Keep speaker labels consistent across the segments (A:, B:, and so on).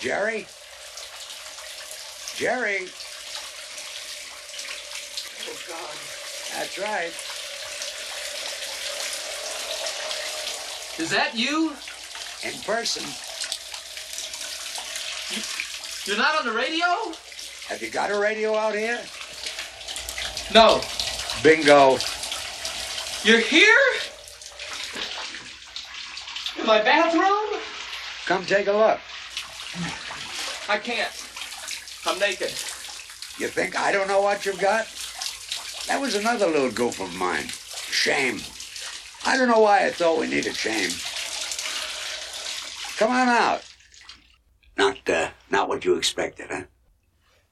A: Jerry? Jerry?
B: Oh, God.
A: That's right.
C: Is that you?
A: In person.
C: You're not on the radio?
A: Have you got a radio out here?
C: No.
A: Bingo.
C: You're here? In my bathroom?
A: Come take a look.
C: I can't. I'm naked.
A: You think I don't know what you've got? That was another little goof of mine. Shame. I don't know why I thought we needed shame. Come on out. Not, uh, not what you expected, huh?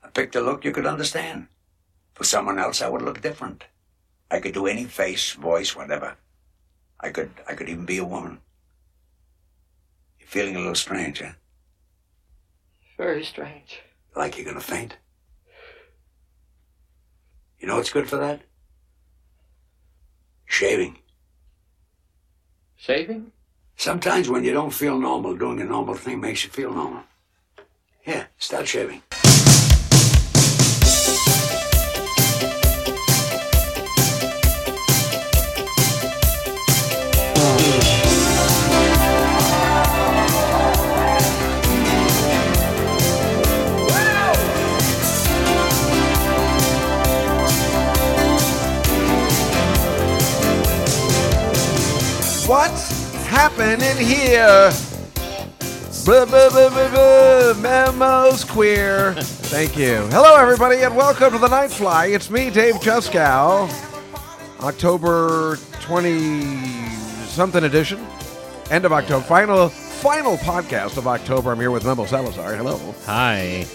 A: I picked a look you could understand. For someone else, I would look different. I could do any face, voice, whatever. I could, I could even be a woman. You're feeling a little strange, huh?
B: Very strange.
A: Like you're gonna faint. You know what's good for that? Shaving.
B: Shaving?
A: Sometimes when you don't feel normal, doing a normal thing makes you feel normal. Yeah, start shaving.
D: What's happening here? Blah, blah, blah, blah, blah. Memos queer. Thank you. Hello, everybody, and welcome to the Night Fly. It's me, Dave Juskow. October 20 something edition. End of October. Final final podcast of October. I'm here with Memo Salazar. Hello.
E: Hi.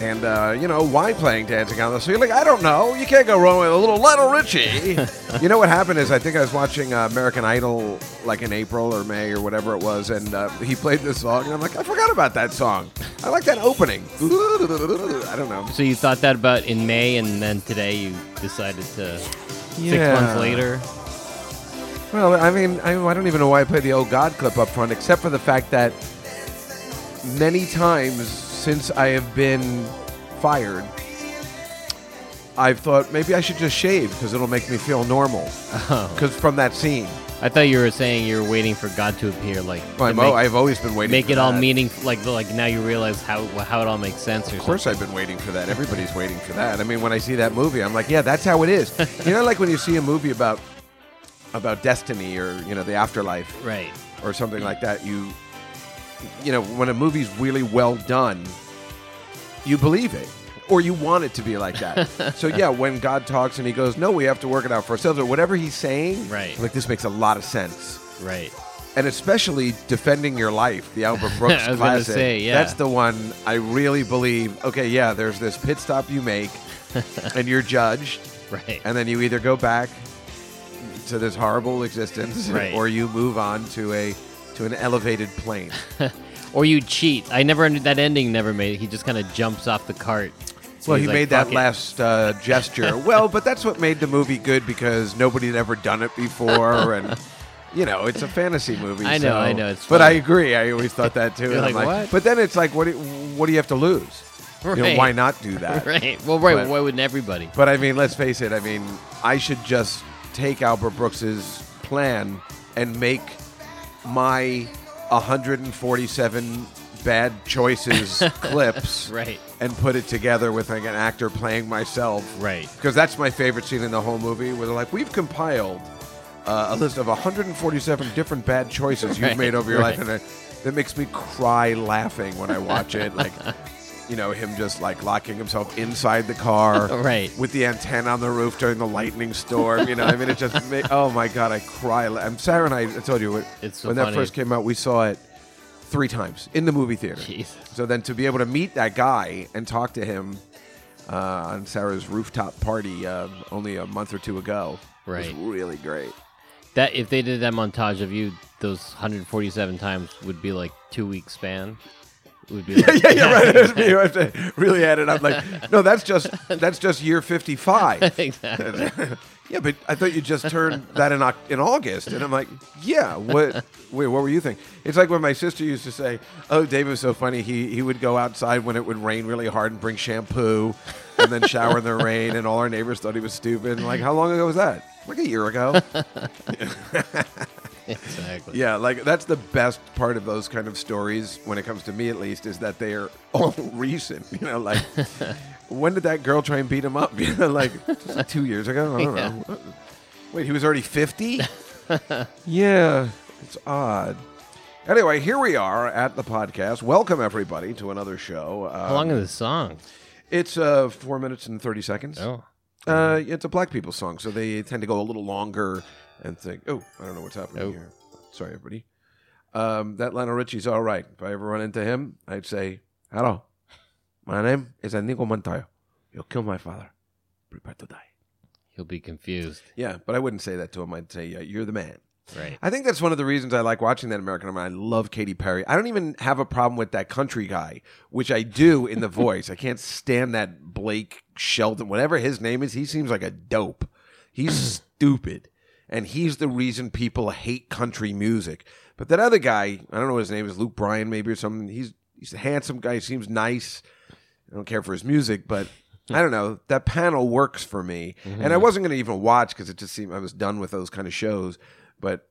D: And, uh, you know, why playing Dancing on the Ceiling? I don't know. You can't go wrong with a little Lionel Richie. you know what happened is I think I was watching uh, American Idol like in April or May or whatever it was, and uh, he played this song, and I'm like, I forgot about that song. I like that opening. I don't know.
E: So you thought that about in May, and then today you decided to six months later.
D: Well, I mean, I, I don't even know why I played the old God clip up front, except for the fact that many times since I have been fired, I've thought maybe I should just shave because it'll make me feel normal.
E: Uh-huh.
D: Because from that scene,
E: Oh, I thought you were saying you were waiting for God to appear, like
D: i
E: to make,
D: I've always been waiting.
E: make
D: for
E: it all
D: that.
E: meaningful. Like like now you realize how how it all makes sense. Or
D: Of course, I've been waiting for that. Everybody's waiting for that. I mean, when I see that movie, I'm like, yeah, that's how it is. you know, like when you see a movie about about destiny or you know the afterlife.
E: something. right.
D: or something like that, you you know, when a movie's really well done, you believe it. Or you want it to be like that. so yeah, when God talks and he goes, No, we have to work it out for ourselves or whatever he's saying,
E: Right.
D: I'm like this makes a lot of sense.
E: Right.
D: And especially defending your life, the Albert Brooks
E: I was gonna
D: classic.
E: say, yeah.
D: That's the one I really believe, okay, yeah, there's this pit stop you make and you're judged
E: Right.
D: and then you either go back to this horrible existence
E: Right.
D: or you move on to a to an elevated plane
E: or you cheat. I never under- that ending never made it. He just kind of jumps off the cart.
D: well
E: He's
D: he
E: like,
D: made that
E: "Fuck it."
D: last uh, gesture well but that's what made the movie good because nobody had ever done it before and you know it's a fantasy movie
E: I know,
D: so-
E: I know, it's
D: but i
E: funny.
D: agree i always thought that too
E: You're
D: and I'm
E: like, "What?"
D: but then it's like what do, what do you have to lose you know
E: Right.
D: why not do that
E: Right. Well, right.
D: But-
E: why wouldn't everybody?
D: But I mean, let's face it. I mean, I should just take Albert Brooks's plan and make my 147 bad choices clips
E: Right.
D: and put it together with like an actor playing myself.
E: Right.
D: Because that's my favorite scene in the whole movie where they're like, we've compiled uh, a list of 147 different bad choices you've
E: Right,
D: made over your
E: right.
D: life. And it, that makes me cry laughing when I watch it. Like, you know, him just like locking himself inside the car.
E: Right.
D: With the antenna on the roof during the lightning storm. You know, I mean, it just, ma- oh my God, I cry. la- And Sarah and I, I told you, when,
E: It's so
D: when that
E: funny.
D: first came out, we saw it three times in the movie theater.
E: Jesus.
D: So then to be able to meet that guy and talk to him uh, on Sarah's rooftop party uh, only a month or two ago
E: Right.
D: was really great.
E: That if they did that montage of you those 147 times would be like two week span. would be
D: Yeah,
E: like,
D: yeah, yeah, right. That's me. You have to really add it up. Like, no, that's just that's just year fifty-five.
E: exactly.
D: yeah, but I thought you just turned that in Oc- in August, and I'm like, yeah. What? Wait, what were you thinking? It's like when my sister used to say, "Oh, Dave was so funny. He he would go outside when it would rain really hard and bring shampoo, and then shower in the rain, and all our neighbors thought he was stupid. And like, how long ago was that? Like a year ago.
E: exactly.
D: Yeah, like that's the best part of those kind of stories when it comes to me at least is that they are all recent, you know, like when did that girl try and beat him up? You know, like just like two years ago? I don't
E: Yeah.
D: know. Wait, he was already fifty? yeah. It's odd. Anyway, here we are at the podcast. Welcome everybody to another show. Uh,
E: How long is the song?
D: It's uh, four minutes and thirty seconds.
E: Oh,
D: Uh, it's a black people song, so they tend to go a little longer and think, "Oh, I don't know what's happening
E: Oh.
D: here." Sorry, everybody. Um, that Lionel Richie's all right. If I ever run into him, I'd say, "Hello, my name is Enigo Montoya. You'll kill my father. Prepare to die."
E: he'll be confused.
D: Yeah, but I wouldn't say that to him. I'd say, uh, "You're the man."
E: Right.
D: I think that's one of the reasons I like watching that American Idol. I love Katy Perry. I don't even have a problem with that country guy, which I do in the voice. I can't stand that Blake Shelton, whatever his name is. He seems like a dope. He's stupid, and he's the reason people hate country music. But that other guy, I don't know what his name is, Luke Bryan maybe or something. He's he's a handsome guy. He seems nice. I don't care for his music, but I don't know. That panel works for me, Mm-hmm. and I wasn't going to even watch because it just seemed I was done with those kind of shows. But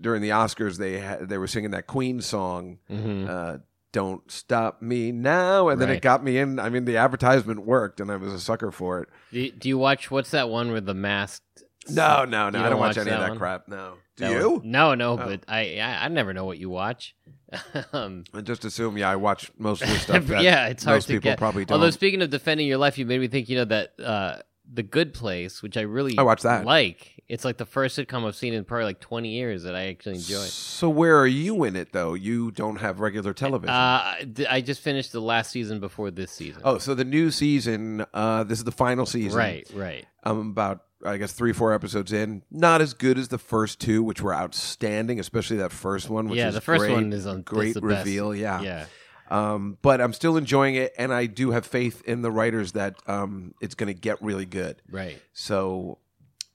D: during the Oscars, they had, they were singing that Queen song,
E: Mhm.
D: uh, "Don't Stop Me Now," and then it
E: Right.
D: got me in. I mean, the advertisement worked, and I was a sucker for it.
E: Do you, do you watch what's that one with the masked?
D: No, no, no,
E: You
D: I don't
E: don't
D: watch,
E: watch
D: any of
E: that
D: that
E: one?
D: crap. No, do
E: that
D: you?
E: one? No, no,
D: Oh.
E: but I, I I never know what you watch. um,
D: I just assume. Yeah, I watch most of the stuff. That
E: yeah, it's hard
D: most
E: to
D: people
E: get.
D: probably don't.
E: Although speaking of defending your life, you made me think. You know that uh, the Good Place, which I really
D: I watched that.
E: Like it's like the first sitcom I've seen in probably like twenty years that I actually enjoyed.
D: so where are you in it though? You don't have regular television.
E: Uh, d- I just finished the last season before this season.
D: oh, so the new season. Uh, this is the final season.
E: right, right.
D: I'm about, I guess, three, four episodes in. Not as good as the first two, which were outstanding, especially that first one. Which
E: Yeah,
D: is
E: the first
D: great,
E: one is on
D: great reveal. Yeah,
E: yeah.
D: Um, but I'm still enjoying it, and I do have faith in the writers that um, it's going to get really good.
E: Right.
D: So,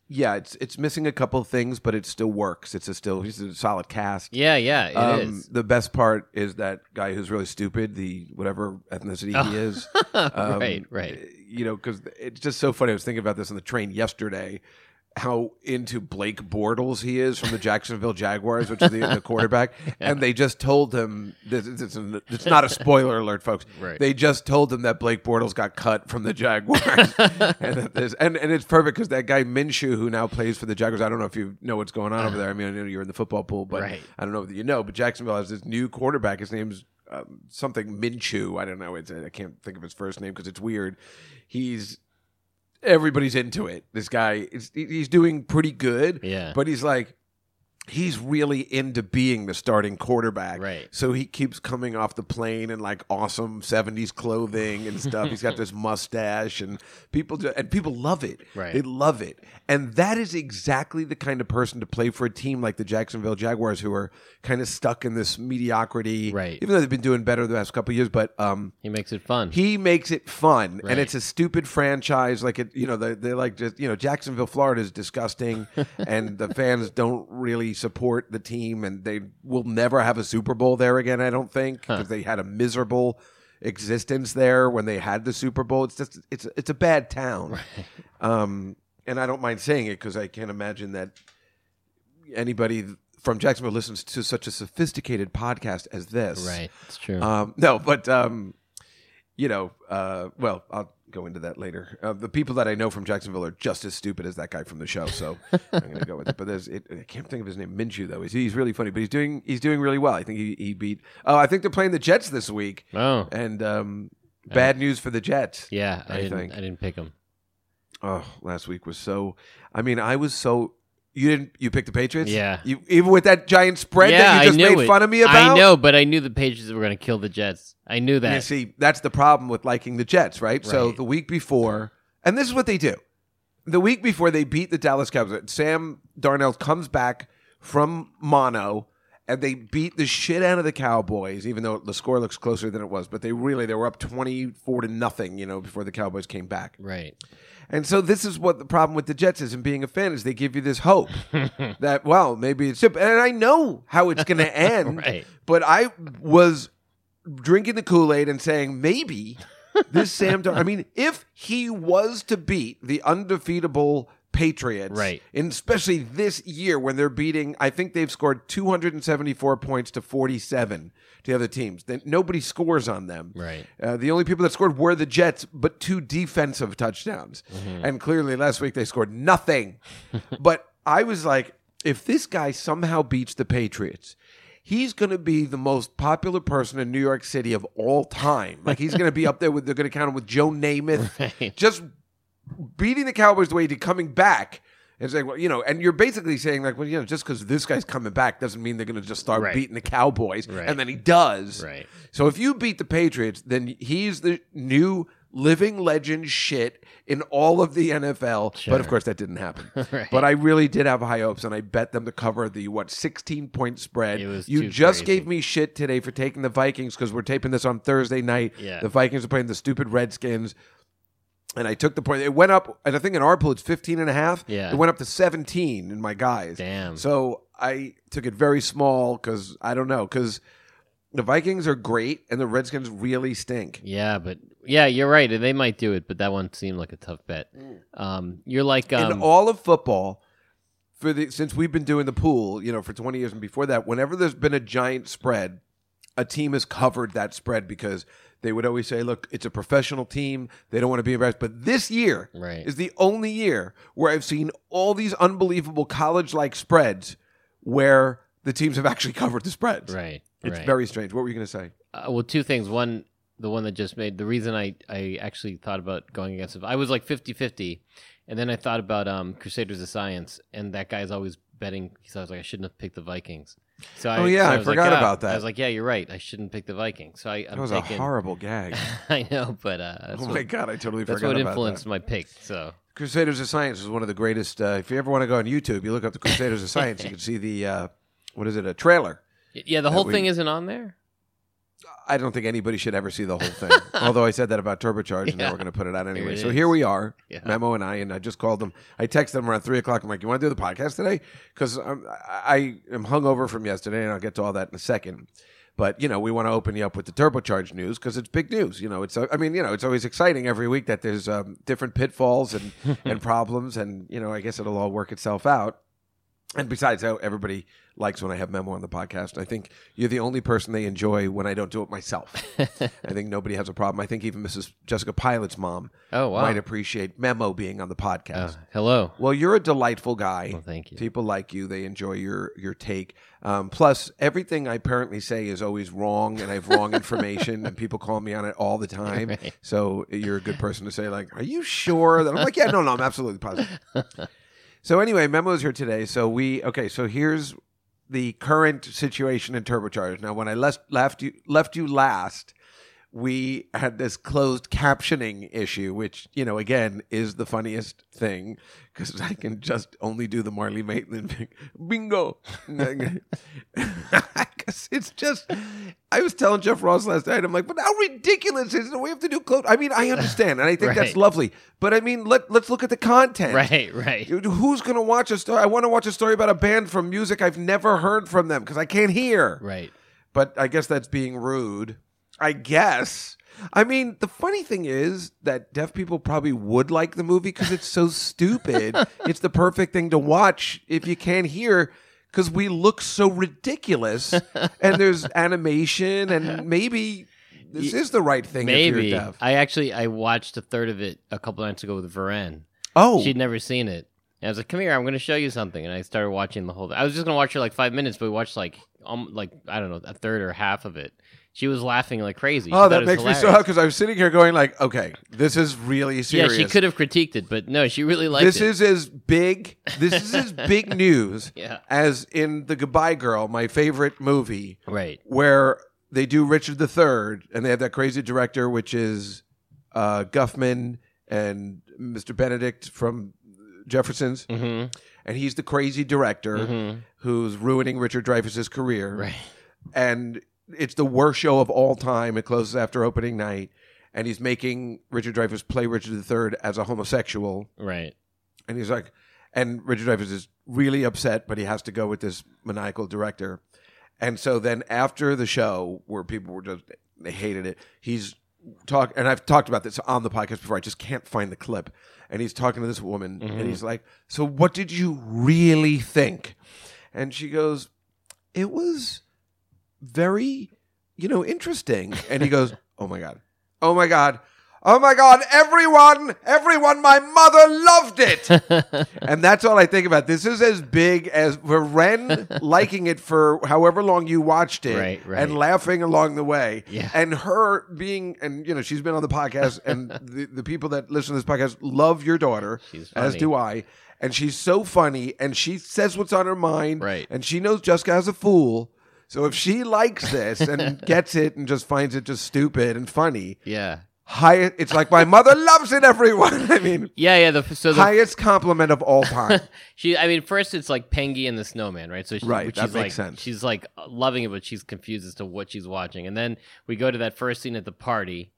D: yeah, it's it's missing a couple of things, but it still works. It's a still it's a solid cast. Um,
E: Yeah, yeah, It is.
D: The best part is that guy who's really stupid, the whatever ethnicity he
E: Oh,
D: is. um,
E: right, right.
D: You know, because it's just so funny. I was thinking about this on the train yesterday. How into Blake Bortles he is from the Jacksonville Jaguars, which is the, the quarterback, and they just told him this, this is- it's not a spoiler alert, folks.
E: Right.
D: They just told him that Blake Bortles got cut from the Jaguars, and, that there's- and and it's perfect because that guy Minshew, who now plays for the Jaguars, I don't know if you know what's going on over there. I mean, I know you're in the football pool, but
E: Right.
D: I don't know if you know, but Jacksonville has this new quarterback. His name's um, something Minshew. I don't know. It's, I can't think of his first name because it's weird. He's everybody's into it. This guy, is, he- he's doing pretty good.
E: Yeah.
D: but he's like. He's really into being the starting quarterback.
E: Right.
D: So he keeps coming off the plane in like awesome 70s clothing and stuff. he's got this mustache and people just, and people love it.
E: Right.
D: They love it. And that is exactly the kind of person to play for a team like the Jacksonville Jaguars, who are kind of stuck in this mediocrity.
E: Right.
D: Even though they've been doing better the last couple of years, but um,
E: He makes it fun.
D: he makes it fun,
E: Right.
D: and it's a stupid franchise. Like it, you know, they they like just you know Jacksonville, Florida is disgusting, and the fans don't really support the team, and they will never have a Super Bowl there again. I don't think because they had a miserable existence there when they had the Super Bowl. It's just it's it's a bad town, um, and I don't mind saying it because I can't imagine that anybody from Jacksonville listens to such a sophisticated podcast as this,
E: right. It's true.
D: um, no, but um, you know, uh, well, I'll go into that later. Uh, the people that I know from Jacksonville are just as stupid as that guy from the show, so I'm going to go with it. But there's, it, I can't think of his name. Minshew though, he's, he's really funny, but he's doing he's doing really well. I think he, he beat. Oh, I think they're playing the Jets this week,
E: oh.
D: and um, bad news for the Jets.
E: Yeah,
D: I
E: I didn't
D: think.
E: I didn't pick him.
D: Oh, last week was so. I mean, I was so. You didn't. You picked the Patriots.
E: Yeah.
D: You even with that giant spread
E: yeah,
D: that you just
E: I knew
D: made
E: it.
D: fun of me about.
E: I know, but I knew the Patriots were going to kill the Jets. I knew that.
D: You see, that's the problem with liking the Jets, right? So
E: Right.
D: the week before, and this is what they do. The week before they beat the Dallas Cowboys, Sam Darnell comes back from mono and they beat the shit out of the Cowboys, even though the score looks closer than it was. But they really they were up twenty four to nothing, you know, before the Cowboys came back.
E: Right.
D: And so this is what the problem with the Jets is, and being a fan is they give you this hope that well maybe it's it. And I know how it's going to end,
E: Right.
D: but I was drinking the Kool Aid and saying maybe this Sam. Dar- I mean, if he was to beat the undefeatable Patriots,
E: Right.
D: and especially this year when they're beating, I think they've scored 274 points to 47 to the other teams. Then nobody scores on them.
E: Right.
D: Uh, the only people that scored were the Jets, but two defensive touchdowns.
E: Mm-hmm.
D: And clearly last week they scored nothing. but I was like, if this guy somehow beats the Patriots, he's going to be the most popular person in New York City of all time. Like he's going to be up there with, they're going to count him with Joe Namath. Just beating the Cowboys the way he did coming back. It's like, well, you know, and you're basically saying, like, well, you know, just because this guy's coming back doesn't mean they're going to just start
E: Right.
D: beating the Cowboys.
E: Right.
D: And then he does.
E: Right.
D: So if you beat the Patriots, then he's the new living legend shit in all of the NFL. But of course, that didn't happen.
E: Right.
D: But I really did have high hopes, and I bet them to cover the what sixteen point spread.
E: It was
D: you
E: too
D: just
E: crazy.
D: gave me shit today for taking the Vikings because we're taping this on Thursday night.
E: Yeah.
D: The Vikings are playing the stupid Redskins. And I took the point. It went up, and I think in our pool it's 15 and a half.
E: Yeah.
D: It went up to 17 in my guys.
E: Damn.
D: So I took it very small because I don't know. Because the Vikings are great and the Redskins really stink.
E: Yeah, but yeah, you're right. They might do it, but that one seemed like a tough bet. Um, you're like
D: Mm. in
E: um,
D: all of football, for the since we've been doing the pool, you know, for 20 years and before that, whenever there's been a giant spread, a team has covered that spread because they would always say, "Look, it's a professional team; they don't want to be embarrassed." But this year
E: Right.
D: is the only year where I've seen all these unbelievable college-like spreads where the teams have actually covered the spreads.
E: right.
D: It's
E: right.
D: very strange. What were you going to say?
E: uh, well two things one the one that just made the reason i i actually thought about going against it i was like 50-50 and then i thought about um crusaders of science and that guy's always betting so i was like i shouldn't have picked the vikings so I,
D: Oh, yeah,
E: so
D: I
E: was
D: forgot
E: oh.
D: about that.
E: i was like yeah you're right i shouldn't pick the vikings so i I'm
D: that was
E: thinking,
D: a horrible gag.
E: i know but uh that's
D: oh
E: what,
D: my god, I totally
E: that's
D: forgot
E: what
D: about that.
E: influenced my pick so
D: Crusaders of Science is one of the greatest. Uh, if you ever want to go on YouTube, you look up the Crusaders of Science. You can see the uh, what is it? A trailer.
E: Y- yeah the whole
D: we-
E: thing isn't on there
D: I don't think anybody should ever see the whole thing. Although I said that about Turbocharge, and now we're going to put it out anyway.
E: it
D: so
E: is.
D: here we are,
E: Yeah.
D: Memo and I, and I just called them. I texted them around three o'clock. I'm like, "You want to do the podcast today?" Because I I am hungover from yesterday, and I'll get to all that in a second. But you know, we want to open you up with the turbocharge news because it's big news. You know, it's uh, I mean, you know, it's always exciting every week that there's um, different pitfalls and and problems, and you know, I guess it'll all work itself out. And besides, how everybody likes when I have Memo on the podcast. I think you're the only person they enjoy when I don't do it myself. I think nobody has a problem. I think even Mrs. Jessica Pilot's mom
E: oh wow
D: might appreciate Memo being on the podcast.
E: Uh, hello
D: Well, you're a delightful guy.
E: well thank you
D: People like you. They enjoy your your take. Um, plus, everything I apparently say is always wrong, and I have wrong information, and people call me on it all the time. So you're a good person to say, like, "Are you sure?" That I'm like, "Yeah, no, no, I'm absolutely positive." so anyway, Memo's here today. So we okay. So here's the current situation in turbocharge. Now, when I left left you left you last. We had this closed captioning issue, which, you know, again, is the funniest thing because I can just only do the Marley Maitland thing. Bingo. Because it's just, I was telling Jeff Ross last night, I'm like, but how ridiculous is it? that We have to do close. I mean, I understand, and I think that's
E: Right.
D: lovely. But I mean, let, let's look at the content.
E: right right
D: Dude, Who's going to watch a story? I want to watch a story about a band from music I've never heard from them because I can't hear.
E: right
D: But I guess that's being rude. I guess. I mean, the funny thing is that deaf people probably would like the movie because it's so stupid. It's the perfect thing to watch if you can't hear because we look so ridiculous and there's animation and maybe this is the right thing if
E: maybe
D: you're deaf.
E: i actually i watched a third of it a couple nights ago with Varen.
D: oh,
E: She'd never seen it. And I was like, "Come here, I'm going to show you something." And I started watching the whole. I was just going to watch her like five minutes, but we watched like um, like I don't know a third or half of it. She was laughing like crazy. She
D: oh,
E: thought
D: that
E: it was
D: makes me so
E: hilarious.
D: happy because I was sitting here going like, okay, this is really serious.
E: Yeah, she could have critiqued it, but no, she really liked
D: This
E: it.
D: is as big. This is as big news
E: Yeah.
D: as in the Goodbye Girl, my favorite movie,
E: right.
D: where they do Richard III and they have that crazy director, which is uh, Guffman and Mr. Benedict from Jefferson's,
E: hmm
D: and he's the crazy director.
E: hmm
D: who's ruining Richard Dreyfuss's career.
E: Right.
D: And it's the worst show of all time. It closes after opening night. And he's making Richard Dreyfuss play Richard III as a homosexual.
E: Right.
D: And he's like, and Richard Dreyfuss is really upset, but he has to go with this maniacal director. And so then after the show, where people were just they hated it, he's talk and I've talked about this on the podcast before. I just can't find the clip. And he's talking to this woman, and he's like, "So what did you really think?" And she goes, "It was very, you know, interesting." And he goes, "Oh my god, oh my god." Oh my God, everyone, everyone, my mother loved it. And that's all I think about. This is as big as for Ren liking it for however long you watched it
E: Right, right.
D: and laughing along the way.
E: Yeah.
D: And her being, and you know, she's been on the podcast, and the, the people that listen to this podcast love your daughter,
E: She's
D: as
E: funny.
D: do I. And she's so funny, and she says what's on her mind,
E: Right.
D: And she knows Jessica is a fool. So if she likes this and gets it and just finds it just stupid and funny,
E: Yeah.
D: high, it's like my mother loves it, everyone. I mean,
E: Yeah. Yeah. The, so the
D: highest compliment of all time.
E: She, I mean, first it's like Pengi and the Snowman, right? So she,
D: Right,
E: which
D: that
E: she's
D: makes
E: like,
D: sense.
E: She's like loving it, but she's confused as to what she's watching. And then we go to that first scene at the party,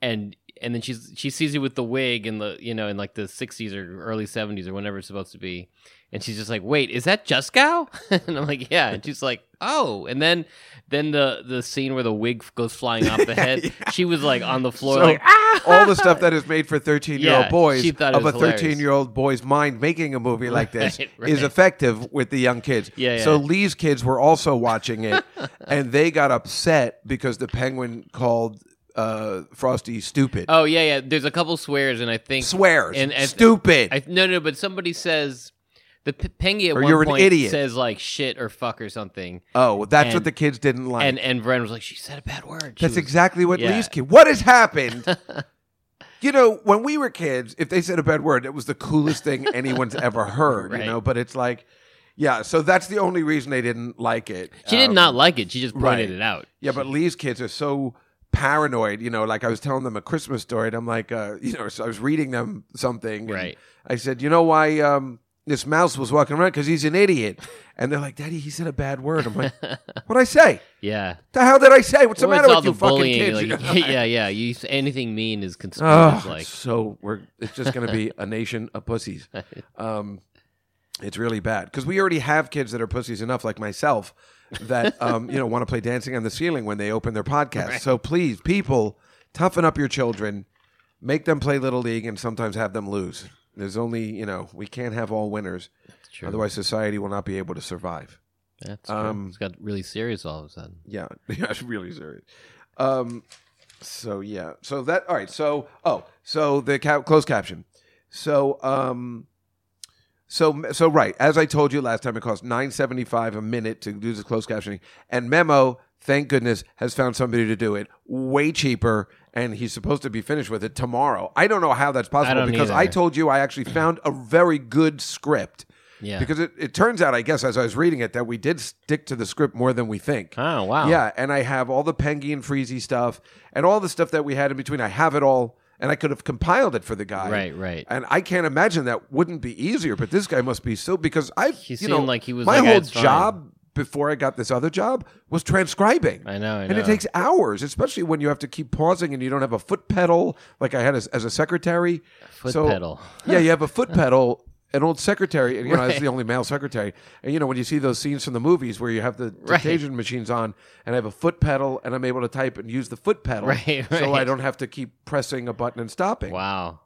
E: and and then she's she sees you with the wig and the you know in like the sixties or early seventies or whenever it's supposed to be, and she's just like, wait, is that Just Gow? and I'm like, yeah. And she's like, oh. And then then the the scene where the wig f- goes flying off the head, she was like on the floor,
D: So,
E: like ah.
D: all the stuff that is made for 13 year old
E: Yeah,
D: boys
E: she thought it
D: of a
E: was hilarious.
D: 13 year old boy's mind making a movie like this
E: Right, right.
D: is effective with the young kids.
E: Yeah,
D: So
E: yeah.
D: Lee's kids were also watching it and they got upset because the penguin called uh, Frosty stupid.
E: Oh yeah, yeah. There's a couple swears, and I think
D: Swears.
E: and- and-
D: stupid.
E: I, no, no, but somebody says the P- Pengi at
D: Or
E: one
D: you're an
E: point
D: idiot.
E: says like shit or fuck or something,
D: oh, well, that's what
E: and-
D: the kids didn't like.
E: and and Bren was like, she said a bad word. She
D: that's
E: was-
D: exactly what
E: yeah.
D: Lee's kid. What has happened? You know, when we were kids, if they said a bad word, it was the coolest thing anyone's ever heard. You
E: Right.
D: know, but it's like, yeah. So that's the only reason they didn't like it.
E: She did
D: Um,
E: not like it. She just pointed
D: right.
E: it out.
D: Yeah, but Lee's kids are so paranoid. You know, like I was telling them a Christmas story, and I'm like, uh, you know, so I was reading them something. and
E: Right.
D: I said, you know why um, this mouse was walking around? Because he's an idiot. And they're like, Daddy, he said a bad word. I'm like, what'd I say?
E: Yeah.
D: The hell did I say? What's the
E: Well,
D: matter
E: it's all
D: with you
E: the
D: fucking
E: bullying,
D: kids?
E: like,
D: You know?
E: yeah, yeah. You s- anything mean is considered
D: Oh,
E: like
D: so we're it's just going to be a nation of pussies. Um, it's really bad because we already have kids that are pussies enough, like myself, that um, you know want to play Dancing on the Ceiling when they open their podcast. So please, people, toughen up your children, make them play little league, and sometimes have them lose. There's only you know we can't have all winners,
E: true.
D: otherwise society will not be able to survive.
E: That's true.
D: um,
E: it's got really serious all of a sudden.
D: Yeah, yeah, it's really serious. Um, so yeah, so that all right. So oh, so the ca- closed caption. So um, so so right as I told you last time, it costs nine seventy five a minute to do the closed captioning, and Memo, thank goodness, has found somebody to do it way cheaper. And he's supposed to be finished with it tomorrow. I don't know how that's possible
E: don't
D: because I
E: either.
D: told you I actually found a very good script.
E: Yeah.
D: Because it, it turns out, I guess, as I was reading it, that we did stick to the script more than we think.
E: oh wow.
D: Yeah, and I have all the Pengy and Freezy stuff and all the stuff that we had in between. I have it all, and I could have compiled it for the guy.
E: Right, right.
D: And I can't imagine that wouldn't be easier, but this guy must be so because I
E: He
D: you know,
E: seemed like he was
D: my
E: like, "Ah,
D: whole
E: it's fine."
D: job before I got this other job was transcribing.
E: I know, I
D: and it
E: know.
D: takes hours, especially when you have to keep pausing and you don't have a foot pedal like I had as, as a secretary.
E: Foot
D: So-
E: pedal.
D: yeah, you have a foot pedal, an old secretary, and you know, I was the only male secretary. And you know, when you see those scenes from the movies where you have the
E: Right.
D: dictation machines on, and I have a foot pedal, and I'm able to type and use the foot pedal,
E: Right,
D: so
E: right.
D: I don't have to keep pressing a button and stopping.
E: Wow.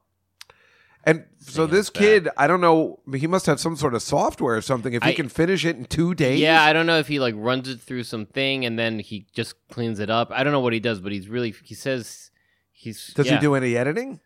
D: And so
E: Damn,
D: this
E: it's bad.
D: kid, I don't know, he must have some sort of software or something. If he
E: I-
D: can finish it in two days,
E: Yeah, I don't know if he like runs it through something and then he just cleans it up. I don't know what he does, but he's really he says he's
D: does
E: yeah,
D: he do any editing?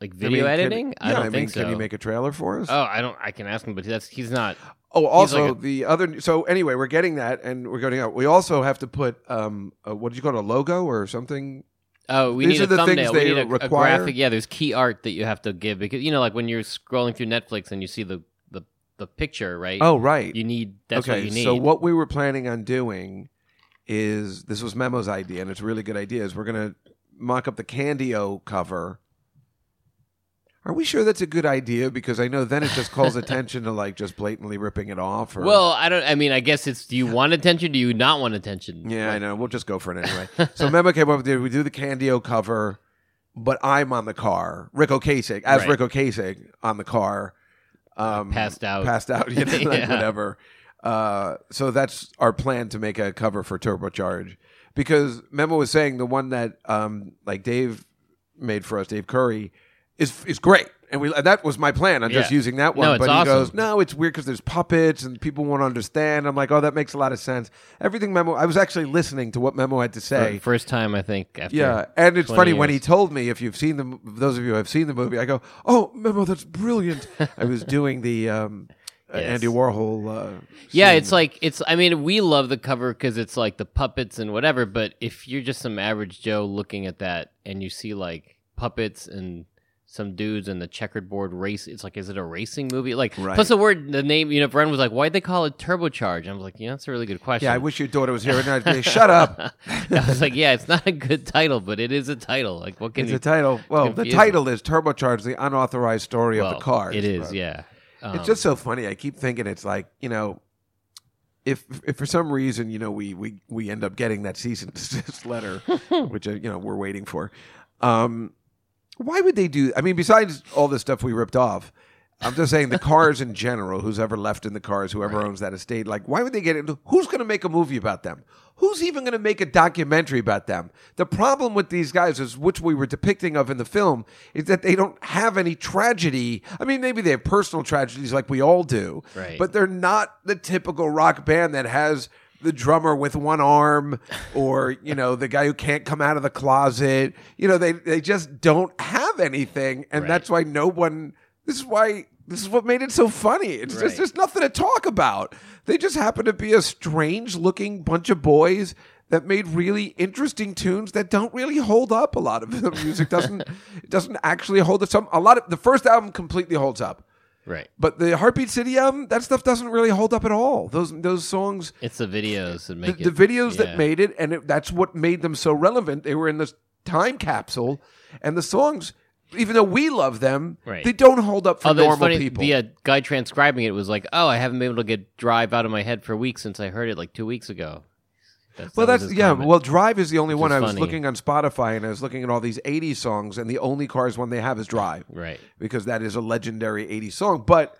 E: like
D: I
E: video
D: mean, can-
E: editing?
D: yeah,
E: I don't
D: mean,
E: think so.
D: Can he make a trailer for us?
E: Oh, I don't. I can ask him, but that's he's not.
D: Oh, also
E: like a-
D: the other. So anyway, we're getting that, and we're going out. We also have to put um, a, what do you call it, a logo or something?
E: Oh, we
D: These
E: need
D: are
E: a
D: the things
E: thumbnail.
D: they
E: we need a, a
D: require.
E: graphic. Yeah, there's key art that you have to give because you know, like when you're scrolling through Netflix and you see the the, the picture, right?
D: Oh, right.
E: you need that's
D: okay,
E: what you need.
D: so what we were planning on doing is this was Memo's idea, and it's a really good idea. Is we're gonna mock up the Candio cover. Are we sure that's a good idea? Because I know then it just calls attention to like just blatantly ripping it off. Or,
E: Well, I don't. I mean, I guess it's. Do you want attention? Do you not want attention?
D: yeah, I know. We'll just go for it anyway. so Memo came up with the, we do the Candio cover, but I'm on the car. Rick Ocasek as
E: Right.
D: Rick Ocasek on the car. Um,
E: Passed out.
D: Passed out. You know, like,
E: Yeah.
D: whatever. Uh, so that's our plan to make a cover for Turbocharge, because Memo was saying the one that um, like Dave made for us, Dave Curry, is is great, and we and that was my plan on just
E: Yeah.
D: using that one.
E: No, it's
D: but he
E: awesome.
D: goes, no, it's weird because there's puppets and people won't understand. I'm like, oh, that makes a lot of sense. Everything Memo, I was actually listening to what Memo had to
E: For-
D: say.
E: First time, I think. After
D: Yeah, and it's
E: 20
D: funny when he
E: years.
D: told me. If you've seen the, m- those of you who have seen the movie, I go, "Oh, Memo, that's brilliant." I was doing the um, uh,
E: Yes.
D: Andy Warhol. Uh,
E: Yeah,
D: scene.
E: it's like it's. I mean, we love the cover because it's like the puppets and whatever. But if you're just some average Joe looking at that and you see like puppets and some dudes and the checkered board race, it's like, is it a racing movie? Like,
D: Right.
E: plus the word, the name. You know, Bren was like, why'd they call it turbocharge? I was like, you know, that's a really good question.
D: yeah. I wish your daughter was here, and I'd say, "Shut up."
E: I was like, yeah, it's not a good title, but it is a title. Like, what can
D: It's
E: you?
D: a title. Well, the
E: confusing.
D: title is "Turbocharge: The Unauthorized Story
E: well,
D: of the Cars."
E: It is,
D: but
E: yeah. Um,
D: It's just so funny. I keep thinking it's like you know. If, if for some reason you know we, we, we end up getting that cease and desist letter, which uh, you know we're waiting for, um, why would they do? I mean, besides all the stuff we ripped off, I'm just saying the cars in general. Who's ever left in the cars? Whoever owns that estate? Like, why would they get into? Who's going to make a movie about them? Who's even going to make a documentary about them? The problem with these guys is, which we were depicting of in the film, is that they don't have any tragedy. I mean, maybe they have personal tragedies like we all do,
E: Right.
D: but they're not the typical rock band that has the drummer with one arm or you know the guy who can't come out of the closet you know they they just don't have anything and
E: Right.
D: that's why no one this is why this is what made it so funny it's just
E: Right.
D: there's nothing to talk about they just happen to be a strange looking bunch of boys that made really interesting tunes that don't really hold up a lot of the music doesn't it doesn't actually hold up some a lot of the first album completely holds up
E: right.
D: but the Heartbeat City album, that stuff doesn't really hold up at all. Those those songs,
E: It's the videos that
D: the,
E: make
D: the
E: it,
D: videos
E: yeah.
D: that made it, and it, that's what made them so relevant. They were in this time capsule, and the songs, even though we love them,
E: Right.
D: they don't hold up for
E: Although
D: normal
E: it's funny,
D: people.
E: the uh, guy transcribing it was like, "Oh, I haven't been able to get drive out of my head for weeks since I heard it like two weeks ago." That's,
D: well,
E: that was
D: that's
E: his
D: yeah.
E: comment.
D: Well, Drive is the only
E: Which
D: one.
E: is
D: I was
E: funny.
D: looking on Spotify, and I was looking at all these '80s songs, and the only Cars one they have is Drive
E: right,
D: because that is a legendary '80s song. But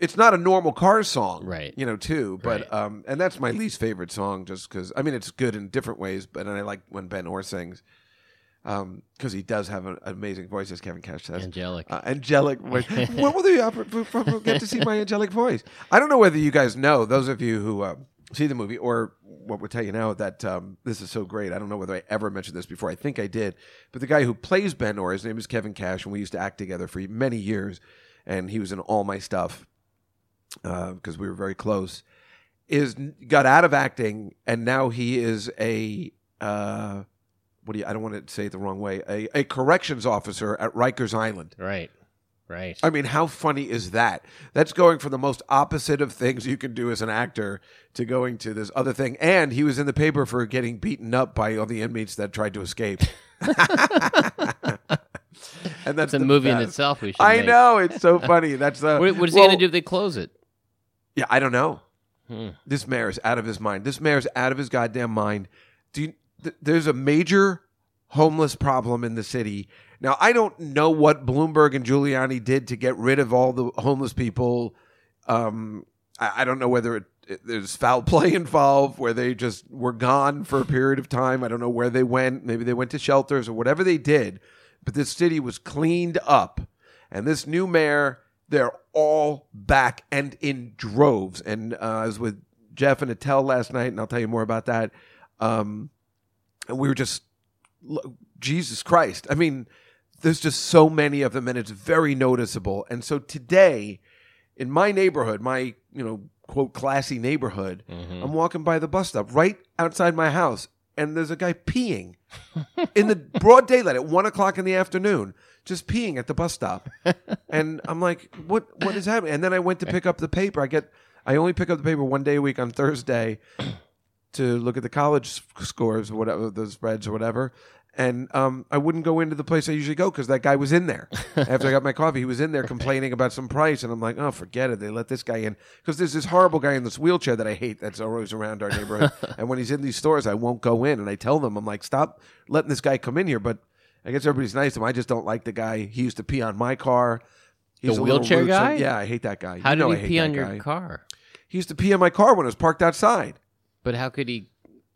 D: it's not a normal Cars song,
E: Right.
D: You know, too. But
E: Right.
D: um, and that's my least favorite song, just because I mean it's good in different ways. But and I like when Ben Orr sings, because he does have an amazing voice, as Kevin Cash says.
E: angelic.
D: Uh, angelic voice. when will the opera f- f- f- get to see my angelic voice? I don't know whether you guys know those of you who uh, see the movie or what we'll tell you now that um, this is so great. I don't know whether I ever mentioned this before. I think I did, but the guy who plays Ben Orr, his name is Kevin Cash, and we used to act together for many years, and he was in all my stuff because we were very close. Is got out of acting, and now he is a. Uh, what do you, I don't want to say it the wrong way. A, a corrections officer at Rikers Island.
E: right, right.
D: I mean, how funny is that? That's going from the most opposite of things you can do as an actor to going to this other thing. And he was in the paper for getting beaten up by all the inmates that tried to escape. and that's
E: It's a
D: the
E: movie in
D: best.
E: itself. We should.
D: I
E: make.
D: know it's so funny. That's the
E: What, what is
D: Well,
E: he gonna do if they close it?
D: Yeah, I don't know.
E: Hmm.
D: This mayor is out of his mind. This mayor is out of his goddamn mind. Do you, th- there's a major homeless problem in the city. Now, I don't know what Bloomberg and Giuliani did to get rid of all the homeless people. Um, I, I don't know whether it, it- there's foul play involved, where they just were gone for a period of time. I don't know where they went. Maybe they went to shelters or whatever they did. But this city was cleaned up. And this new mayor, they're all back and in droves. And uh, I was with Jeff and Attell last night, and I'll tell you more about that. Um, and we were just, lo- Jesus Christ. I mean, there's just so many of them, and it's very noticeable. And so today, in my neighborhood, my, you know, quote, classy neighborhood,
E: Mhm.
D: I'm walking by the bus stop right outside my house, and there's a guy peeing in the broad daylight at one o'clock in the afternoon, just peeing at the bus stop. And I'm like, what what is happening? And then I went to pick up the paper. I get I only pick up the paper one day a week on Thursday to look at the college s- scores or whatever the spreads or whatever. and um, I wouldn't go into the place I usually go because that guy was in there. After I got my coffee, he was in there complaining about some price, and I'm like, oh, forget it. They let this guy in because there's this horrible guy in this wheelchair that I hate that's always around our neighborhood. and when he's in these stores, I won't go in, and I tell them, I'm like, stop letting this guy come in here. But I guess everybody's nice to him. I just don't like the guy. He used to pee on my car. He's
E: The
D: a little
E: wheelchair
D: rude, so-
E: guy?
D: yeah, I hate that guy.
E: How
D: you
E: did
D: know I
E: he
D: hate
E: pee
D: that
E: on your
D: guy.
E: car?
D: He used to pee on my car when it was parked outside.
E: But how could he?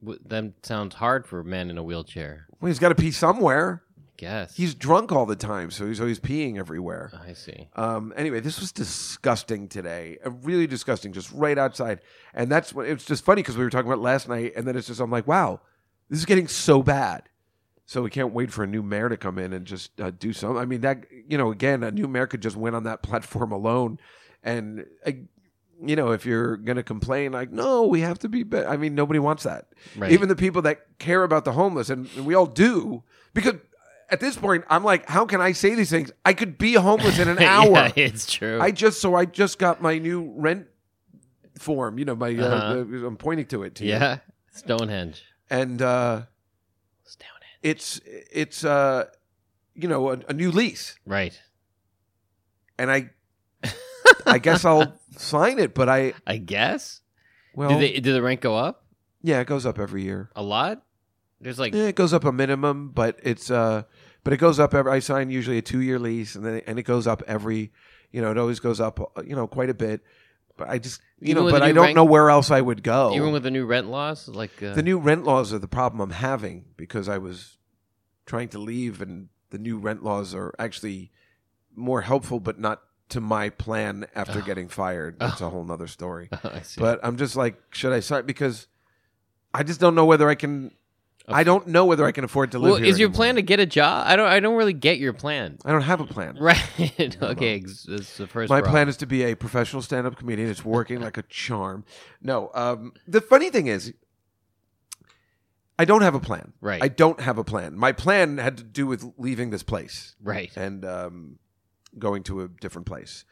E: w- That sounds hard for a man in a wheelchair.
D: Well, he's got to pee somewhere.
E: I guess Oh,
D: He's drunk all the time, so he's always peeing everywhere.
E: I see.
D: Um, anyway, this was disgusting today. Uh, Really disgusting, just right outside. And that's what it's just funny because we were talking about it last night, and then it's just I'm like, wow, this is getting so bad. So we can't wait for a new mayor to come in and just uh, do something. I mean, that you know, again, a new mayor could just win on that platform alone, and uh, you know, if you're going to complain, like, no, we have to be better. I mean, nobody wants that.
E: Right.
D: Even the people that care about the homeless, and and we all do, because at this point, I'm like, how can I say these things? I could be homeless in an hour.
E: yeah, it's true.
D: I just so I just got my new rent form. You know, my uh,
E: Uh-huh.
D: the- I'm pointing to it. To you.
E: yeah, Stonehenge.
D: and uh,
E: Stonehenge.
D: it's it's uh, you know a, a new lease,
E: Right.
D: and I I guess I'll sign it. But I
E: I guess.
D: well
E: do they? Do the rent go up
D: yeah, it goes up every year.
E: a lot? There's like
D: Yeah, it goes up a minimum, but it's uh, but it goes up every. I sign usually a two year lease, and then and it goes up every. You know, it always goes up. uh, You know, quite a bit. But I just you
E: Even
D: know,
E: with
D: but
E: the
D: I
E: new
D: don't
E: rank-
D: know where else I would go.
E: even with the new rent laws, like uh,
D: the new rent laws are the problem I'm having because I was trying to leave, and the new rent laws are actually more helpful, but not to my plan after getting fired. That's a whole nother story.
E: I see.
D: But I'm just like, should I sign? Because I just don't know whether I can. I don't know whether I can afford to live
E: well,
D: here.
E: is your
D: anymore.
E: plan to get a job? I don't. I don't really get your plan.
D: I don't have a plan.
E: Right. okay. ex- That's the first.
D: My
E: problem.
D: plan is to be a professional stand-up comedian. It's working like a charm. No, um, the funny thing is, I don't have a plan.
E: Right.
D: I don't have a plan. My plan had to do with leaving this place
E: Right.
D: and um, going to a different place.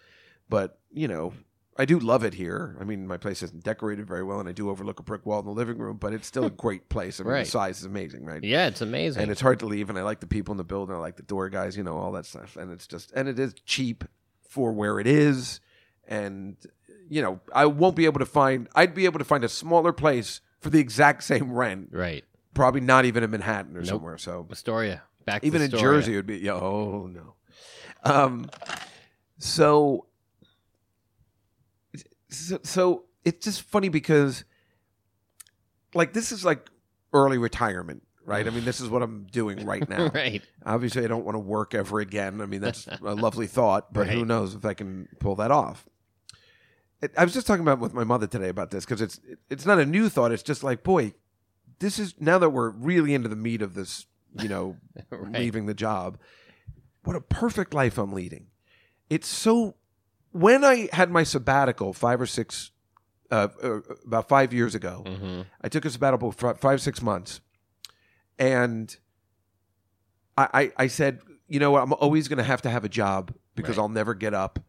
D: But you know, I do love it here. I mean, my place isn't decorated very well, and I do overlook a brick wall in the living room, but it's still a great place. I mean,
E: Right.
D: the size is amazing, right?
E: Yeah, it's amazing.
D: and it's hard to leave. And I like the people in the building. I like the door guys, you know, all that stuff. And it's just, and it is cheap for where it is. And you know, I won't be able to find. I'd be able to find a smaller place for the exact same rent,
E: right.
D: probably not even in Manhattan or
E: Nope.
D: somewhere. So
E: Astoria. Back to
D: even in
E: Astoria.
D: Jersey, it would be yeah, oh no. Um, so, so, so it's just funny because, like, this is like early retirement, right? I mean, this is what I'm doing right now.
E: right.
D: Obviously, I don't want to work ever again. I mean, that's a lovely thought, but who
E: Right.
D: knows if I can pull that off. It, I was just talking about with my mother today about this because it's it- it's not a new thought. It's just like, boy, this is now that we're really into the meat of this, you know,
E: Right.
D: leaving the job. What a perfect life I'm leading. It's so. When I had my sabbatical five or six, uh, uh, about five years ago,
E: hmm
D: I took a sabbatical for five, six months. And I, I, I said, you know what? I'm always going to have to have a job because
E: Right.
D: I'll never get up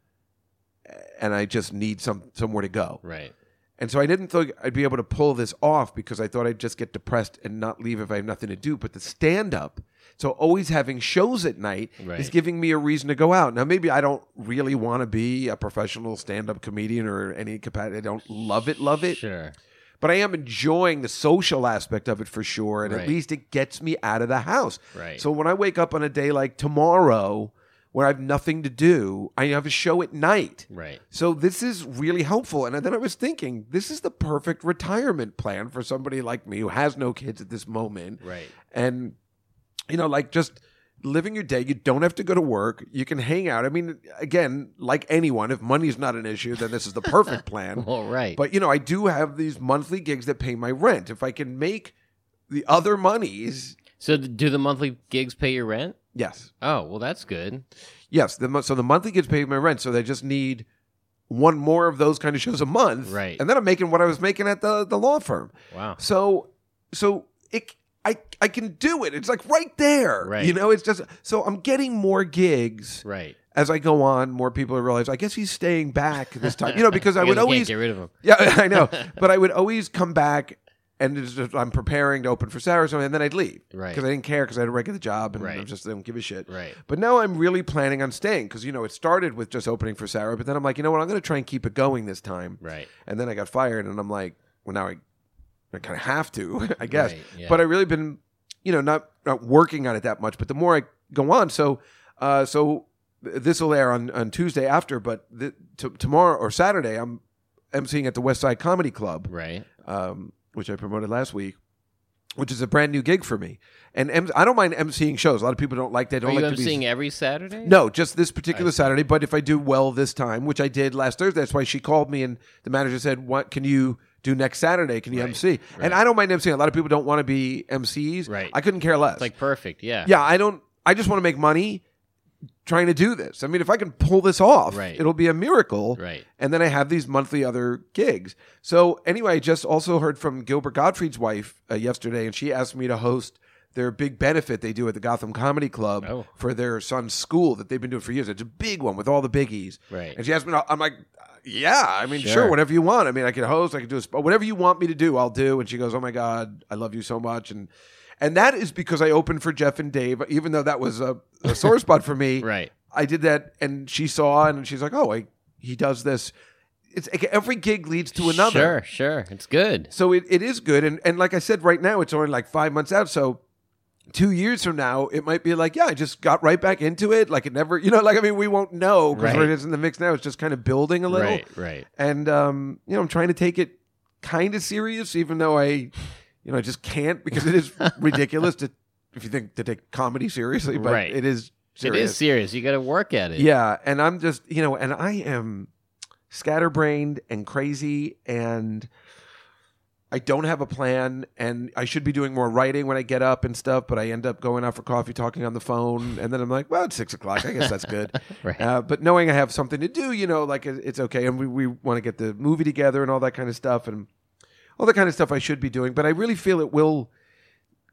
D: and I just need some somewhere to go.
E: Right.
D: And so I didn't think I'd be able to pull this off because I thought I'd just get depressed and not leave if I have nothing to do. But the stand up, so always having shows at night is
E: Right.
D: giving me a reason to go out. Now, maybe I don't really want to be a professional stand up comedian or any capacity. I don't love it, love it
E: Sure.
D: but I am enjoying the social aspect of it for sure. And at
E: Right.
D: least it gets me out of the house.
E: Right.
D: So when I wake up on a day like tomorrow where I have nothing to do, I have a show at night.
E: Right.
D: So this is really helpful. And then I was thinking, this is the perfect retirement plan for somebody like me who has no kids at this moment.
E: Right.
D: And, you know, like just living your day, you don't have to go to work. You can hang out. I mean, again, like anyone, if money's not an issue, then this is the perfect plan.
E: Well, right.
D: But you know, I do have these monthly gigs that pay my rent. If I can make the other monies,
E: so th- do the monthly gigs pay your rent?
D: yes,
E: Oh, well, that's good.
D: yes. The, mo- so the monthly gigs pay my rent. So they just need one more of those kind of shows a month,
E: Right.
D: And then I'm making what I was making at the the law firm.
E: Wow.
D: So so it I I can do it. It's like right there,
E: Right.
D: You know, it's just so I'm getting more gigs
E: Right.
D: as I go on. More people realize. I guess he's staying back this time, Uh, you know, because I
E: You
D: would
E: guys can't
D: always
E: get rid of them.
D: Yeah, I know. but I would always come back and it's just, I'm preparing to open for Saturday or something, and then I'd leave
E: Right.
D: because I didn't care because I had a regular job and I
E: Right.
D: just don't give a shit.
E: Right.
D: But now I'm really planning on staying because you know it started with just opening for Sarah, but then I'm like, you know what, I'm going to try and keep it going this time.
E: Right.
D: And then I got fired, and I'm like, well, now I, I kind of have to, I guess.
E: Right, yeah.
D: But I really been, you know, not not working on it that much. But the more I go on, so uh, so this will air on on Tuesday after, but th- t- tomorrow or Saturday I'm emceeing at the West Side Comedy Club
E: Right.
D: um, which I promoted last week, which is a brand new gig for me. And M- I don't mind emceeing shows. A lot of people don't like that.
E: Are
D: Don't
E: you
D: like to
E: emceeing
D: be.
E: every Saturday?
D: No, just this particular
E: I see.
D: Saturday. But if I do well this time, which I did last Thursday, that's why she called me and the manager said, "What can you do next Saturday? Can you
E: Right,
D: MC?" And
E: right.
D: I don't mind emceeing. A lot of people don't want to be MCs.
E: Right.
D: I couldn't care less.
E: It's like perfect. Yeah.
D: yeah, I don't. I just want to make money trying to do this. I mean, if I can pull this off,
E: Right.
D: it'll be a miracle
E: Right.
D: and then I have these monthly other gigs. So anyway, I just also heard from Gilbert Gottfried's wife uh, yesterday, and she asked me to host their big benefit they do at the Gotham Comedy Club
E: Oh.
D: for their son's school that they've been doing for years. It's a big one with all the biggies.
E: Right.
D: And she asked me, to- I'm like, uh, yeah, I mean, sure.
E: Sure.
D: whatever you want. I mean, I can host, I can do a, sp- whatever you want me to do, I'll do. And she goes, oh my God, I love you so much. And and that is because I opened for Jeff and Dave, even though that was a, a sore spot for me.
E: Right.
D: I did that, and she saw, and she's like, "Oh, I, he does this." It's like every gig leads to another.
E: Sure. Sure. It's good.
D: So it, it is good, and and like I said, right now it's only like five months out, so. Two years from now, it might be like, yeah, I just got right back into it. Like it never, you know, like I mean, we won't know because
E: Right.
D: we're just in the mix now. It's just kind of building a little,
E: Right. Right.
D: and um, you know, I'm trying to take it kind of serious, even though I, you know, I just can't because it is ridiculous to if you think to take comedy seriously, but
E: Right.
D: it is serious.
E: It is serious. You got to work at it.
D: Yeah, and I'm just you know, and I am scatterbrained and crazy, and I don't have a plan, and I should be doing more writing when I get up and stuff, but I end up going out for coffee, talking on the phone, and then I'm like, well, it's six o'clock. I guess that's good.
E: Right.
D: uh, but knowing I have something to do, you know, like it- it's okay, and we we want to get the movie together and all that kind of stuff, and all the kind of stuff I should be doing, but I really feel it will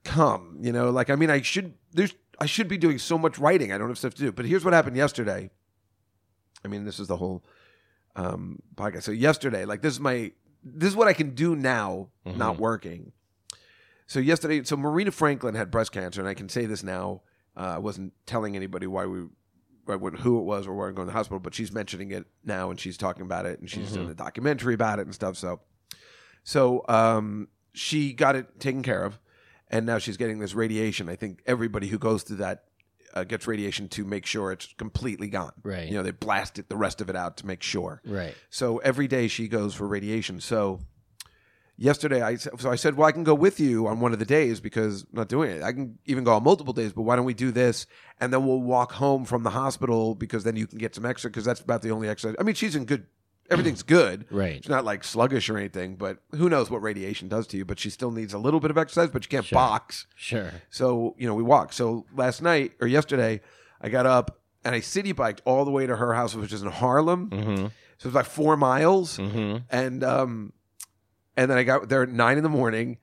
D: come. You know, like I mean, I should there's I should be doing so much writing. I don't have stuff to do. But here's what happened yesterday. I mean, this is the whole um, podcast. So yesterday, like this is my this is what I can do now, not working. So yesterday, so Marina Franklin had breast cancer, and I can say this now. Uh, I wasn't telling anybody why we. why- what- Who it was or where I'm going to the hospital, but she's mentioning it now and she's talking about it and she's doing a documentary about it and stuff. So, so um, she got it taken care of, and now she's getting this radiation. I think everybody who goes through that uh, gets radiation to make sure it's completely gone.
E: Right.
D: You know, they blast it, the rest of it out to make sure.
E: Right.
D: So every day she goes for radiation. So yesterday, I s- so I said, well, I can go with you on one of the days because I'm not doing it. I can even go on multiple days, but why don't we do this and then we'll walk home from the hospital because then you can get some extra because that's about the only exercise. I mean, she's in good. Everything's good.
E: Right.
D: She's not like sluggish or anything, but who knows what radiation does to you? But she still needs a little bit of exercise, but she can't
E: Sure.
D: box.
E: Sure.
D: So, you know, we walked. So last night or yesterday, I got up and I city biked all the way to her house, which is in Harlem.
E: Mm-hmm.
D: So it's like four miles.
E: Mm-hmm.
D: And um and then I got there at nine in the morning.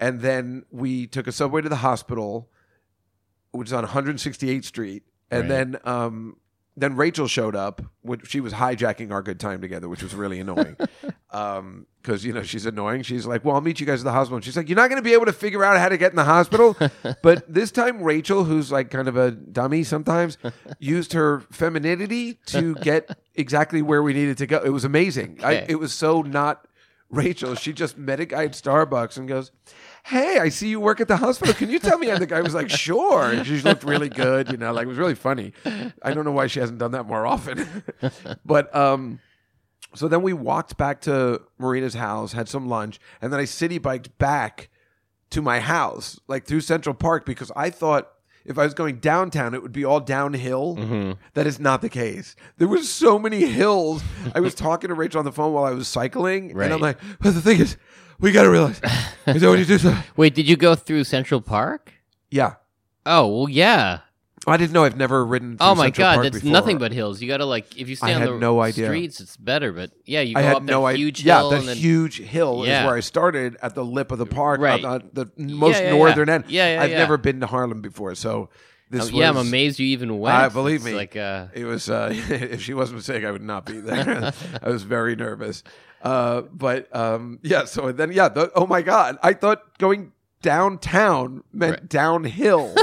D: And then we took a subway to the hospital, which is on 168th Street. And
E: Right.
D: then um then Rachel showed up, which she was hijacking our good time together, which was really annoying. Um, 'cause because you know she's annoying. She's like, "Well, I'll meet you guys at the hospital." And she's like, "You're not going to be able to figure out how to get in the hospital." but this time, Rachel, who's like kind of a dummy sometimes, used her femininity to get exactly where we needed to go. It was amazing. I,
E: Okay.
D: it was so not Rachel. She just met a guy at Starbucks and goes. Hey, I see you work at the hospital. Can you tell me? And the guy was like, "Sure." And she looked really good, you know, like it was really funny. I don't know why she hasn't done that more often, but um, so then we walked back to Marina's house, had some lunch, and then I city biked back to my house, like through Central Park, because I thought if I was going downtown, it would be all downhill.
E: mm-hmm.
D: That is not the case. There was so many hills. I was talking to Rachel on the phone while I was cycling, and I'm
E: Right.
D: like, but the thing is, we got to realize, is that when you do something,
E: Wait, did you go through Central Park?
D: yeah.
E: Oh well, yeah.
D: I didn't know. I've never ridden. Through
E: Oh my
D: Central
E: god,
D: Park
E: that's
D: before.
E: nothing but hills. You gotta like if you stay
D: I
E: on
D: had
E: the
D: no idea.
E: streets, it's better. But yeah, you go
D: I had
E: up
D: no
E: that
D: idea.
E: huge hill
D: yeah,
E: and
D: the
E: then
D: huge hill
E: Yeah.
D: is where I started at the lip of the park,
E: Right.
D: on the, the most
E: yeah, yeah.
D: northern end.
E: Yeah, yeah,
D: I've
E: yeah.
D: never been to Harlem before, so This
E: yeah, I'm
D: was-
E: amazed you even went.
D: Uh, believe me.
E: It's like uh,
D: It was uh, if she wasn't sick, I would not be there. I was very nervous. Uh, but um, yeah, so then yeah, the, oh my god, I thought going downtown meant
E: Right.
D: downhill,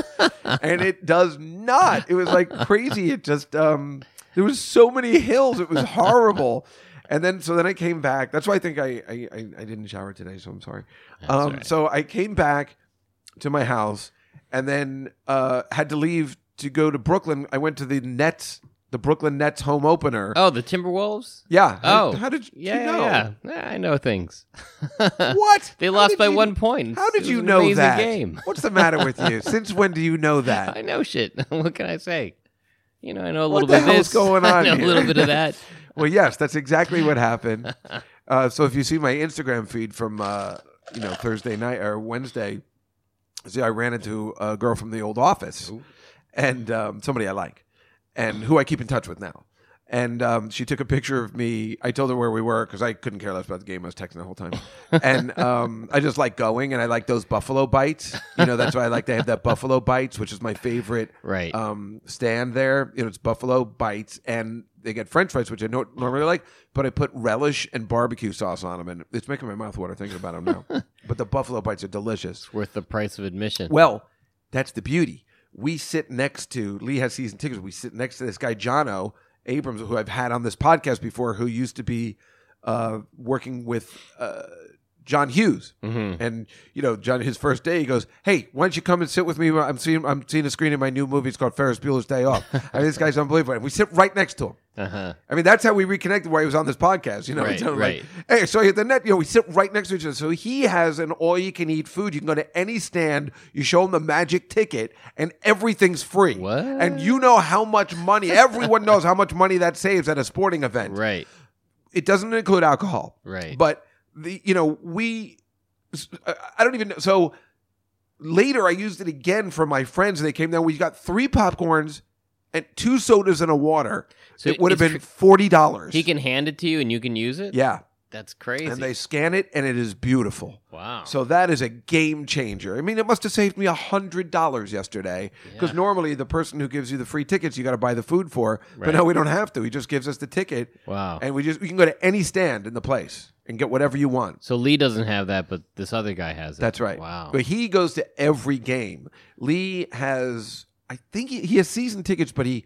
D: and it does not. It was like crazy. It just um, there was so many hills. It was horrible. And then, so then I came back. That's why I think I I, I, I didn't shower today, so I'm sorry. Um, So I came back to my house and then uh, had to leave to go to Brooklyn. I went to the Nets, the Brooklyn Nets home opener.
E: oh, the Timberwolves.
D: yeah. How,
E: Oh,
D: how did you
E: Yeah,
D: know?
E: yeah, yeah. I know things.
D: What?
E: They
D: How
E: lost
D: did
E: by
D: you-
E: one point.
D: How
E: It
D: did
E: was
D: you
E: an
D: know
E: amazing
D: that?
E: Game.
D: What's the matter with you? Since when do you know that?
E: I know shit. what can I say? You know, I know a
D: What
E: little
D: the
E: bit of
D: hell's
E: this.
D: going
E: I
D: on
E: know
D: here? Uh,
E: a little bit of that.
D: Well, yes, that's exactly what happened. Uh, so if you see my Instagram feed from uh, you know Thursday night or Wednesday, see I ran into a girl from the old office, and um, somebody I like, and who I keep in touch with now. And um, she took a picture of me. I told her where we were because I couldn't care less about the game. I was texting the whole time, and um, I just like going, and I like those buffalo bites. You know, that's why I like to have that buffalo bites, which is my favorite
E: Right.
D: um, stand there. You know, it's buffalo bites, and they get French fries, which I don't normally like, but I put relish and barbecue sauce on them, and it's making my mouth water thinking about them now. but the buffalo bites are delicious.
E: Worth the price of admission.
D: Well, that's the beauty. We sit next to Lee has season tickets. We sit next to this guy Jono Abrams, who I've had on this podcast before, who used to be uh, working with uh, John Hughes.
E: Mhm.
D: And you know, John, his first day, he goes, "Hey, why don't you come and sit with me? I'm seeing I'm seeing a screen in my new movie. It's called Ferris Bueller's Day Off. I mean, this guy's unbelievable. And we sit right next to him.
E: Uh-huh.
D: I mean, that's how we reconnected while he was on this podcast. You know,
E: Right,
D: It's not
E: right.
D: Like, hey, so at the net, you know, we sit right next to each other. So he has an all-you-can-eat food. You can go to any stand. You show him the magic ticket, and everything's free.
E: What?
D: And you know how much money. Everyone knows how much money that saves at a sporting event.
E: Right.
D: It doesn't include alcohol.
E: Right.
D: But the you know we, I I don't even know. So later, I used it again for my friends. They came down. We got three popcorns and two sodas and a water.
E: So
D: it would have
E: it's
D: been
E: tr-
D: forty dollars.
E: He can hand it to you and you can use it?
D: yeah,
E: That's crazy. Oh.
D: and they scan it, and it is beautiful.
E: wow.
D: So that is a game changer. I mean, it must have saved me hundred dollars yesterday because
E: Yeah.
D: normally the person who gives you the free tickets, you got to buy the food for. But
E: Right. Oh.
D: no, we don't have to. He just gives us the ticket,
E: wow.
D: and we just we can go to any stand in the place and get whatever you want.
E: so Lee doesn't have that, but this other guy has it.
D: That's right.
E: Wow.
D: But he goes to every game. Lee has, I think he, he has season tickets, but he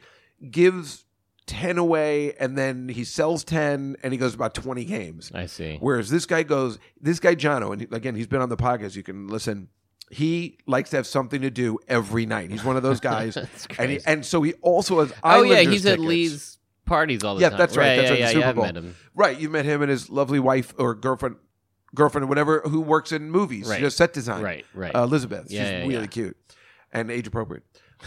D: gives 10 away and then he sells 10 and he goes to about 20 games.
E: I see.
D: Whereas this guy goes, this guy, Jono, and again, he's been on the podcast. You can listen. He likes to have something to do every night. He's one of those guys.
E: That's
D: and, he,
E: crazy.
D: and so he also has
E: Oh, yeah.
D: Islanders
E: He's at
D: tickets.
E: Lee's parties all the
D: Yeah,
E: time.
D: that's right,
E: Yeah,
D: that's
E: yeah,
D: right, the
E: yeah,
D: Super
E: yeah, I've
D: Bowl.
E: met him.
D: Right, you met him and his lovely wife or girlfriend, girlfriend or whatever, who works in movies,
E: Right.
D: you know, set design.
E: Right, right.
D: Uh, Elizabeth,
E: Yeah,
D: she's
E: yeah,
D: really
E: yeah.
D: cute and age appropriate.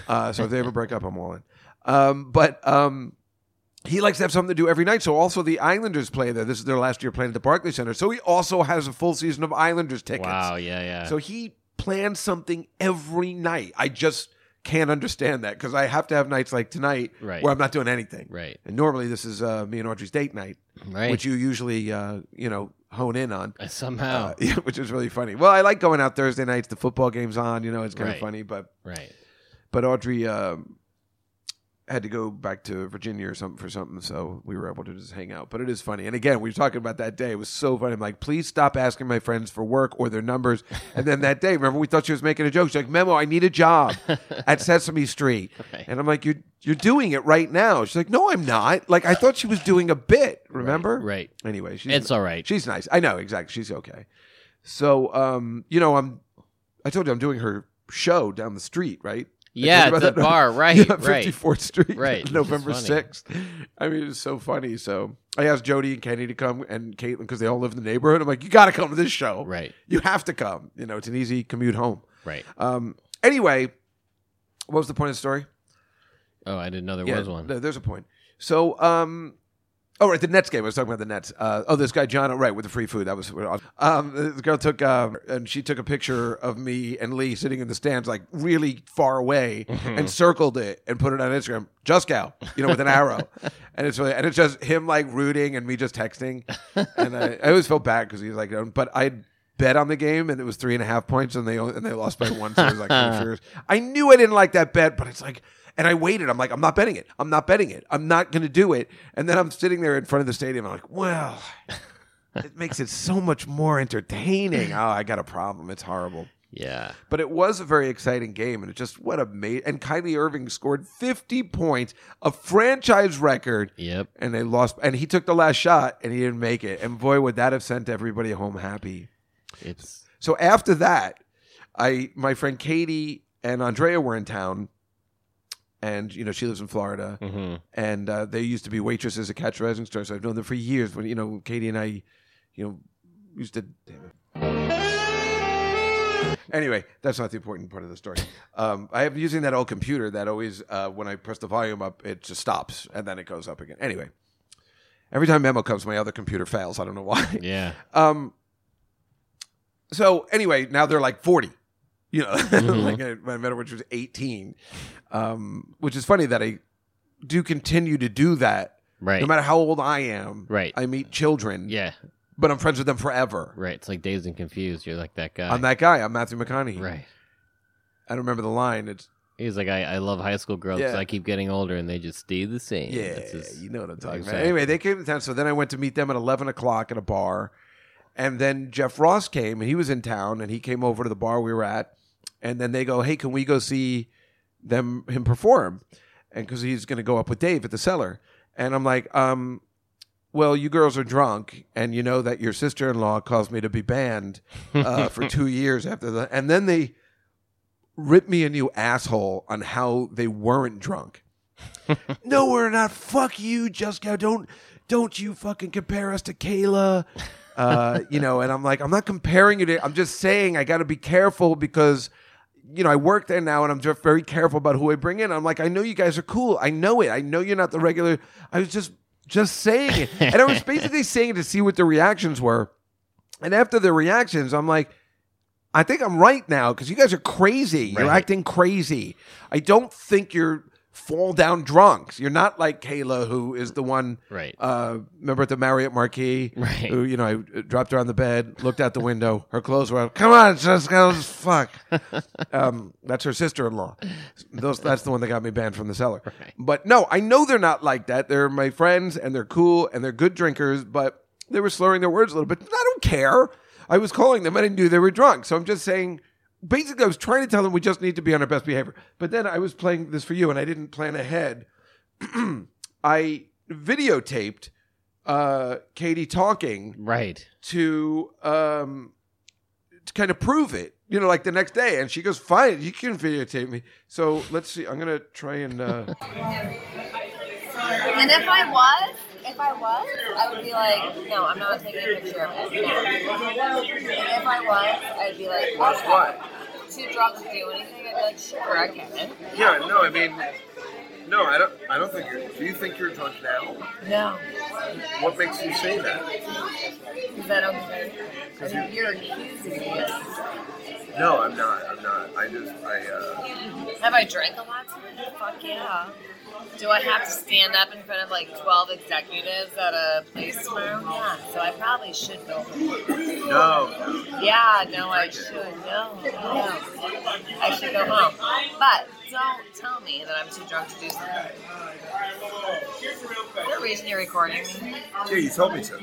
D: Uh, so if they ever break up, I'm all in. Um, but um, he likes to have something to do every night. So also the Islanders play there. This is their last year playing at the Barclays Center. So he also has a full season of Islanders tickets.
E: wow. Yeah, yeah.
D: So he plans something every night. I just can't understand that because I have to have nights like tonight
E: Right.
D: where I'm not doing anything.
E: right,
D: And normally this is uh, me and Audrey's date night,
E: right.
D: which you usually uh, you know hone in on.
E: Somehow.
D: Uh, yeah, which is really funny. Well, I like going out Thursday nights. The football game's on. You know, it's kind of
E: Right.
D: funny. But
E: right.
D: but Audrey um, had to go back to Virginia or something for something, so we were able to just hang out. But it is funny. And again, we were talking about that day. It was so funny. I'm like, please stop asking my friends for work or their numbers. And then that day, remember, we thought she was making a joke. She's like, Memo, I need a job at Sesame Street.
E: Right.
D: And I'm like, you're you're doing it right now. She's like, no, I'm not. Like I thought she was doing a bit. Remember?
E: Right.
D: Anyway, she's
E: It's all right.
D: She's nice. I know exactly. She's okay. So, um, you know, I'm. I told you I'm doing her show down the street, right?
E: Yeah,
D: Talked
E: it's a
D: about that.
E: bar, right,
D: Yeah,
E: right.
D: 54th Street,
E: Right, which is
D: November
E: funny.
D: 6th. I mean, it's so funny. So I asked Jody and Kenny to come and Caitlin because they all live in the neighborhood. I'm like, you got to come to this show.
E: Right,
D: You have to come. You know, it's an easy commute home.
E: right.
D: Um, anyway, what was the point of the story?
E: Oh, I didn't know there was one.
D: no, there's a point. So, um, oh right, the Nets game. I was talking about the Nets. Uh, oh, this guy John, right, with the free food. That was um, this girl took um, and she took a picture of me and Lee sitting in the stands, like really far away,
E: Mm-hmm.
D: and circled it and put it on Instagram. Just go, you know, with an arrow, and it's really, and it's just him like rooting and me just texting, and I, I always felt bad because he's like, um, but I. bet on the game and it was three and a half points and they only, and they lost by one. So I was like, kind of furious. I knew I didn't like that bet, but it's like, and I waited. I'm like, I'm not betting it. I'm not betting it. I'm not going to do it. And then I'm sitting there in front of the stadium. I'm like, well, it makes it so much more entertaining. Oh, I got a problem. It's horrible.
E: Yeah.
D: But it was a very exciting game, and it just what a mate. And Kylie Irving scored 50 points, a franchise record,
E: Yep.
D: and they lost. And he took the last shot, and he didn't make it. And boy, would that have sent everybody home happy.
E: It's
D: So after that, I my friend Katie and Andrea were in town, and you know she lives in Florida,
E: mhm.
D: and uh, they used to be waitresses at Catch Rising Stars. I've known them for years. When you know Katie and I, you know, used to. Damn it. Anyway, that's not the important part of the story. Um, I am using that old computer that always, uh, when I press the volume up, it just stops and then it goes up again. Anyway, every time memo comes, my other computer fails. I don't know why.
E: yeah.
D: Um. So anyway, now they're like forty. You know,
E: Mm-hmm.
D: like I, my mentor, which was eighteen, um, which is funny that I do continue to do that.
E: Right.
D: No matter how old I am,
E: Right.
D: I meet children,
E: yeah.
D: but I'm friends with them forever.
E: Right. It's like dazed and confused. You're like that guy.
D: I'm that guy. I'm Matthew McConaughey.
E: right.
D: I don't remember the line. It's
E: He's like, I, I love high school girls 'cause
D: Yeah.
E: I keep getting older and they just stay the same.
D: Yeah,
E: That's just-
D: you know what I'm talking about.
E: Exactly.
D: Anyway, they came to town. So then I went to meet them at 11 o'clock at a bar. And then Jeff Ross came and he was in town and he came over to the bar we were at. And then they go, hey, can we go see them him perform? And because he's going to go up with Dave at the cellar. And I'm like, um, well, you girls are drunk, and you know that your sister in law caused me to be banned uh, for two years after that. And then they ripped me a new asshole on how they weren't drunk. no, we're not. Fuck you, Jessica. Don't don't you fucking compare us to Kayla. Uh, you know, and I'm like, I'm not comparing you to. I'm just saying I got to be careful because. You know, I work there now, and I'm just very careful about who I bring in. I'm like, I know you guys are cool. I know it. I know you're not the regular. I was just, just saying it, and I was basically saying it to see what the reactions were. And after the reactions, I'm like, I think I'm right now because you guys are crazy. You're
E: Right.
D: acting crazy. I don't think you're fall down drunks. You're not like Kayla, who is the one.
E: Right.
D: Uh, remember at the Marriott Marquis,
E: Right.
D: who you know I uh, dropped her on the bed, looked out the window, her clothes were out. Come on, Jessica, let's fuck. Um, that's her sister-in-law. Those, that's the one that got me banned from the cellar.
E: Right.
D: But no, I know they're not like that. They're my friends and they're cool and they're good drinkers, but they were slurring their words a little bit. I don't care. I was calling them and I knew they were drunk. So I'm just saying, basically, I was trying to tell them we just need to be on our best behavior. But then I was playing this for you and I didn't plan ahead. I videotaped uh, Katie talking
E: right.
D: to um to kind of prove it you know like the next day and she goes fine you can videotape me so let's see i'm gonna try and uh
F: And if I was, if I was, I would be like, no, I'm not taking a picture of it. No. And if I was, I'd be like, okay. Too drunk to do anything. I'd be like, sure, I can.
G: Yeah, no, I mean, no, I don't. I don't think you're. Do you think you're drunk now?
F: No,
G: What makes you say that?
F: because I don't think I mean, you're accusing me. of-
G: No, I'm not. I'm not. I just. I. Uh,
F: Have I drank a lot tonight? Fuck yeah. Do I have to stand up in front of like 12 executives at a place tomorrow? Yeah, so I probably should go.
G: no.
F: Yeah, no, I should. No, no. I should go home. But don't tell me that I'm too drunk to do something. Is there a reason you're recording me?
G: Yeah, you told me so.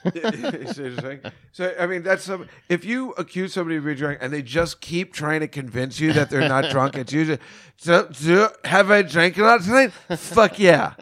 D: it's interesting. So I mean, that's some. If you accuse somebody of being drunk and they just keep trying to convince you that they're not drunk, it's usually, so, do, have I drank a lot tonight? Fuck yeah.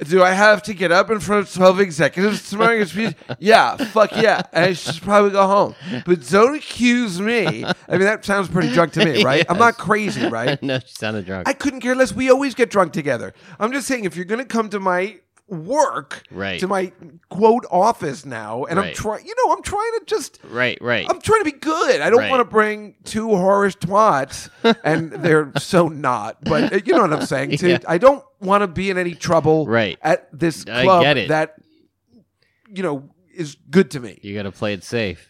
D: Do I have to get up in front of twelve executives tomorrow? and speak? yeah, fuck yeah. And I should probably go home. But don't accuse me. I mean, that sounds pretty drunk to me, right? I'm not crazy, right?
E: no, she sounded drunk.
D: I couldn't care less. We always get drunk together. I'm just saying, if you're going to come to my work,
E: Right.
D: to my quote office now, and I'm
E: Right.
D: trying, you know, I'm trying to just.
E: right. Right.
D: I'm trying to be good. I don't
E: Right.
D: want to bring two whorish twats, and they're so not. But uh, you know what I'm saying. To,
E: Yeah.
D: I don't want to be in any trouble
E: Right.
D: at this
E: I
D: club
E: get it.
D: that you know is good to me.
E: you got to play it safe.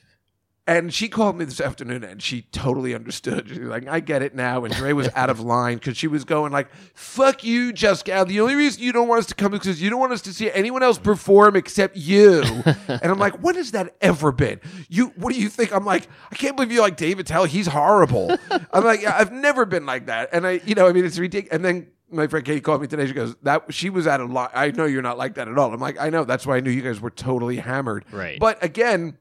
D: And she called me this afternoon, and she totally understood. She's like, "I get it now." And Dre was out of line because she was going like, "Fuck you, Just Gal. The only reason you don't want us to come is because you don't want us to see anyone else perform except you." and I'm like, "When has that ever been? You? What do you think?" I'm like, "I can't believe you like David Tell. He's horrible." I'm like, "Yeah, "I've never been like that." And I, you know, I mean, it's ridiculous. And then my friend Kate called me today. She goes, "That she was out of line. I know you're not like that at all." I'm like, "I know. That's why I knew you guys were totally hammered."
E: Right.
D: But again,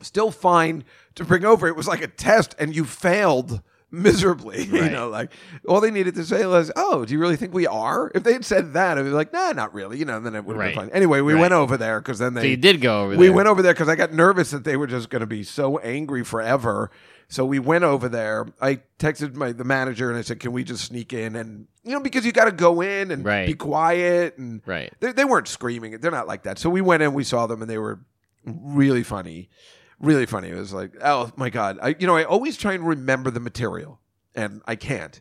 D: still fine to bring over. It was like a test, and you failed miserably. You
E: Right.
D: know, like all they needed to say was, "Oh, do you really think we are?" If they had said that, I'd be like, "Nah, not really." You know, then it would have
E: Right.
D: been fine. Anyway, we
E: Right.
D: went over there because then they
E: So you did go over
D: we
E: there.
D: went over there because I got nervous that they were just going to be so angry forever. So we went over there. I texted my the manager and I said, "Can we just sneak in?" And you know, because you got to go in and
E: Right.
D: be quiet, and
E: Right.
D: they, they weren't screaming. They're not like that. So we went in, we saw them, and they were really funny, really funny. It was like, oh my god, I you know, I always try and remember the material, and I can't.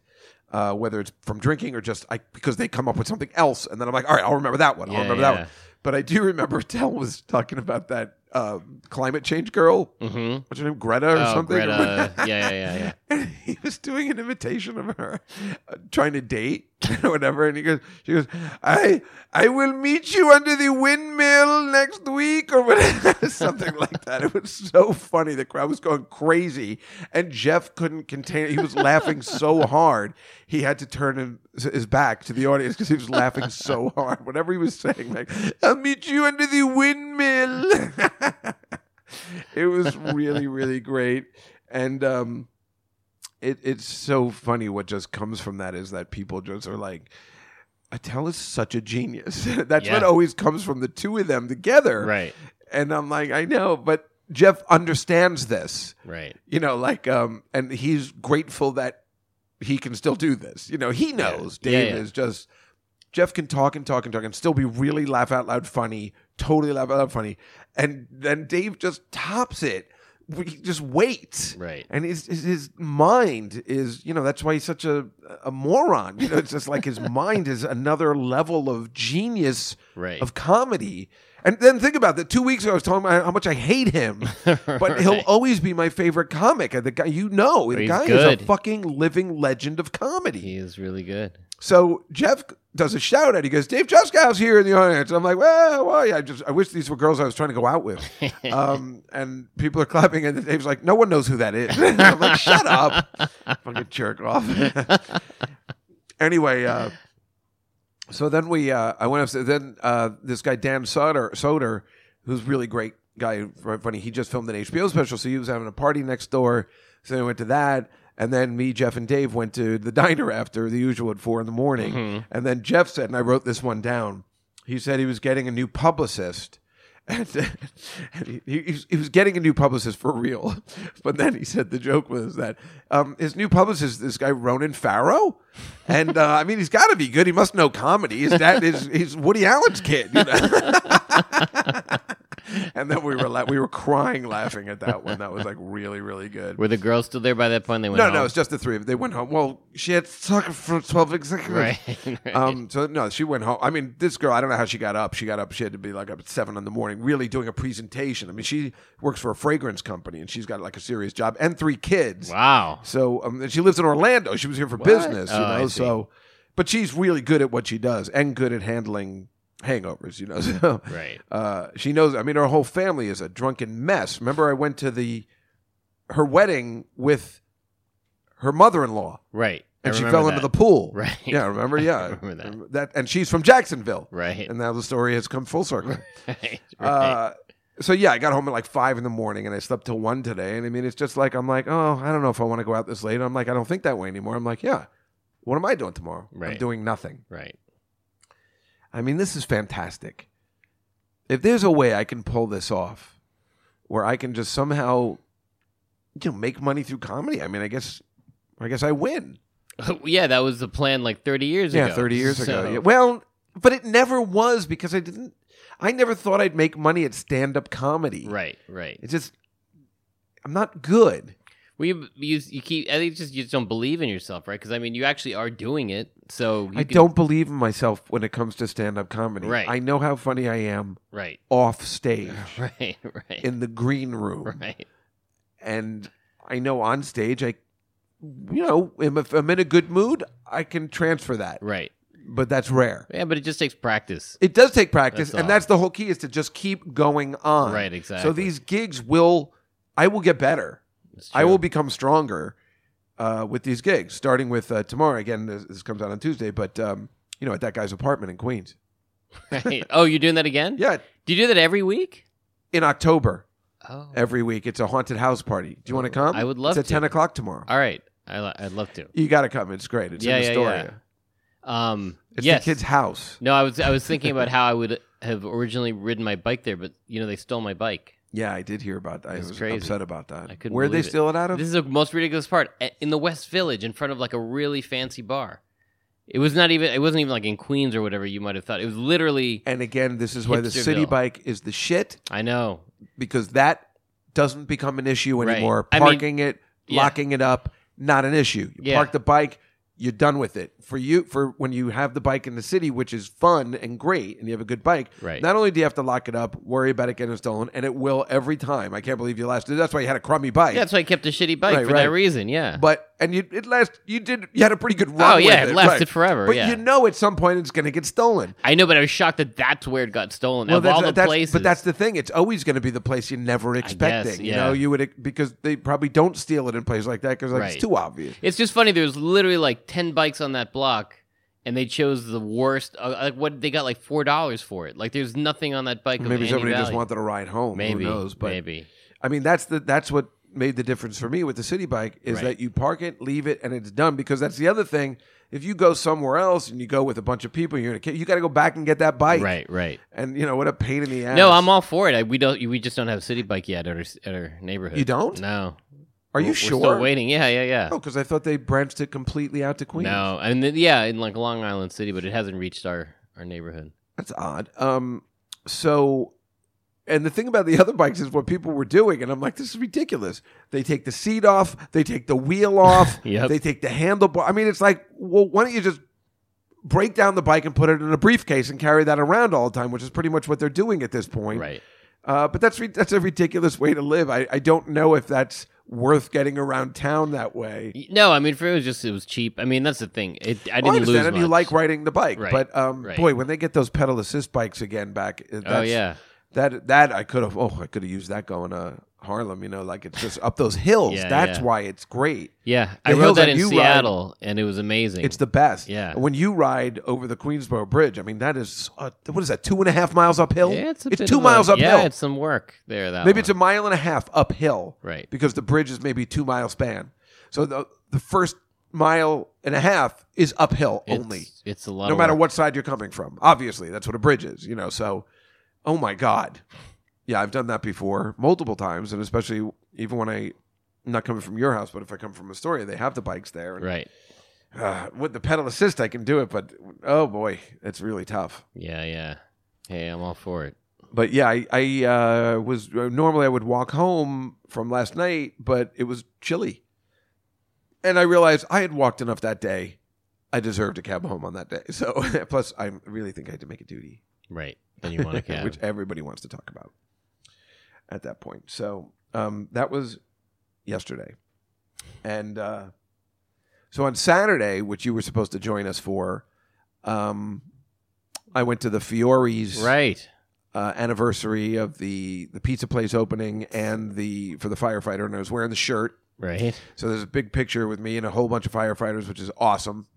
D: Uh, whether it's from drinking or just I, because they come up with something else, and then I'm like, all right, I'll remember that one.
E: Yeah,
D: I'll remember that
E: yeah.
D: one. But I do remember Tell was talking about that um, climate change girl.
E: Mm-hmm.
D: What's her name? Greta or
E: Oh,
D: something?
E: Greta. yeah, yeah, yeah, yeah.
D: and he was doing an imitation of her uh, trying to date or whatever and he goes she goes i i will meet you under the windmill next week or whatever something like that it was so funny the crowd was going crazy and jeff couldn't contain it he was laughing so hard he had to turn him, his back to the audience because he was laughing so hard whatever he was saying like i'll meet you under the windmill it was really really great and um it, it's so funny what just comes from that is that people just are like Attell is such a genius. That's what
E: Yeah.
D: always comes from the two of them together.
E: Right.
D: And I'm like, I know, but Jeff understands this.
E: Right.
D: You know, like um and he's grateful that he can still do this. You know, he knows
E: Yeah,
D: Dave
E: yeah.
D: is just Jeff can talk and talk and talk and still be really laugh out loud funny, totally laugh out loud funny. And then Dave just tops it. We just wait.
E: Right.
D: And his, his his mind is, you know, that's why he's such a a moron. You know, it's just like his mind is another level of genius
E: Right.
D: of comedy. And then think about that. Two weeks ago, I was talking about how much I hate him, but he'll
E: Right.
D: always be my favorite comic. And The guy, you know, the
E: He's
D: guy is
E: good.
D: a fucking living legend of comedy.
E: He is really good.
D: So Jeff does a shout out. He goes, Dave Juskow's here in the audience. I'm like, well, well yeah, I just I wish these were girls I was trying to go out with. Um, and people are clapping, and Dave's like, no one knows who that is. I'm like, shut up, fucking jerk off. anyway, uh, so then we uh, I went upstairs. Then uh, this guy Dan Soder, Soder, who's a really great guy, very funny. He just filmed an HBO special, so he was having a party next door. So we went to that. And then me, Jeff, and Dave went to the diner after the usual at four in the morning. And then Jeff said, and I wrote this one down. He said he was getting a new publicist. And, and he, he, he was- he was getting a new publicist for real. But then he said the joke was that um, his new publicist, this guy, Ronan Farrow. And uh, I mean, he's got to be good. He must know comedy. His dad is he's Woody Allen's kid. You know? and then we were la- we were crying laughing at that one. That was like really, really good.
E: Were the girls still there by that point? They went
D: No,
E: home?
D: no, it's just the three of them. They went home. Well, she had sucker for 12 executives.
E: Right, right.
D: Um, so, no, she went home. I mean, this girl, I don't know how she got up. She got up. She had to be like up at 7 in the morning, really doing a presentation. I mean, she works for a fragrance company and she's got like a serious job and three kids.
E: Wow.
D: So um, and she lives in Orlando. She was here for business, you
E: Oh, I
D: know.
E: see.
D: So, but she's really good at what she does and good at handling hangovers, you know. So,
E: Right.
D: uh, she knows. I mean, her whole family is a drunken mess. Remember, I went to the her wedding with her mother-in-law,
E: Right. I
D: and she
E: remember
D: fell into
E: that.
D: the pool.
E: Right.
D: Yeah, remember? Yeah,
E: remember that.
D: And she's from Jacksonville.
E: Right.
D: And now the story has come full circle.
E: Right. Right.
D: Uh, so yeah, I got home at like five in the morning, and I slept till one today. And I mean, it's just like I'm like, oh, I don't know if I want to go out this late. I'm like, I don't think that way anymore. I'm like, yeah, what am I doing tomorrow? I'm
E: Right.
D: doing nothing.
E: Right.
D: I mean, this is fantastic. If there's a way I can pull this off, where I can just somehow, you know, make money through comedy. I mean, I guess, I guess I win.
E: yeah, that was the plan like 30 years
D: yeah,
E: ago.
D: thirty years
E: So-
D: ago. Yeah. Well, but it never was because I didn't. I never thought I'd make money at stand-up comedy.
E: Right, right.
D: It's just I'm not good.
E: Well, you, you, you keep, I think it's just you just don't believe in yourself, right? Because, I mean, you actually are doing it. So you
D: I
E: can-
D: don't believe in myself when it comes to stand-up comedy.
E: Right.
D: I know how funny I am
E: Right,
D: off stage
E: right, right.
D: in the green room,
E: right.
D: and I know on stage I, you know, am- if I'm in a good mood, I can transfer that,
E: Right.
D: but that's rare.
E: Yeah, but it just takes practice.
D: It does take practice,
E: That's
D: and
E: all.
D: that's the whole key is to just keep going on.
E: Right,
D: So
E: exactly.
D: these gigs will, I will get better.
E: It's
D: I
E: true.
D: will become stronger uh, with these gigs, starting with uh, tomorrow. Again, this, this comes out on Tuesday, but um, you know, at that guy's apartment in Queens.
E: Right. Oh, you're doing that again?
D: Yeah,
E: Do you do that every week?
D: in October
E: Oh.
D: every week. It's a haunted house party. Do you want to come?
E: I would love
D: It's at
E: to.
D: ten o'clock tomorrow.
E: All right. I li- I'd love to.
D: You got to come. It's great. It's
E: Yeah,
D: in
E: yeah,
D: Astoria.
E: Um.
D: It's
E: yes.
D: the kid's house.
E: No, I was I was thinking about how I would have originally ridden my bike there, but you know they stole my bike.
D: Yeah, I did hear about that. I
E: It's
D: was
E: crazy.
D: upset about that.
E: I couldn't
D: Where'd they
E: believe it.
D: steal it out of?
E: This is the most ridiculous part A- in the West Village, in front of like a really fancy bar. It was not even. It wasn't even like in Queens or whatever you might have thought. It was literally.
D: and again, this is why the
E: Hipsterville.
D: city bike is the shit
E: I know.
D: because that doesn't become an issue
E: Right.
D: anymore.
E: I mean-
D: Parking it,
E: Yeah.
D: locking it up, not an issue. You
E: Yeah.
D: park the bike, you're done with it. For you, for when you have the bike in the city, which is fun and great, and you have a good bike.
E: Right.
D: Not only do you have to lock it up, worry about it getting stolen, and it will every time. I can't believe you last. That's why you had a crummy bike.
E: That's why I kept a shitty bike
D: Right,
E: for
D: right.
E: that reason. Yeah.
D: But and you it last you did you had a pretty good run.
E: Oh, yeah,
D: with
E: it
D: it,
E: lasted
D: right.
E: forever,
D: But
E: yeah.
D: you know, at some point, it's going to get stolen.
E: I know, but I was shocked that that's where it got stolen of all the
D: that's,
E: places.
D: But that's the thing; it's always going to be the place you're never expecting. You
E: yeah.
D: know, you would because they probably don't steal it in places like that because like,
E: Right.
D: it's too obvious.
E: It's just funny. There was literally like ten bikes on that block, and they chose the worst. Uh, like what they got like four dollars for it. Like there's nothing on that bike. of
D: Maybe
E: any
D: somebody just
E: value.
D: wanted a ride home.
E: Maybe.
D: Who knows? But
E: maybe.
D: I mean, that's the that's what made the difference for me with the city bike is
E: Right.
D: that you park it, leave it, and it's done. Because that's the other thing. If you go somewhere else and you go with a bunch of people, you're gonna you got to go back and get that bike.
E: Right. Right.
D: And you know what a pain in the ass.
E: No, I'm all for it. I, we don't. We just don't have a city bike yet at our at our neighborhood.
D: You don't?
E: No.
D: Are you
E: We're-
D: sure? Oh,
E: We're still waiting. Yeah. Yeah. Yeah.
D: No, because I thought they branched it completely out to Queens.
E: no. I mean, yeah, in like Long Island City, but it hasn't reached our our neighborhood.
D: That's odd. Um, so, and the thing about the other bikes is what people were doing, and I'm like, this is ridiculous. They take the seat off, they take the wheel off,
E: Yep.
D: they take the handlebar. I mean, it's like, well, why don't you just break down the bike and put it in a briefcase and carry that around all the time, which is pretty much what they're doing at this point.
E: Right.
D: Uh, but that's re- that's a ridiculous way to live. I, I don't know if that's worth getting around town that way.
E: Y- No, I mean, for it was just it was cheap. I mean, that's the thing. It, I didn't
D: I understand
E: lose
D: if you
E: much.
D: like riding the bike,
E: Right,
D: but um,
E: right.
D: boy, when they get those pedal assist bikes again back, uh,
E: Oh
D: that's-
E: yeah.
D: that that I could have. Oh, I could have used that going to Harlem. You know, like it's just up those hills.
E: Yeah,
D: that's
E: yeah.
D: why it's great.
E: Yeah, I
D: The hills
E: rode that
D: that
E: in
D: you ride-
E: Seattle, and it was amazing.
D: It's the best.
E: Yeah.
D: When you ride over the Queensboro Bridge, I mean, that is uh, what is that? Two and a half miles uphill.
E: yeah, it's, a bit
D: two
E: of a-
D: miles uphill.
E: Yeah, it's some work there. That
D: maybe it's a
E: one.
D: mile and a half uphill.
E: Right.
D: Because the bridge is maybe two mile span. So the the first mile and a half is uphill
E: It's-
D: only.
E: It's a lot.
D: no
E: of
D: matter
E: work.
D: what side you're coming from. Obviously, that's what a bridge is, you know. So, oh my god, yeah, I've done that before multiple times, and especially even when I. Not coming from your house, but if I come from Astoria, they have the bikes there. And,
E: Right.
D: uh, with the pedal assist, I can do it, but oh boy, it's really tough.
E: Yeah, yeah. Hey, I'm all for it.
D: But yeah, I, I uh, was normally I would walk home from last night, but it was chilly, and I realized I had walked enough that day. I deserved a cab home on that day. So plus, I really think I had to make a duty.
E: Right. Then you want a cab.
D: which everybody wants to talk about at that point. So um, that was yesterday, and uh, so on Saturday, which you were supposed to join us for, um, I went to the Fiore's
E: right.
D: uh, anniversary of the the pizza place opening and the for the firefighter, and I was wearing the shirt.
E: Right.
D: So there's a big picture with me and a whole bunch of firefighters, which is awesome.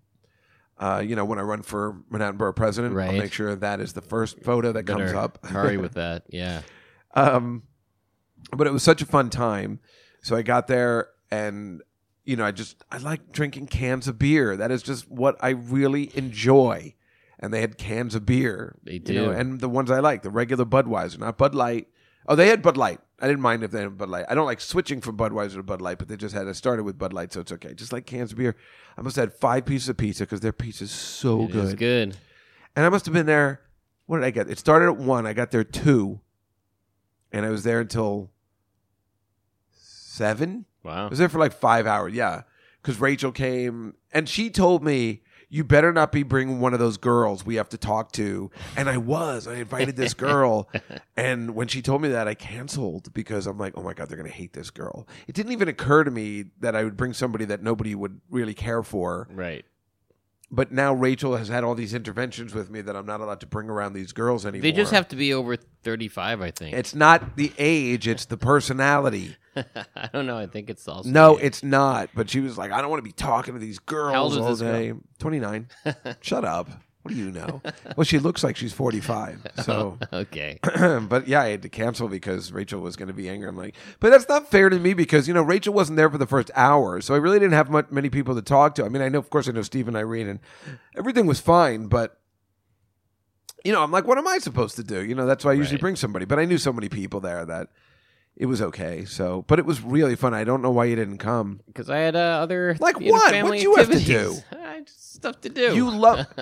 D: Uh, you know, when I run for Manhattan Borough President, I'll
E: Right.
D: make sure that is the first photo that comes
E: Better
D: up.
E: hurry with that. Yeah.
D: Um, but it was such a fun time. So I got there and you know, I just I like drinking cans of beer. That is just what I really enjoy. And they had cans of beer.
E: They
D: you
E: do.
D: know, and the ones I like, the regular Budweiser, not Bud Light. Oh, they had Bud Light. I didn't mind if they had Bud Light. I don't like switching from Budweiser to Bud Light, but they just had I started with Bud Light, so it's okay. Just like cans of beer. I must have had five pieces of pizza because their pizza's so
E: It is good.
D: and I must have been there. What did I get? It started at one. I got there two, and I was there until seven.
E: Wow.
D: I was there for like five hours. Yeah, because Rachel came and she told me you better not be bringing one of those girls we have to talk to. And I was. I invited this girl. and when she told me that, I canceled because I'm like, oh my God, they're going to hate this girl. It didn't even occur to me that I would bring somebody that nobody would really care for.
E: Right.
D: But now Rachel has had all these interventions with me that I'm not allowed to bring around these girls anymore.
E: They just have to be over 35, I think.
D: It's not the age, it's the personality.
E: I don't know. I think it's also.
D: No, it's not. But she was like, I don't want to be talking to these girls
E: How old is
D: all
E: this girl?
D: day. Twenty nine. Shut up. What do you know? Well, she looks like she's forty five. So,
E: Okay.
D: but yeah, I had to cancel because Rachel was going to be angry. I'm like, but that's not fair to me because you know Rachel wasn't there for the first hour, so I really didn't have much, many people to talk to. I mean, I know, of course, I know Steve and Irene, and everything was fine, but. You know, I'm like, what am I supposed to do? You know, that's why I usually
E: Right.
D: bring somebody. But I knew so many people there that it was okay. So, but it was really fun. I don't know why you didn't come.
E: Because I had uh, other
D: Like
E: you know,
D: what?
E: family
D: What'd you have to
E: activities. I had stuff to do.
D: You love-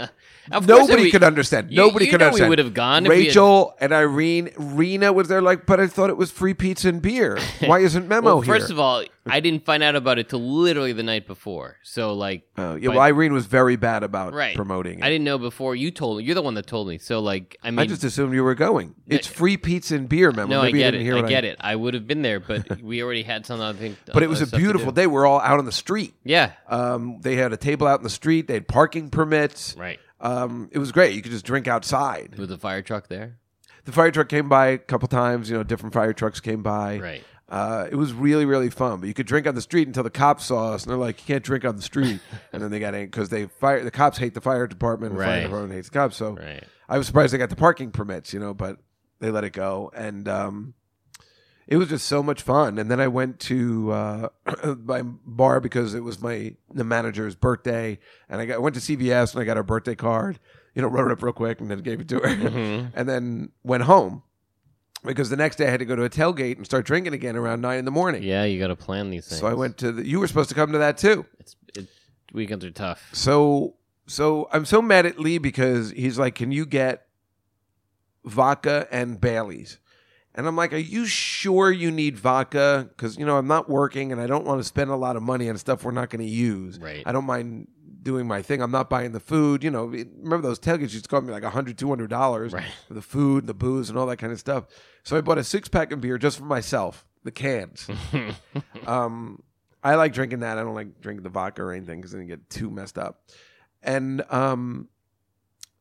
E: Of course
D: Nobody
E: we-
D: could understand.
E: You-
D: Nobody
E: you
D: could
E: know we
D: understand.
E: would've gone if we had-
D: Rachel and Irene, Rena was there. Like, but I thought it was free pizza and beer. Why isn't Memo
E: Well,
D: here?
E: first of all, I didn't find out about it till literally the night before. So like,
D: oh, yeah.
E: by-
D: Well, Irene was very bad about
E: right
D: promoting. It.
E: I didn't know before you told me. You're the one that told me. So like, I mean,
D: I just assumed you were going. It's free pizza and beer, Memo.
E: no, I
D: Maybe you
E: get
D: didn't
E: it.
D: hear
E: I
D: what
E: get it. I would have been there, but we already had some other thing.
D: But it was a beautiful day. We were all out on the street.
E: Yeah.
D: Um, they had a table out in the street. They had parking permits.
E: Right.
D: Um, it was great. You could just drink outside.
E: With the fire truck there.
D: The fire truck came by a couple times. You know, different fire trucks came by.
E: Right.
D: Uh, it was really, really fun. But you could drink on the street until the cops saw us, and they're like, "You can't drink on the street." and then they got angry because they fire the cops hate the fire department, and the fire
E: Right.
D: department hates the cops. So
E: Right.
D: I was surprised they got the parking permits, you know, but they let it go, and um, it was just so much fun. And then I went to uh, my bar because it was my the manager's birthday, and I got, went to CVS and I got her birthday card, you know, wrote it up real quick and then gave it to her,
E: Mm-hmm.
D: and then went home because the next day I had to go to a tailgate and start drinking again around nine in the morning.
E: Yeah, you got to plan these things.
D: so I went to the, you were supposed to come to that too.
E: It's it, weekends are tough.
D: So so I'm so mad at Lee because he's like, "Can you get vodka and Bailey's?" And I'm like, "Are you sure you need vodka? Because you know I'm not working and I don't want to spend a lot of money on stuff we're not going to use.
E: Right.
D: I don't mind doing my thing. I'm not buying the food. You know, it- remember those tailgates used to cost me like 100 200 dollars
E: Right.
D: for the food, the booze, and all that kind of stuff. So I bought a six pack of beer just for myself, the cans. um, I like drinking that. I don't like drinking the vodka or anything because then you get too messed up. And um,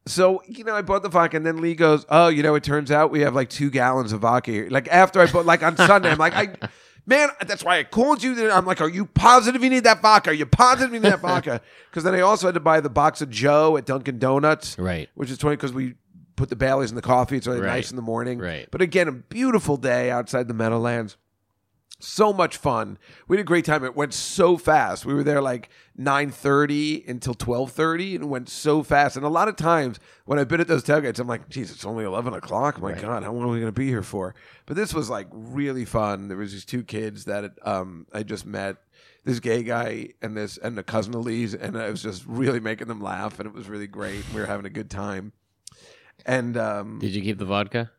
D: so you know, I bought the vodka, and then Lee goes, "Oh, you know, it turns out we have like two gallons of vodka." Here. Like after I bought, like on Sunday, I'm like, "I, man, that's why I called you." I'm like, "Are you positive you need that vodka? Are you positive you need that vodka?" Because then I also had to buy the box of Joe at Dunkin' Donuts,
E: Right.
D: which is twenty because we put the Baileys in the coffee. It's really
E: Right.
D: nice in the morning.
E: Right.
D: But again, a beautiful day outside the Meadowlands. So much fun. We had a great time. It went so fast. We were there like 9.30 until 12.30 and it went so fast. And a lot of times when I've been at those tailgates, I'm like, geez, it's only 11 o'clock. My God, how long are we going to be here for? But this was like really fun. There was these two kids that um, I just met, this gay guy and this and a cousin of Lee's. And I was just really making them laugh. And it was really great. We were having a good time. And um,
E: Did you keep the vodka?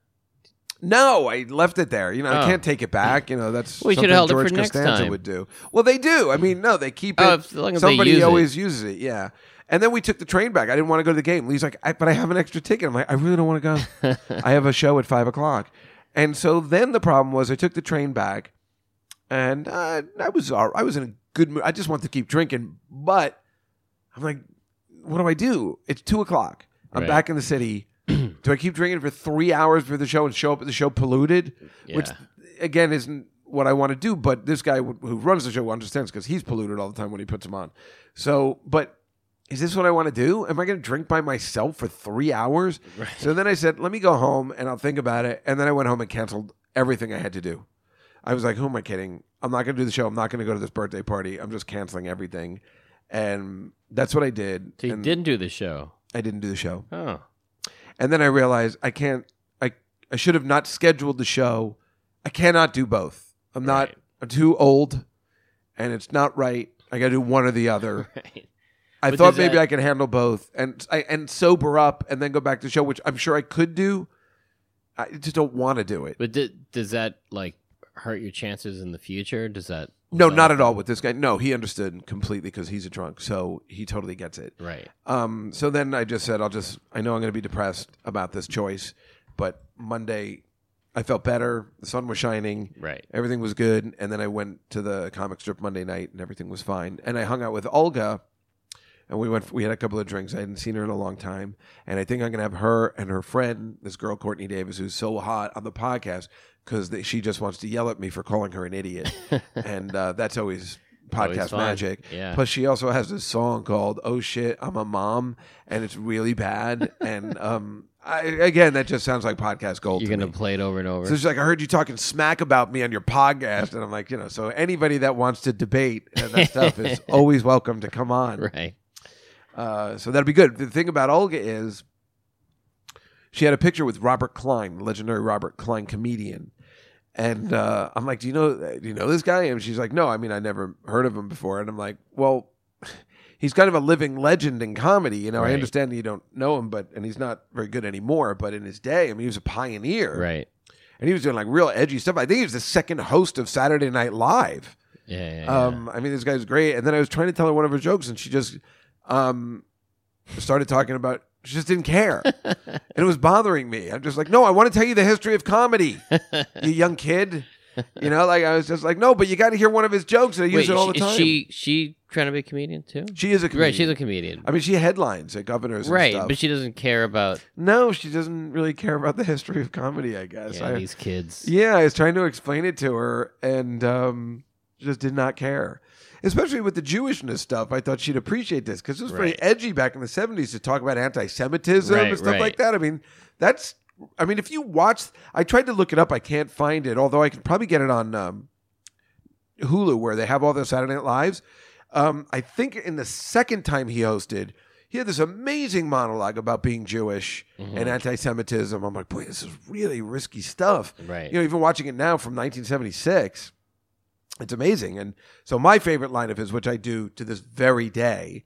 D: no, I left it there. You know, I
E: Oh.
D: can't take it back. You know, that's
E: Well, you
D: something
E: should've held it
D: George
E: for next
D: Costanza
E: time.
D: would do. Well, they do. I mean, no, they keep it.
E: Oh, as long as they
D: Somebody
E: use it.
D: always uses it. Yeah. And then we took the train back. I didn't want to go to the game. Lee's like, I, but I have an extra ticket. I'm like, I really don't want to go. I have a show at five o'clock. And so then the problem was, I took the train back, and uh, I was all, I was in a good mood. I just wanted to keep drinking, but I'm like, what do I do? It's two o'clock. I'm
E: Right.
D: back in the city. do I keep drinking for three hours for the show and show up at the show polluted? Which
E: Yeah.
D: again isn't what I want to do. But this guy w- who runs the show understands because he's polluted all the time when he puts them on. So, but is this what I want to do? Am I going to drink by myself for three hours? So then I said, let me go home and I'll think about it. And then I went home and canceled everything I had to do. I was like, who am I kidding? I'm not going to do the show. I'm not going to go to this birthday party. I'm just canceling everything. And that's what I did.
E: So you
D: and
E: didn't do the show.
D: I didn't do the show.
E: Oh.
D: And then I realized I can't. I I should have not scheduled the show. I cannot do both. I'm not.
E: Right.
D: I'm too old, and it's not right. I got to do one or the other.
E: Right.
D: I
E: But
D: thought
E: does
D: maybe
E: that-
D: I could handle both and I, and sober up and then go back to the show, which I'm sure I could do. I just don't want to do it.
E: But d- does that like hurt your chances in the future? Does that
D: No, not at all with this guy. No, he understood completely because he's a drunk, so he totally gets it.
E: right?
D: Um, so then I just said, I'll just, I know I'm going to be depressed about this choice, but Monday I felt better. The sun was shining.
E: Right.
D: Everything was good. And then I went to the comic strip Monday night and everything was fine. And I hung out with Olga and we went, we had a couple of drinks. I hadn't seen her in a long time. And I think I'm going to have her and her friend, this girl, Courtney Davis, who's so hot on the podcast because she just wants to yell at me for calling her an idiot. and uh, that's always
E: Always
D: podcast
E: fun.
D: magic.
E: Yeah.
D: Plus, she also has this song called "Oh Shit, I'm a Mom," and it's really bad. and um, I, again, that just sounds like podcast gold.
E: You're
D: to
E: gonna
D: me.
E: play it over and over.
D: So she's like, I heard you talking smack about me on your podcast, and I'm like, you know, so anybody that wants to debate uh, that stuff is always welcome to come on.
E: right.
D: Uh, so that'd be good. The thing about Olga is she had a picture with Robert Klein, the legendary Robert Klein comedian. And uh, I'm like, do you know do you know this guy? And she's like, no, I mean, I never heard of him before. And I'm like, well, he's kind of a living legend in comedy. You know, I
E: Right.
D: understand you don't know him, but and he's not very good anymore. But in his day, I mean, he was a pioneer,
E: Right.
D: And he was doing like real edgy stuff. I think he was the second host of Saturday Night Live.
E: Yeah. yeah, yeah.
D: Um, I mean, this guy's great. And then I was trying to tell her one of her jokes, and she just um, started talking about. She just didn't care, and it was bothering me. I'm just like, no, I want to tell you the history of comedy, you young kid. You know, like I was just like, no, but you got to hear one of his jokes. And I use
E: Wait,
D: it all
E: is
D: the
E: she-
D: time.
E: Is she she trying to be a comedian too?
D: She is a comedian.
E: Right. She's a comedian.
D: I mean, she headlines at governors. and
E: right,
D: stuff.
E: but she doesn't care about
D: no, she doesn't really care about the history of comedy. I guess.
E: yeah,
D: I,
E: these kids.
D: Yeah, I was trying to explain it to her and um, just did not care. Especially with the Jewishness stuff, I thought she'd appreciate this because it was very
E: Right.
D: edgy back in the 70s to talk about anti Semitism
E: Right,
D: and stuff
E: right.
D: like that. I mean, that's, I mean, if you watch, I tried to look it up, I can't find it, although I can probably get it on um, Hulu where they have all their Saturday Night Lives. Um, I think in the second time he hosted, he had this amazing monologue about being Jewish
E: Mm-hmm.
D: and anti Semitism. I'm like, boy, this is really risky stuff
E: Right.
D: you know, even watching it now from 1976, it's amazing. And so my favorite line of his, which I do to this very day,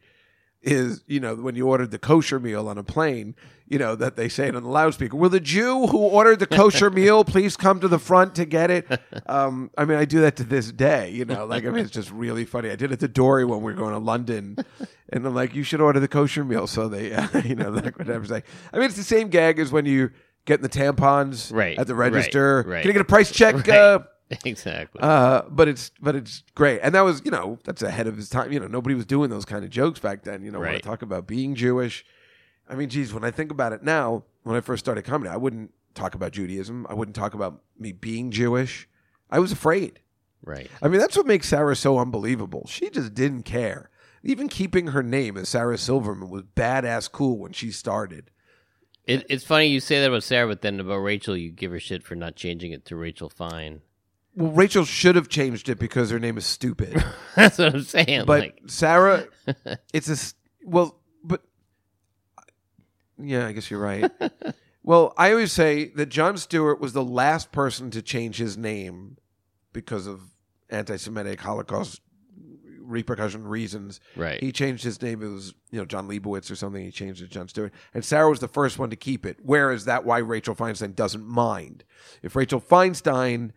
D: is you know when you ordered the kosher meal on a plane, you know that they say it on the loudspeaker. Will the Jew who ordered the kosher meal please come to the front to get it? Um, I mean, I do that to this day. You know, like I mean, it's just really funny. I did it to Dory when we were going to London, and I'm like, you should order the kosher meal. So they, you know, like whatever. It's like- I mean, it's the same gag as when you get the tampons
E: Right,
D: at the
E: right,
D: register.
E: right.
D: Can I get a price check?
E: Right.
D: Uh,
E: exactly.
D: uh, but it's but it's great, and that was you know that's ahead of his time. You know nobody was doing those kind of jokes back then. You know when I
E: Right.
D: talk about being Jewish, I mean, geez, when I think about it now, when I first started comedy, I wouldn't talk about Judaism. I wouldn't talk about me being Jewish. I was afraid.
E: right.
D: I mean, that's what makes Sarah so unbelievable. She just didn't care. Even keeping her name as Sarah Silverman was badass cool when she started.
E: It, it's funny you say that about Sarah, but then about Rachel, you give her shit for not changing it to Rachel Fine.
D: Well, Rachel should have changed it because her name is stupid.
E: That's what I'm saying.
D: but
E: like,
D: Sarah, it's a s- well, but yeah, I guess you're right. well, I always say that John Stewart was the last person to change his name because of anti-Semitic Holocaust repercussion reasons.
E: right.
D: He changed his name. It was you know John Leibowitz or something. He changed it to John Stewart, and Sarah was the first one to keep it. Where is that? Why Rachel Feinstein doesn't mind? If Rachel Feinstein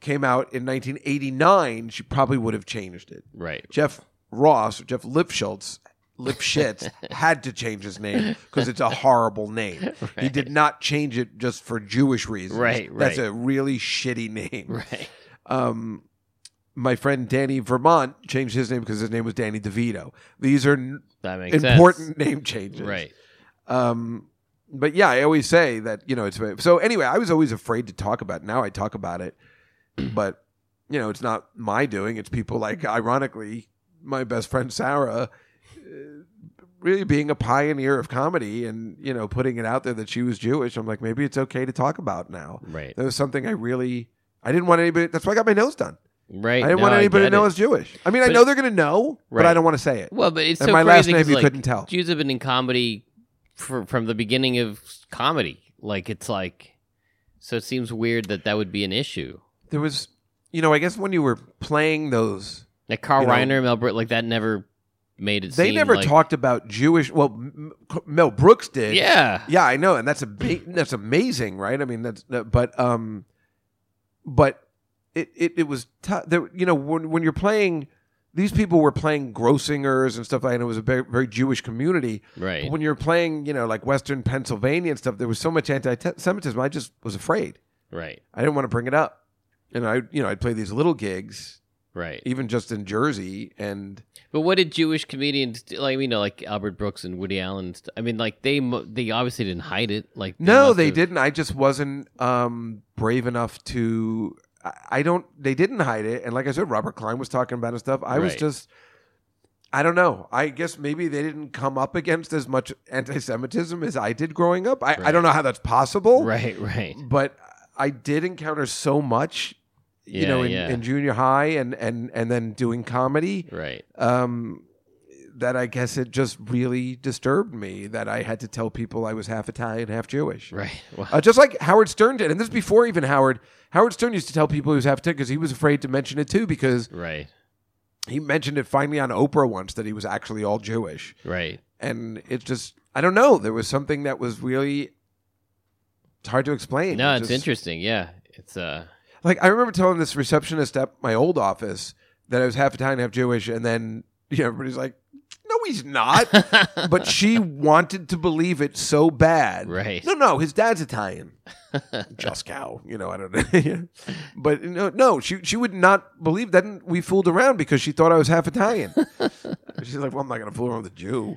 D: came out in 1989, she probably would have changed it.
E: right.
D: Jeff Ross, Jeff Lipschitz, Lipschitz had to change his name because it's a horrible name. He did not change it just for Jewish reasons.
E: Right,
D: That's
E: right.
D: a really shitty name.
E: Right.
D: Um, my friend Danny Vermont changed his name because his name was Danny DeVito. These are n-
E: That makes
D: important name changes.
E: sense. Right.
D: Um, but yeah, I always say that you know it's so. Anyway, I was always afraid to talk about. It. Now I talk about it, but you know it's not my doing. It's people like, ironically, my best friend Sarah, uh, really being a pioneer of comedy and you know putting it out there that she was Jewish. I'm like, maybe it's okay to talk about now.
E: Right.
D: That was something I really. I didn't want anybody. That's why I got my nose done.
E: Right.
D: I didn't
E: No,
D: want anybody
E: get
D: to know I
E: it.
D: was Jewish. I mean, I
E: But-
D: know they're going to know, but
E: Right.
D: I don't want to say it.
E: Well, but it's
D: And
E: so
D: my last
E: crazy
D: name
E: 'cause,
D: you
E: like,
D: couldn't tell.
E: Jews have been in comedy for, from the beginning of comedy. Like it's like, so it seems weird that that would be an issue.
D: There was, you know, I guess when you were playing those
E: Like Carl
D: You know-
E: Reiner, Mel Brooks, like that never made it.
D: They
E: seem
D: never
E: like-
D: talked about Jewish. Well, M- M- Mel Brooks did.
E: Yeah.
D: yeah, I know, and that's a ba- that's amazing, right? I mean, that's that- uh, but um, but it it, it was tough. There, you know, when when you're playing, these people were playing Grossingers and stuff like, and it was a very, very Jewish community.
E: Right.
D: But when you're playing, you know, like Western Pennsylvania and stuff, there was so much anti-Semitism. I just was afraid.
E: Right.
D: I didn't want to bring it up, and I, you know, I'd play these little gigs,
E: Right.
D: even just in Jersey, and
E: But what did Jewish comedians do? like? You know, like Albert Brooks and Woody Allen. and st- I mean, like they mo- they obviously didn't hide it. Like
D: No,
E: must
D: they
E: have-
D: didn't. I just wasn't um, brave enough to. I- I don't. They didn't hide it, and like I said, Robert Klein was talking about it and stuff. I was
E: Right.
D: just. I don't know. I guess maybe they didn't come up against as much anti-Semitism as I did growing up. I, I don't know how that's possible,
E: Right. Right.
D: but I did encounter so much, you know,
E: Yeah,
D: in,
E: yeah.
D: in junior high and and and then doing comedy
E: Right.
D: um, that I guess it just really disturbed me that I had to tell people I was half Italian, half Jewish.
E: Right. Wow.
D: Uh, just like Howard Stern did, and this is before even Howard. Howard Stern used to tell people he was half Italian because he was afraid to mention it too, because
E: right.
D: he mentioned it finally on Oprah once that he was actually all Jewish,
E: Right.
D: and it just I don't know. There was something that was really it's hard to explain.
E: No,
D: It
E: it's
D: just-
E: interesting. Yeah. It's uh.
D: Like I remember telling this receptionist at my old office that I was half Italian, half Jewish, and then you know, everybody's like, "No, he's not." but she wanted to believe it so bad.
E: Right.
D: No, no, his dad's Italian. Just cow. You know, I don't know. but no, no, she she would not believe that and we fooled around because she thought I was half Italian. She's like, well, I'm not going to fool around with a Jew.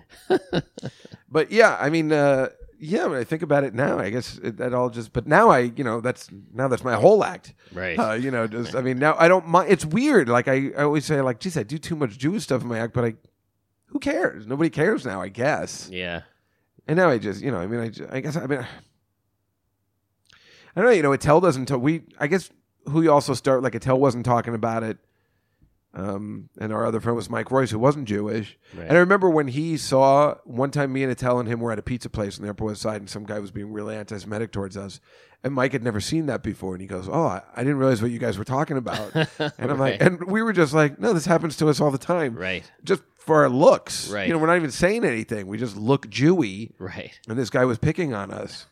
D: but yeah, I mean, uh, yeah, when I think about it now, I guess it, that all just. But now I, you know, that's now that's my whole act.
E: Right.
D: Uh, you know, just I mean, now I don't mind. It's weird. Like I, I always say, like, geez, I do too much Jewish stuff in my act, but I, who cares? Nobody cares now, I guess.
E: yeah.
D: And now I just, you know, I mean, I, ju- I guess, I mean, I don't know, you know, Attell doesn't, ta- we, I guess who you also start, like Attell wasn't talking about it. Um, and our other friend was Mike Royce, who wasn't Jewish.
E: Right.
D: And I remember when he saw one time me and Attell and him were at a pizza place on the Upper West Side, and some guy was being really anti Semitic towards us. And Mike had never seen that before. And he goes, Oh, I, I didn't realize what you guys were talking about. and I'm like,
E: Right.
D: And we were just like, No, this happens to us all the time.
E: Right.
D: Just for our looks.
E: Right.
D: You know, we're not even saying anything. We just look Jewy
E: Right.
D: and this guy was picking on us.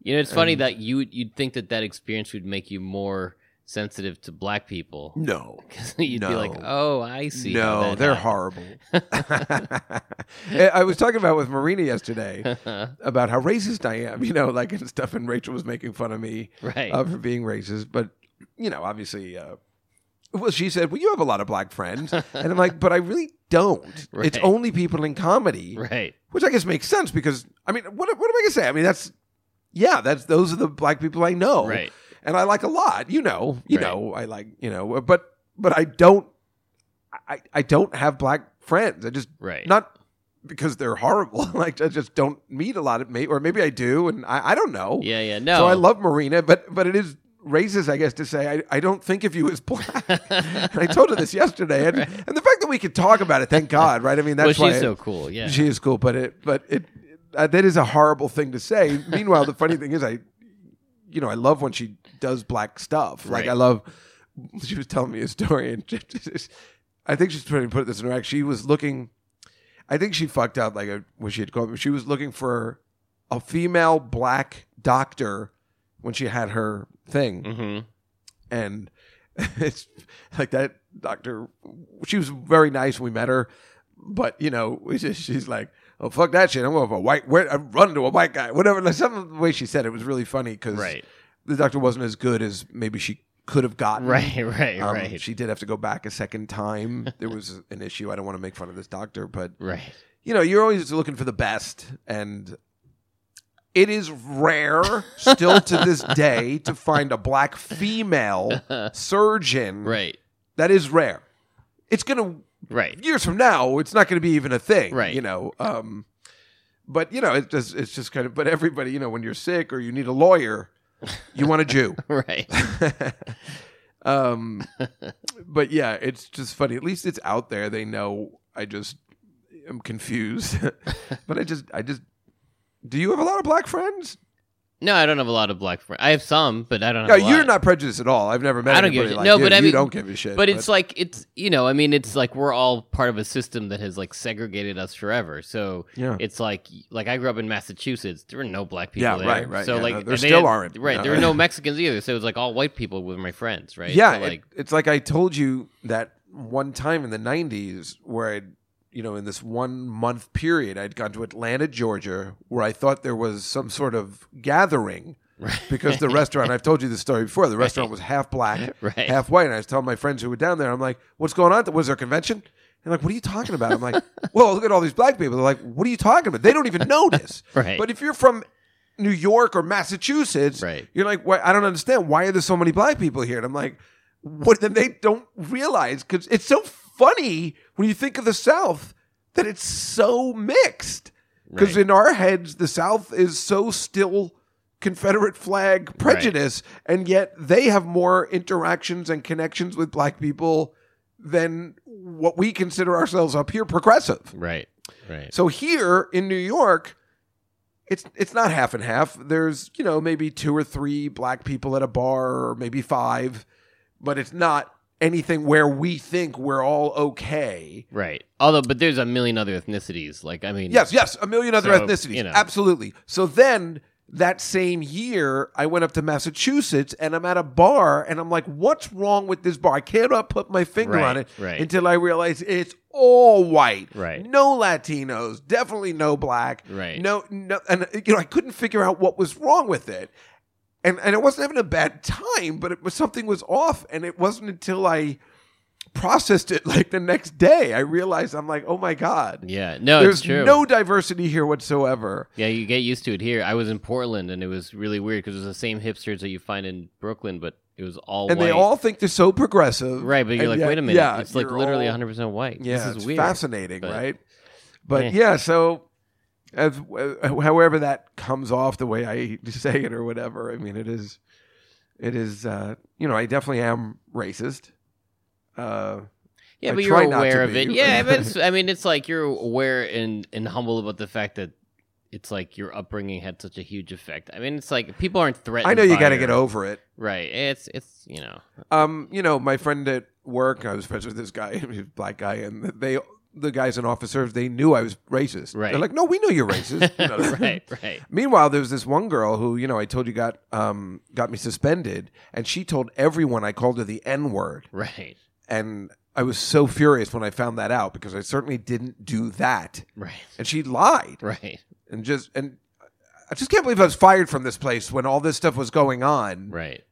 E: You know, it's funny that you you'd think that that experience would make you more sensitive to black people.
D: No,
E: You'd be
D: No.
E: like, oh, I see. how
D: no,
E: that
D: they're
E: happened."
D: horrible. I was talking about with Marina yesterday about how racist I am, you know, like and stuff. And Rachel was making fun of me
E: Right.
D: uh, for being racist, but you know, obviously. Uh, well, she said, "Well, you have a lot of black friends," and I'm like, "But I really don't. It's
E: Right.
D: only people in comedy,
E: Right.
D: which I guess makes sense because I mean, what what am I gonna say? I mean, that's yeah, that's those are the black people I know,
E: Right.
D: And I like a lot, you know, you
E: Right.
D: know, I like you know, but but I don't, I I don't have black friends. I just
E: Right.
D: not because they're horrible. like I just don't meet a lot of may or maybe I do, and I I don't know.
E: Yeah. Yeah. No.
D: So I love Marina, but but it is racist, I guess, to say I, I don't think of you as black. and I told her this yesterday, and, and the fact that we could talk about it, thank God, right? I mean,
E: Well,
D: that's why
E: she's
D: it-
E: so cool. Yeah.
D: she is cool, but it, but it, uh, that is a horrible thing to say. Meanwhile, the funny thing is, I, you know, I love when she does black stuff. Like
E: Right.
D: I love. She was telling me a story, and I think she's trying to put this in her act. She was looking. I think she fucked up. Like a, when she had called me, she was looking for a female black doctor when she had her thing
E: hmm
D: and it's like that doctor she was very nice when we met her but you know we just, she's like oh fuck that shit i'm going for a white where i run to a white guy whatever like some of the way she said it was really funny because
E: Right.
D: the doctor wasn't as good as maybe she could have gotten
E: Right. Right.
D: Um,
E: right.
D: she did have to go back a second time there was an issue i don't want to make fun of this doctor but
E: right.
D: you know, you're always looking for the best, and it is rare still to this day to find a black female surgeon.
E: Right.
D: That is rare. It's gonna
E: Right.
D: years from now, it's not gonna be even a thing.
E: Right.
D: You know. Um but you know, it's just it's just kind of but everybody, you know, when you're sick or you need a lawyer, you want a Jew.
E: Right.
D: um, but yeah, it's just funny. At least it's out there. They know. I just am confused, but I just, I just. Do you have a lot of black friends?
E: No, I don't have a lot of black friends. I have some, but I don't have.
D: No,
E: a lot.
D: you're not prejudiced at all. I've never met
E: I don't give
D: anybody
E: a shit.
D: like
E: no,
D: you.
E: but I
D: You
E: mean,
D: don't give a shit.
E: But it's like it's you know, I mean, it's like we're all part of a system that has like segregated us forever. So
D: Yeah.
E: it's like like I grew up in Massachusetts. There were no black people.
D: Yeah,
E: there.
D: right, right,
E: So
D: yeah,
E: like
D: no, there
E: and they
D: still
E: had-
D: aren't.
E: Right,
D: Yeah,
E: there were
D: right.
E: no Mexicans either. So it was like all white people with my friends. Right.
D: Yeah,
E: So,
D: it-
E: like
D: it's like I told you that one time in the '90s where I, you know, in this one month period, I'd gone to Atlanta, Georgia, where I thought there was some sort of gathering because the restaurant. I've told you this story before. The restaurant was half black,
E: Right.
D: half white, and I was telling my friends who were down there, I'm like, "What's going on? Was there a convention?" And like, what are you talking about? I'm like, well, look at all these black people. They're like, what are you talking about? They don't even notice.
E: Right.
D: But if you're from New York or Massachusetts,
E: Right.
D: you're like, why I don't understand. Why are there so many black people here? And I'm like, what? Then they don't realize because it's so funny when you think of the South that it's so mixed. Because
E: Right.
D: in our heads, the South is so still Confederate flag prejudice, and yet they have more interactions and connections with black people than what we consider ourselves up here progressive.
E: right, right.
D: So here in New York, it's it's not half and half. There's you know maybe two or three black people at a bar, or maybe five, but it's not anything where we think we're all okay.
E: Right. Although, but there's a million other ethnicities. Like, I mean,
D: Yes, yes, a million other
E: So,
D: ethnicities,
E: you know.
D: absolutely. So then that same year, I went up to Massachusetts and I'm at a bar and I'm like, what's wrong with this bar? I cannot put my finger
E: Right,
D: on it
E: right.
D: until I realize it's all white,
E: Right.
D: No Latinos, definitely no black,
E: Right.
D: No, no, and you know, I couldn't figure out what was wrong with it. And, and I wasn't having a bad time, but it was something was off, and it wasn't until I processed it like the next day I realized I'm like, oh my god,
E: Yeah. No,
D: there's
E: it's true.
D: no diversity here whatsoever.
E: Yeah, you get used to it here. I was in Portland and it was really weird because it was the same hipsters that you find in Brooklyn, but it was all
D: And
E: white.
D: they all think they're so progressive.
E: right, but you're
D: and
E: like,
D: yet-
E: wait a minute,
D: yeah,
E: it's like
D: you're
E: literally
D: all-
E: 100 percent white.
D: Yeah,
E: this is
D: it's
E: weird.
D: fascinating,
E: but-
D: right? But
E: Eh.
D: yeah, so as, uh, however that comes off the way I say it or whatever, I mean, it is, it is, uh, you know, I definitely am racist. Uh,
E: Yeah,
D: I
E: but
D: try
E: you're
D: not to
E: aware of
D: be,
E: it.
D: but-
E: Yeah, but it's, I mean, it's like you're aware and and humble about the fact that it's like your upbringing had such a huge effect. I mean, it's like people aren't threatened.
D: I know you
E: by
D: got to
E: your-
D: get over it.
E: Right. It's it's you know.
D: Um, you know, my friend at work, I was friends with this guy, he's a black guy, and they, the guys and officers, they knew I was racist.
E: Right.
D: They're like, no, we know you're racist.
E: right. Right.
D: Meanwhile, there was this one girl who, you know, I told you got um, got me suspended, and she told everyone I called her the N word,
E: Right.
D: and I was so furious when I found that out because I certainly didn't do that,
E: Right.
D: and she lied,
E: Right.
D: and just and I just can't believe I was fired from this place when all this stuff was going on.
E: Right.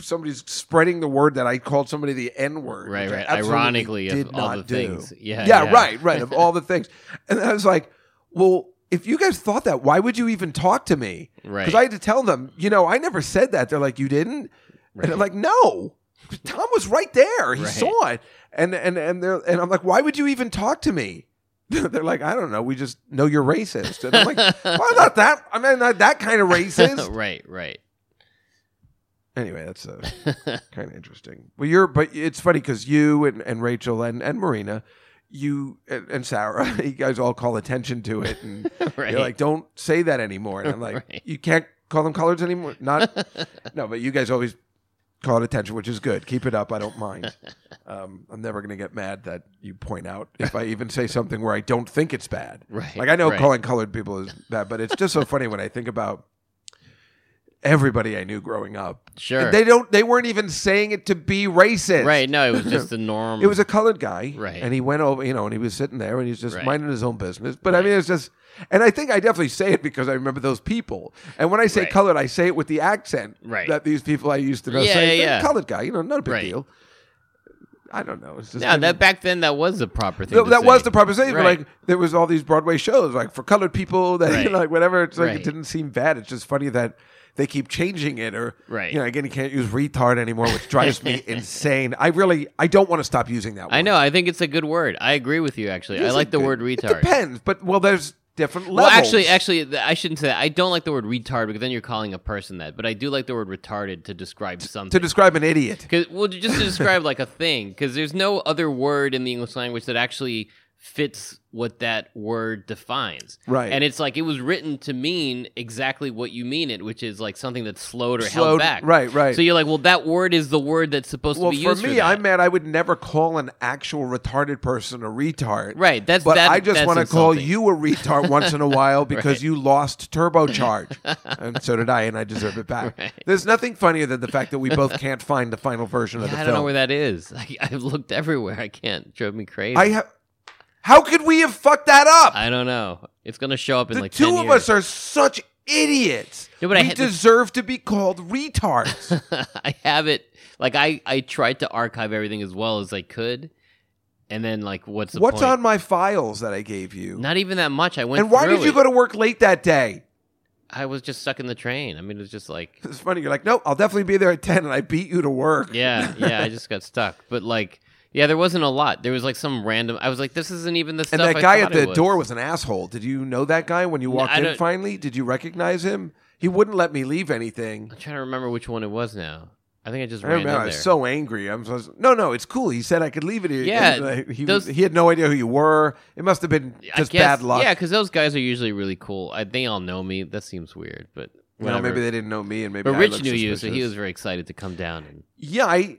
D: Somebody's spreading the word that I called somebody the N word,
E: Right,
D: which I
E: right.
D: absolutely
E: Ironically, of
D: did
E: all
D: not
E: the
D: do.
E: things. Yeah,
D: yeah,
E: yeah.
D: right, right. Of all the things, and I was like, well. If you guys thought that, why would you even talk to me?
E: Right.
D: Because I had to tell them, you know, I never said that. They're like, you didn't, and I'm like, no. Tom was right there. He
E: Right.
D: saw it, and and and they're and I'm like, why would you even talk to me? they're like, I don't know. We just know you're racist, and I'm like, well, I'm not that. I'm not that kind of racist.
E: right. Right.
D: anyway, that's uh, kind of interesting. Well, you're, but it's funny because you and, and Rachel and, and Marina, you and, and Sarah, you guys all call attention to it, and
E: Right.
D: you're like, don't say that anymore. And I'm like,
E: Right.
D: you can't call them colors anymore. Not, no, but you guys always call it attention, which is good. Keep it up. I don't mind. Um, I'm never gonna get mad that you point out if I even say something where I don't think it's bad.
E: Right,
D: Like I know
E: right.
D: calling colored people is bad, but it's just so funny when I think about everybody I knew growing up.
E: Sure.
D: They don't they weren't even saying it to be racist.
E: Right. No, it was just the norm.
D: It was a colored guy.
E: Right.
D: And he went over, you know, and he was sitting there and he's just
E: Right.
D: minding his own business. But I mean it's just and I think I definitely say it because I remember those people. And when I say
E: Right.
D: colored, I say it with the accent
E: Right.
D: that these people I used to know
E: Yeah,
D: say
E: yeah,
D: "They're
E: yeah.
D: colored guy, you know, not a big
E: Right.
D: deal. I don't know. It's just
E: No, that back then that was the proper thing.
D: no,
E: to
D: that
E: say.
D: was the proper thing. but,
E: Right.
D: Like there was all these Broadway shows, like for colored people, that
E: Right.
D: like whatever. It's like it
E: Right.
D: didn't seem bad. It's just funny that they keep changing it, or
E: Right.
D: You know, again, you can't use retard anymore, which drives me insane. I really, I don't want to stop using that. Word.
E: I know. I think it's a good word. I agree with you. Actually,
D: It
E: I
D: is
E: like
D: a
E: the
D: good-
E: word
D: It
E: retard.
D: depends, but well, there's different levels.
E: Well, actually, actually, th- I shouldn't say that. I don't like the word retard because then you're calling a person that. But I do like the word retarded to describe
D: to
E: something.
D: describe an idiot,
E: Cause, well, just to describe like a thing, because there's no other word in the English language that actually fits what that word defines.
D: Right.
E: And it's like it was written to mean exactly what you mean it, which is like something that's slowed or
D: Slowed-
E: held back.
D: right, right.
E: So you're like, well, that word is the word that's supposed
D: Well,
E: to be
D: for
E: used
D: me,
E: that.
D: I'm mad. I would never call an actual retarded person a retard.
E: Right, that's-
D: but
E: that-
D: I just
E: that's
D: want to call
E: insulting.
D: you a retard once in a while because
E: Right.
D: you lost turbocharge, and so did I, and I deserve it back.
E: Right.
D: There's nothing funnier than the fact that we both can't find the final version of the
E: Yeah, I don't
D: film.
E: know where that is. I, I've looked everywhere. I can't. It drove me crazy.
D: I have. How could we have fucked that up?
E: I don't know. It's gonna show up in
D: the
E: like
D: two
E: 10
D: of
E: years.
D: us are such idiots.
E: No, but I
D: we
E: had this-
D: deserve to be called retards.
E: I have it. Like I, I tried to archive everything as well as I could, and then like, what's the
D: What's
E: point?
D: on my files that I gave you?
E: Not even that much. I went.
D: and why
E: through
D: did you
E: it.
D: go to work late that day?
E: I was just stuck in the train. I mean, it was just like,
D: It's funny. You're like, nope, I'll definitely be there at 10, and I beat you to work.
E: yeah, yeah. I just got stuck. But like, yeah, there wasn't a lot. There was like some random. I was like, this isn't even the stuff.
D: And that
E: I
D: guy at
E: thought it
D: the
E: was.
D: door was an asshole. Did you know that guy when you
E: No,
D: walked
E: I
D: in
E: don't-
D: finally? Did you recognize him? He wouldn't let me leave anything.
E: I'm trying to remember which one it was now. I think I just
D: I
E: ran
D: remember
E: in
D: I was
E: there.
D: so angry. I'm so, no, no, it's cool. He said I could leave it here.
E: Yeah,
D: And, like, he,
E: those-
D: he had no idea who you were. It must have been
E: I
D: just
E: guess-
D: bad luck.
E: Yeah, because those guys are usually really cool. I, they all know me. That seems weird, but
D: You know,
E: whatever.
D: maybe they didn't know me, and maybe
E: but
D: I
E: Rich
D: looked
E: knew you, so he
D: suspicious.
E: was very excited to come down. And
D: Yeah, I.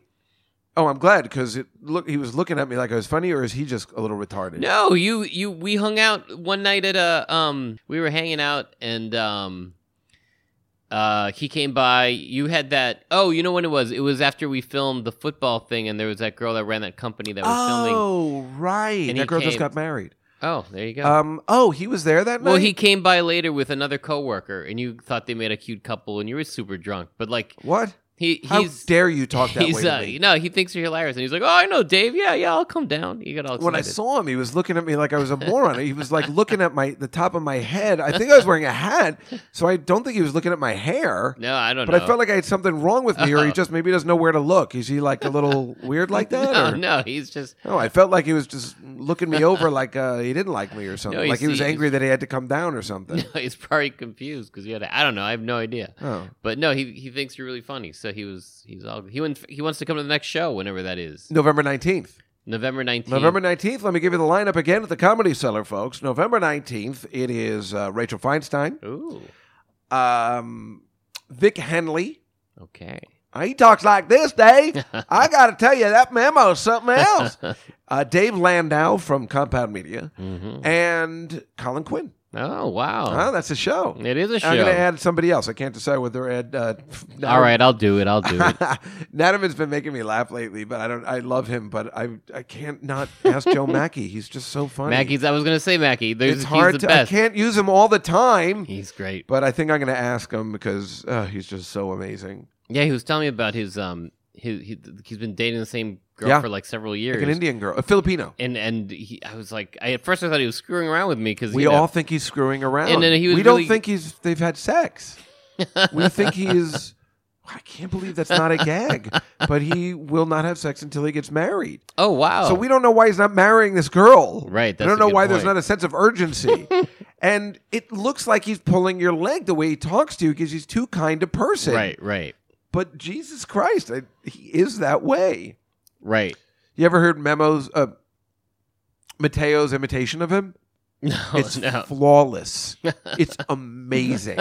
D: Oh, I'm glad because it look he was looking at me like I was funny, or is he just a little retarded?
E: No, you you we hung out one night at a um we were hanging out and um uh he came by. You had that oh, you know when it was? It was after we filmed the football thing and there was that girl that ran that company that was filming
D: Oh, right.
E: And he
D: That girl just
E: came.
D: got married.
E: Oh, there you go.
D: Um. Oh, he was there that night.
E: well, he came by later with another coworker and you thought they made a cute couple and you were super drunk. But like
D: What?
E: he
D: How
E: he's
D: dare you talk that
E: he's,
D: way to
E: uh,
D: me?
E: No, he thinks you're hilarious and he's like, "Oh, I know, Dave. Yeah, yeah, I'll come down." You got all excited.
D: when I saw him, he was looking at me like I was a moron. He was like looking at my the top of my head. I think I was wearing a hat, so I don't think he was looking at my hair.
E: No, I don't
D: But
E: know.
D: I felt like I had something wrong with me, or he
E: Oh.
D: just maybe doesn't know where to look. Is he like a little weird like that?
E: no,
D: or?
E: no, he's just
D: No, I felt like he was just looking me over, like uh, he didn't like me or something.
E: No, you
D: like he was
E: see-
D: angry that he had to come down or something.
E: No, he's probably confused because he had. A, I don't know. I have no idea.
D: Oh.
E: But no, he he thinks you're really funny. So he was. He's all. He went, He wants to come to the next show whenever that is.
D: November nineteenth.
E: November nineteenth.
D: November 19th, let me give you the lineup again at the Comedy Cellar, folks. November 19th, it is uh, Rachel Feinstein,
E: Ooh.
D: um, Vic Henley.
E: Okay.
D: He talks like this, Dave. I got to tell you, that memo's something else. Uh, Dave Landau from Compound Media
E: hmm
D: and Colin Quinn.
E: Oh
D: Oh,
E: wow.
D: that's a show.
E: it is a show.
D: I'm going to add somebody else. I can't decide whether add. Uh,
E: all right, I'll do it. I'll do it.
D: Nadaman's been making me laugh lately, but I don't. I love him, but I I can't not ask Joe Mackey. He's just so funny.
E: Mackey's. I was gonna say Mackey. There's,
D: it's
E: he's
D: hard
E: the
D: to.
E: best.
D: I can't use him all the time,
E: He's great.
D: but I think I'm going to ask him because uh, he's just so amazing.
E: Yeah, he was telling me about his um his he, he's been dating the same girl
D: Yeah.
E: for like several
D: Like
E: years.
D: an Indian girl, a Filipino.
E: and and he, I was like, I, at first I thought he was screwing around with me because
D: We all think he's screwing around.
E: And then he was
D: we
E: really-
D: don't think he's. They've had sex. we think he is. I can't believe that's not a gag. But he will not have sex until he gets married.
E: Oh wow.
D: So we don't know why he's not marrying this girl.
E: Right,
D: I
E: that's
D: don't
E: a
D: know
E: good
D: why there's
E: point.
D: not a sense of urgency. and it looks like he's pulling your leg the way he talks to you because he's too kind a person.
E: Right, right,
D: But Jesus Christ, I, he is that way.
E: right.
D: You ever heard Memo's, uh, Mateo's imitation of him?
E: No,
D: It's
E: Oh, no.
D: flawless. it's amazing.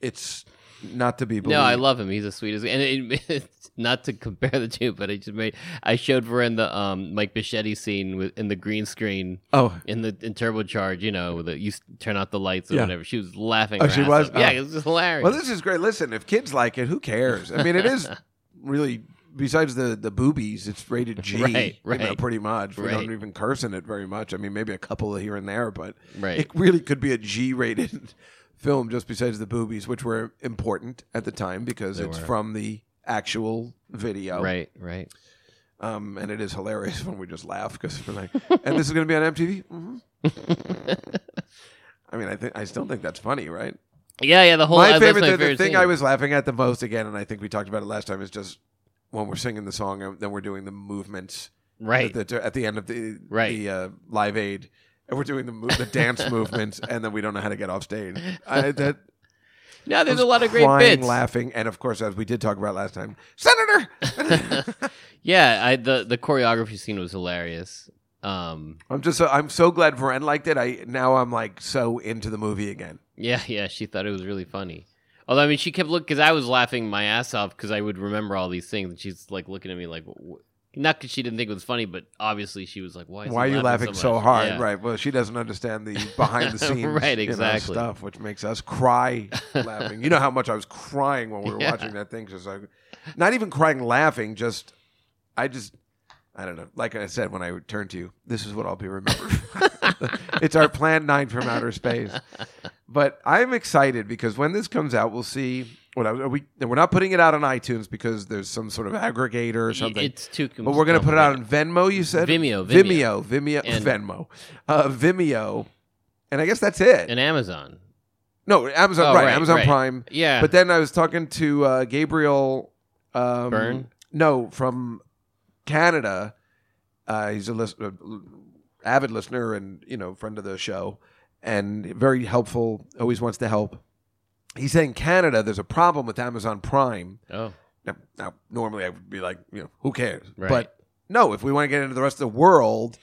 D: It's not to be believed.
E: No, I love him. He's the sweetest. And it, it's not to compare the two, but I just made I showed Varen the um Mike Bichetti scene with in the green screen
D: Oh,
E: in the in turbocharge. You know, that you s- turn out the lights or
D: Yeah.
E: whatever. She was laughing.
D: Oh,
E: her
D: she
E: ass
D: was?
E: off. Yeah,
D: Oh.
E: it was just hilarious.
D: Well, this is great. Listen, if kids like it, who cares? I mean, it is really. Besides the the boobies, it's rated G,
E: Right,
D: You know,
E: right.
D: pretty much. We
E: Right.
D: don't even curse in it very much. I mean, maybe a couple here and there, but
E: Right.
D: it really could be a G rated film. Just besides the boobies, which were important at the time because it's from the actual video,
E: right, right.
D: Um, and it is hilarious when we just laugh because we're like, "And this is going to be on MTV." hmm I mean, I think I still think that's funny, right?
E: Yeah, yeah. The whole
D: my
E: uh, that's
D: favorite, the- the
E: favorite
D: thing
E: scene.
D: I was laughing at the most again, and I think we talked about it last time, is just when we're singing the song, and then we're doing the movements
E: right.
D: at, the, at the end of the
E: Right.
D: the uh, live aid, and we're doing the mo- the dance movements, and then we don't know how to get off stage. I, that
E: no,
D: I
E: there's
D: was
E: a lot of great
D: crying,
E: bits.
D: laughing, and of course, as we did talk about last time, Senator.
E: yeah, I the the choreography scene was hilarious. Um,
D: I'm just so, I'm so glad Varen liked it. I now I'm like so into the movie again.
E: yeah, yeah, she thought it was really funny. Although I mean, she kept look because I was laughing my ass off because I would remember all these things, and she's like looking at me like, wh- not because she didn't think it was funny, but obviously she was like, "Why? Is
D: Why are
E: he
D: you laughing so,
E: much?"
D: hard?
E: Yeah.
D: Right. Well, she doesn't understand the behind the scenes
E: Right,
D: you know,
E: exactly.
D: stuff, which makes us cry laughing. You know how much I was crying when we were
E: Yeah.
D: watching that thing. Just like, not even crying, laughing. Just, I just, I don't know. Like I said when I turned to you, this is what I'll be remembered. for. it's our plan nine from outer space. But I'm excited because when this comes out, we'll see. What I, are we? We're not putting it out on iTunes because there's some sort of aggregator or something.
E: It's too. oh,
D: But we're going to put it out on Venmo, you said?
E: Vimeo,
D: Vimeo. Vimeo.
E: And-
D: Venmo. Uh, Vimeo. And I guess that's it.
E: and Amazon.
D: no, Amazon,
E: Oh,
D: right,
E: right,
D: Amazon
E: right.
D: Prime.
E: Yeah,
D: But then I was talking to uh, Gabriel um,
E: Byrne?
D: No, from Canada. Uh, he's a list- uh, avid listener and, you know, friend of the show and very helpful, always wants to help. He's saying Canada, there's a problem with Amazon Prime
E: oh,
D: now, now, normally I would be like, you know, who cares?
E: Right.
D: But no, if we want to get into the rest of the world,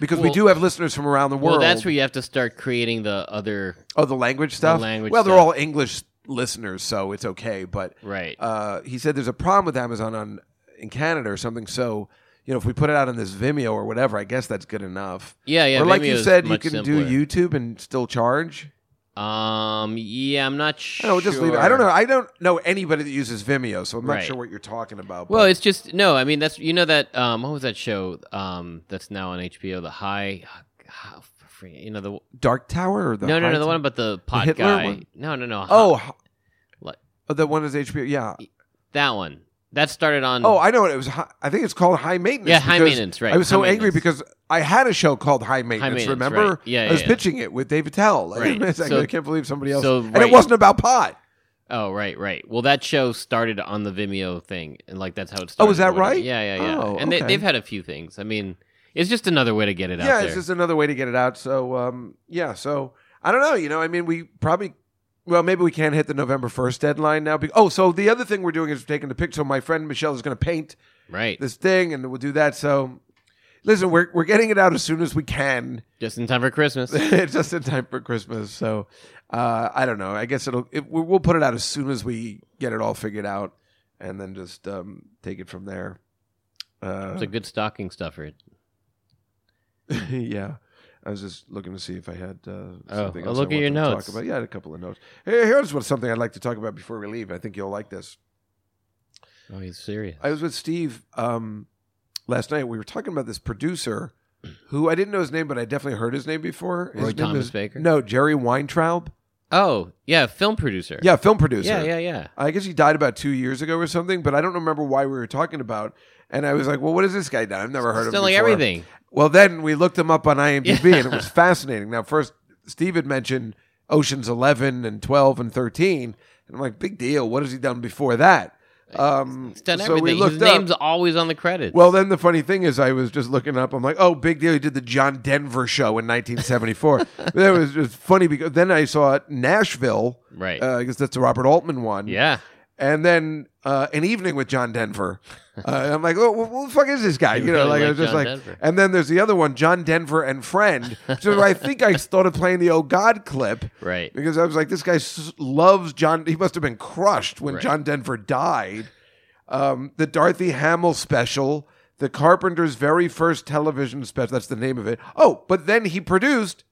D: because we
E: Well-
D: do have listeners from around the world.
E: well, that's where you have to start creating the other
D: oh, the language stuff.
E: language
D: well, they're
E: stuff.
D: all English listeners, so it's okay. But
E: right.
D: uh, he said there's a problem with Amazon on in Canada or something. So you know, if we put it out on this Vimeo or whatever, I guess that's good enough.
E: yeah, yeah.
D: or like
E: Vimeo
D: you
E: is
D: said, you
E: much
D: can
E: simpler.
D: do YouTube and still charge.
E: Um. Yeah, I'm not
D: I
E: sure.
D: don't know, just leave it. I don't know. I don't know anybody that uses Vimeo, so I'm not
E: Right.
D: sure what you're talking about.
E: Well,
D: but-
E: it's just no. I mean, that's you know that um. What was that show um that's now on HBO? The High. You know the
D: Dark Tower or the
E: no no no
D: High
E: the one about the pot
D: Hitler
E: guy.
D: one?
E: No no no.
D: Oh, h-
E: Like-
D: oh, that one is HBO. Yeah.
E: that one that started on.
D: Oh, I know. It was. Hi- I think it's called High Maintenance.
E: Yeah, High
D: because
E: Maintenance, right.
D: I was
E: High
D: so angry
E: Maintenance.
D: because I had a show called High Maintenance.
E: Maintenance,
D: remember?
E: right. Yeah,
D: I was
E: yeah, yeah.
D: pitching it with David Tell. Like,
E: Right.
D: it's like,
E: So-
D: I can't believe somebody else.
E: so,
D: And it
E: right.
D: wasn't about pot.
E: oh right right. Well, that show started on the Vimeo thing, and like that's how it started.
D: Oh, is
E: or
D: that
E: whatever.
D: right?
E: Yeah yeah yeah.
D: Oh,
E: and
D: okay.
E: they, they've had a few things. I mean, it's just another way to get it out
D: yeah,
E: there.
D: it's just another way to get it out. So, um, yeah. So I don't know. You know, I mean, we probably. Well, maybe we can't hit the November first deadline now. Be- oh, so the other thing we're doing is taking the picture. So my friend Michelle is going to paint
E: right.
D: this thing, and we'll do that. So, listen, we're we're getting it out as soon as we can.
E: Just in time for Christmas.
D: just in time for Christmas. So uh, I don't know. I guess it'll it, we- we'll put it out as soon as we get it all figured out, and then just um, take it from there. Uh,
E: It's a good stocking stuffer.
D: yeah, I was just looking to see if I had uh, something
E: Oh,
D: else.
E: oh,
D: I
E: look at your
D: wanted to talk
E: notes.
D: about. Yeah, I had a couple of notes. Here, here's what something I'd like to talk about before we leave. I think you'll like this.
E: Oh, he's serious.
D: I was with Steve um, last night. We were talking about this producer. Who I didn't know his name, but I definitely heard his name before. His
E: Roy
D: name
E: Thomas
D: is-
E: Baker?
D: No, Jerry Weintraub.
E: Oh, yeah, film producer.
D: Yeah, film producer.
E: Yeah, yeah, yeah.
D: I guess he died about two years ago or something, but I don't remember why we were talking about. And I was like, "Well, what has this guy done? I've never heard of him."
E: Selling
D: before."
E: everything.
D: Well, then we looked him up on IMDb, and it was fascinating. Now, first, Steve had mentioned Ocean's Eleven and Twelve and Thirteen, and I'm like, "Big deal. What has he done before that?" Um,
E: He's done
D: so
E: everything.
D: we looked
E: His
D: up.
E: name's always on the credits.
D: Well, then the funny thing is, I was just looking up. I'm like, oh, big deal. He did the John Denver show in 1974. that was just funny because then I saw Nashville.
E: Right.
D: Uh, I guess that's the Robert Altman one.
E: yeah.
D: And then uh, an evening with John Denver. Uh, I'm like, oh, wh- who the fuck is this guy?
E: You
D: You know,
E: really
D: like I
E: like
D: was just
E: John
D: like.
E: Denver.
D: And then there's the other one, John Denver and Friend. So I think I started playing the Oh God clip
E: Right.
D: because I was like, this guy s- loves John. He must have been crushed when
E: Right.
D: John Denver died. Um, the Dorothy Hamill special, the Carpenter's very first television special. That's the name of it. Oh, but then he produced.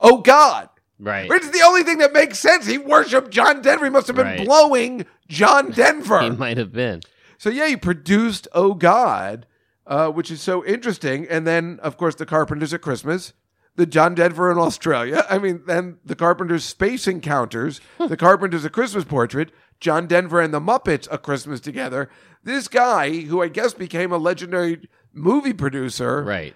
D: Oh God.
E: Right.
D: It's the only thing that makes sense. He worshipped John Denver. He must have been
E: Right.
D: blowing John Denver.
E: He might have been.
D: So yeah, he produced Oh God, uh, which is so interesting. And then of course the Carpenters at Christmas, the John Denver in Australia. I mean, then the Carpenters Space Encounters, the Carpenters a Christmas Portrait, John Denver and the Muppets a Christmas together. This guy, who I guess became a legendary movie producer,
E: Right.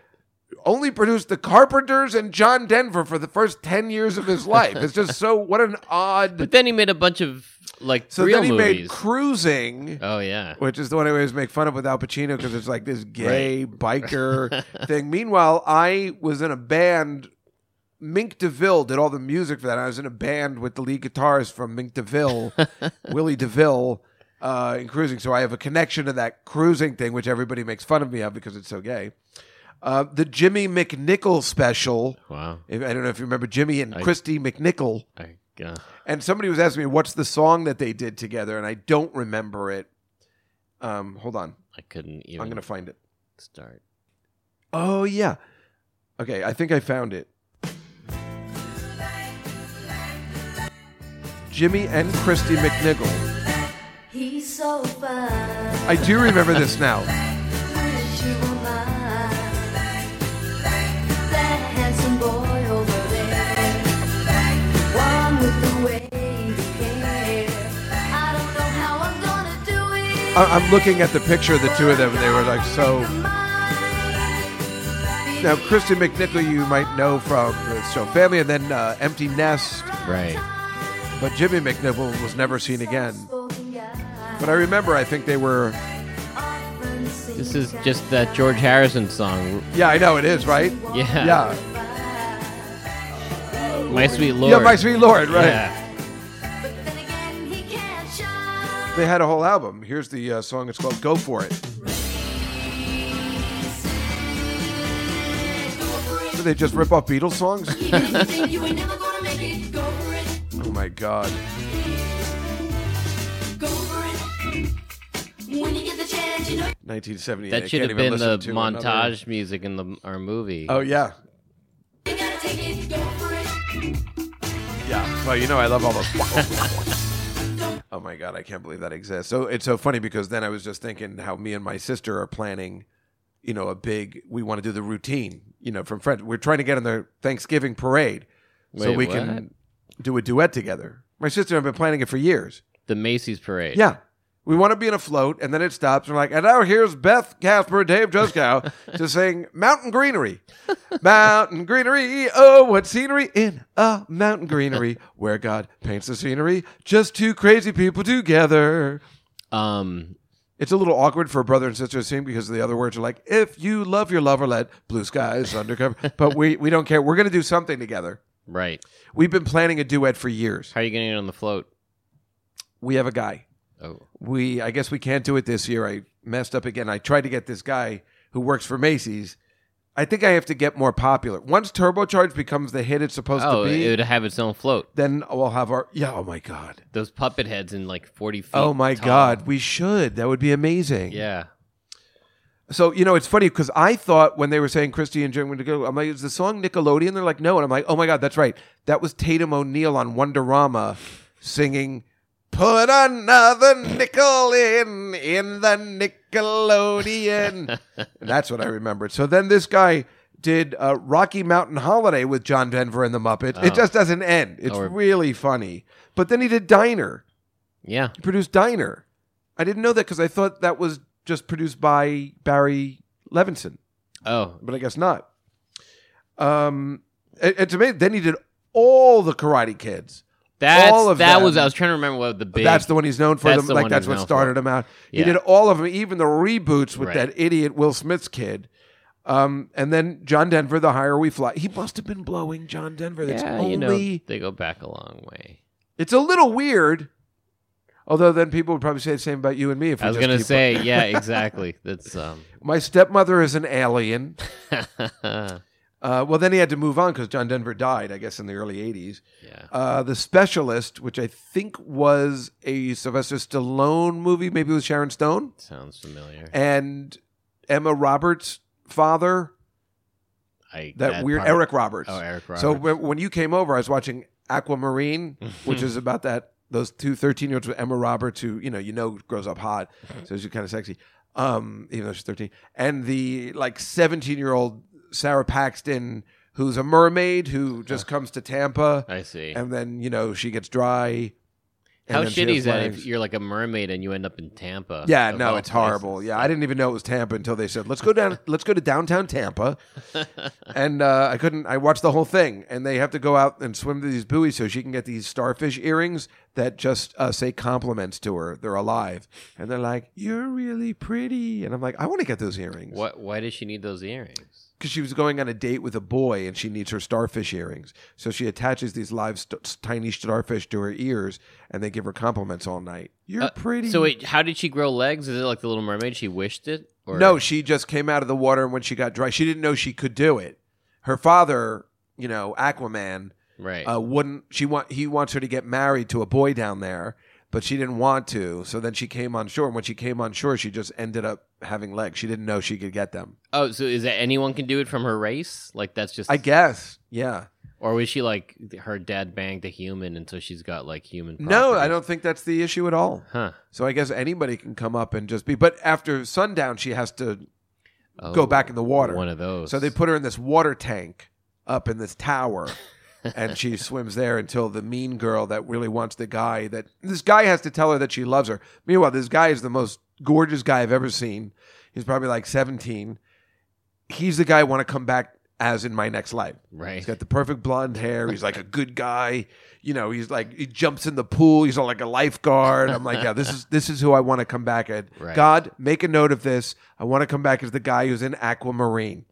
D: only produced the Carpenters and John Denver for the first ten years of his life. It's just so what an odd.
E: But then he made a bunch of like
D: So
E: real
D: then he made
E: movies.
D: Cruising
E: oh yeah.
D: which is the one I always make fun of with Al Pacino because it's like this gay biker thing. Meanwhile, I was in a band. Mink DeVille did all the music for that. I was in a band with the lead guitarist from Mink DeVille, Willie DeVille, uh, in cruising. So I have a connection to that cruising thing, which everybody makes fun of me of because it's so gay. Uh, the Jimmy McNichol special.
E: Wow.
D: If- I don't know if you remember Jimmy and
E: I-
D: Christy McNichol.
E: I, uh,
D: And somebody was asking me what's the song that they did together, and I don't remember it. Um, hold on,
E: I couldn't even
D: I'm gonna find it.
E: start.
D: Oh yeah, okay, I think I found it. Jimmy and Christy McNichol.
H: He's so fine.
D: I do remember this now.
H: Wish you were mine. That handsome boy over there, one with the wavy hair. I don't know how I'm gonna do it.
D: I- I'm looking at the picture of the two of them, and they were like so. Now, Christy McNichol, you might know from the show Family, and then uh, Empty Nest.
E: Right.
D: But Jimmy McNichol was never seen again. But I remember, I think they were.
E: This is just that George Harrison song.
D: Yeah, I know it is, right?
E: Yeah.
D: Yeah.
E: My sweet lord.
D: Yeah, My Sweet Lord, right.
E: Yeah.
D: They had a whole album. Here's the uh, song. It's called Go For It. So they just rip off Beatles songs? Oh my God.
H: When you get the chance, you know
D: 1978. I
E: That should
D: can't
E: have
D: even
E: been the
D: listen to
E: montage
D: another-
E: music in the our movie.
D: Oh, yeah.
H: you gotta take it. Go for it.
D: Yeah. Well, you know, I love all those. oh my god, I can't believe that exists. So it's so funny because then I was just thinking how me and my sister are planning, you know, a big. We want to do the routine, you know, from French. We're trying to get in the Thanksgiving parade so
E: Wait,
D: we can do a duet together. My sister and I have been planning it for years.
E: The Macy's Parade.
D: Yeah. We want to be in a float, and then it stops. And we're like, and now here's Beth Casper and Dave Juskow to sing Mountain Greenery. Mountain Greenery, oh, what scenery in a mountain greenery where God paints the scenery, just two crazy people together.
E: Um.
D: It's a little awkward for a brother and sister to sing because the other words are like, if you love your lover, let blue skies undercover. But we, we don't care. We're going to do something together.
E: Right.
D: We've been planning a duet for years.
E: How are you getting it on the float?
D: We have a guy.
E: Oh.
D: we I guess we can't do it this year. I messed up again. I tried to get this guy who works for Macy's. I think I have to get more popular. Once Turbocharge becomes the hit it's supposed
E: Oh,
D: to be,
E: it would have its own float.
D: then we'll have our yeah. Oh my god.
E: Those puppet heads in like forty feet.
D: Oh my
E: tall.
D: god. We should. That would be amazing.
E: Yeah.
D: So you know it's funny because I thought when they were saying Christy and Jim went to go, I'm like, is the song Nickelodeon? They're like, no, and I'm like, oh my god, that's right. That was Tatum O'Neal on Wonderama singing, "Put another nickel in in the Nickelodeon." and that's what I remembered. So then this guy did uh, Rocky Mountain Holiday with John Denver and the Muppets. It
E: Oh.
D: just doesn't end. It's
E: Or-
D: really funny. But then he did Diner.
E: Yeah.
D: He produced Diner. I didn't know that because I thought that was just produced by Barry Levinson
E: Oh.
D: but I guess not. Um, it, it's amazing. Then he did all the Karate Kids.
E: That's
D: All of
E: that was
D: them.
E: I was trying to remember what the big
D: that's the one he's known for.
E: That's
D: the-
E: the
D: like
E: one
D: that's
E: he's
D: what
E: known for.
D: started him out. He
E: Yeah.
D: did all of them, even the reboots with
E: Right.
D: that idiot Will Smith's kid. Um, and then John Denver, the higher we fly. He must have been blowing John Denver. That's
E: yeah,
D: only
E: you know, they go back a long way.
D: it's a little weird. Although then people would probably say the same about you and me if we
E: I was
D: just
E: gonna
D: keep-
E: say, yeah, exactly. That's um
D: my stepmother is an alien.
E: yeah.
D: Uh, well, then he had to move on because John Denver died, I guess, in the early '80s. Uh, the Specialist, which I think was a Sylvester Stallone movie, maybe it was Sharon Stone
E: Sounds familiar.
D: and Emma Roberts' father,
E: I
D: that, weird
E: part-
D: Eric Roberts.
E: Oh, Eric Roberts.
D: So when, when you came over, I was watching Aquamarine, which
E: Hmm.
D: is about that those two 13 year olds with Emma Roberts, who you know you know grows up hot, so she's kind of sexy, um, even though she's 13, and the like 17 year old Sarah Paxton, who's a mermaid who just comes to Tampa
E: I see.
D: and then you know she gets dry. and
E: How
D: then she
E: shitty
D: has
E: is that if
D: flames.
E: you're like a mermaid and you end up in Tampa?
D: yeah,
E: of
D: no,
E: all
D: it's horrible.
E: places?
D: Yeah, I didn't even know it was Tampa until they said, "Let's go down. let's go to downtown Tampa." and uh, I couldn't. I watched the whole thing, and they have to go out and swim to these buoys so she can get these starfish earrings that just uh, say compliments to her. They're alive, and they're like, "You're really pretty," and I'm like, "I want to get those earrings."
E: What? Why does she need those earrings?
D: because she was going on a date with a boy and she needs her starfish earrings. So she attaches these live st- tiny starfish to her ears and they give her compliments all night. You're
E: Uh,
D: pretty.
E: So wait, how did she grow legs? Is it like the Little Mermaid? She wished it. Or
D: No, she just came out of the water and when she got dry, she didn't know she could do it. Her father, you know, Aquaman,
E: right.
D: uh, wouldn't she want he wants her to get married to a boy down there, but she didn't want to. So then she came on shore and when she came on shore, she just ended up having legs. She didn't know she could get them.
E: oh, so is that anyone can do it from her race? Like that's just
D: I guess. Yeah.
E: Or was she like her dad banged a human, and so she's got like human?
D: No, I
E: properties?
D: don't think that's the issue at all.
E: Huh.
D: So I guess anybody can come up and just be but after sundown she has to
E: Oh,
D: go back in the water.
E: One of those.
D: So they put her in this water tank up in this tower, and she swims there until the mean girl that really wants the guy that this guy has to tell her that she loves her. Meanwhile, this guy is the most gorgeous guy I've ever seen. He's probably like 17. He's the guy I want to come back as in my next life.
E: right.
D: He's got the perfect blonde hair. He's like a good guy. You know, he's like he jumps in the pool. He's all like a lifeguard. I'm like, yeah, this is this is who I want to come back at.
E: Right.
D: God, make a note of this. I want to come back as the guy who's in Aquamarine.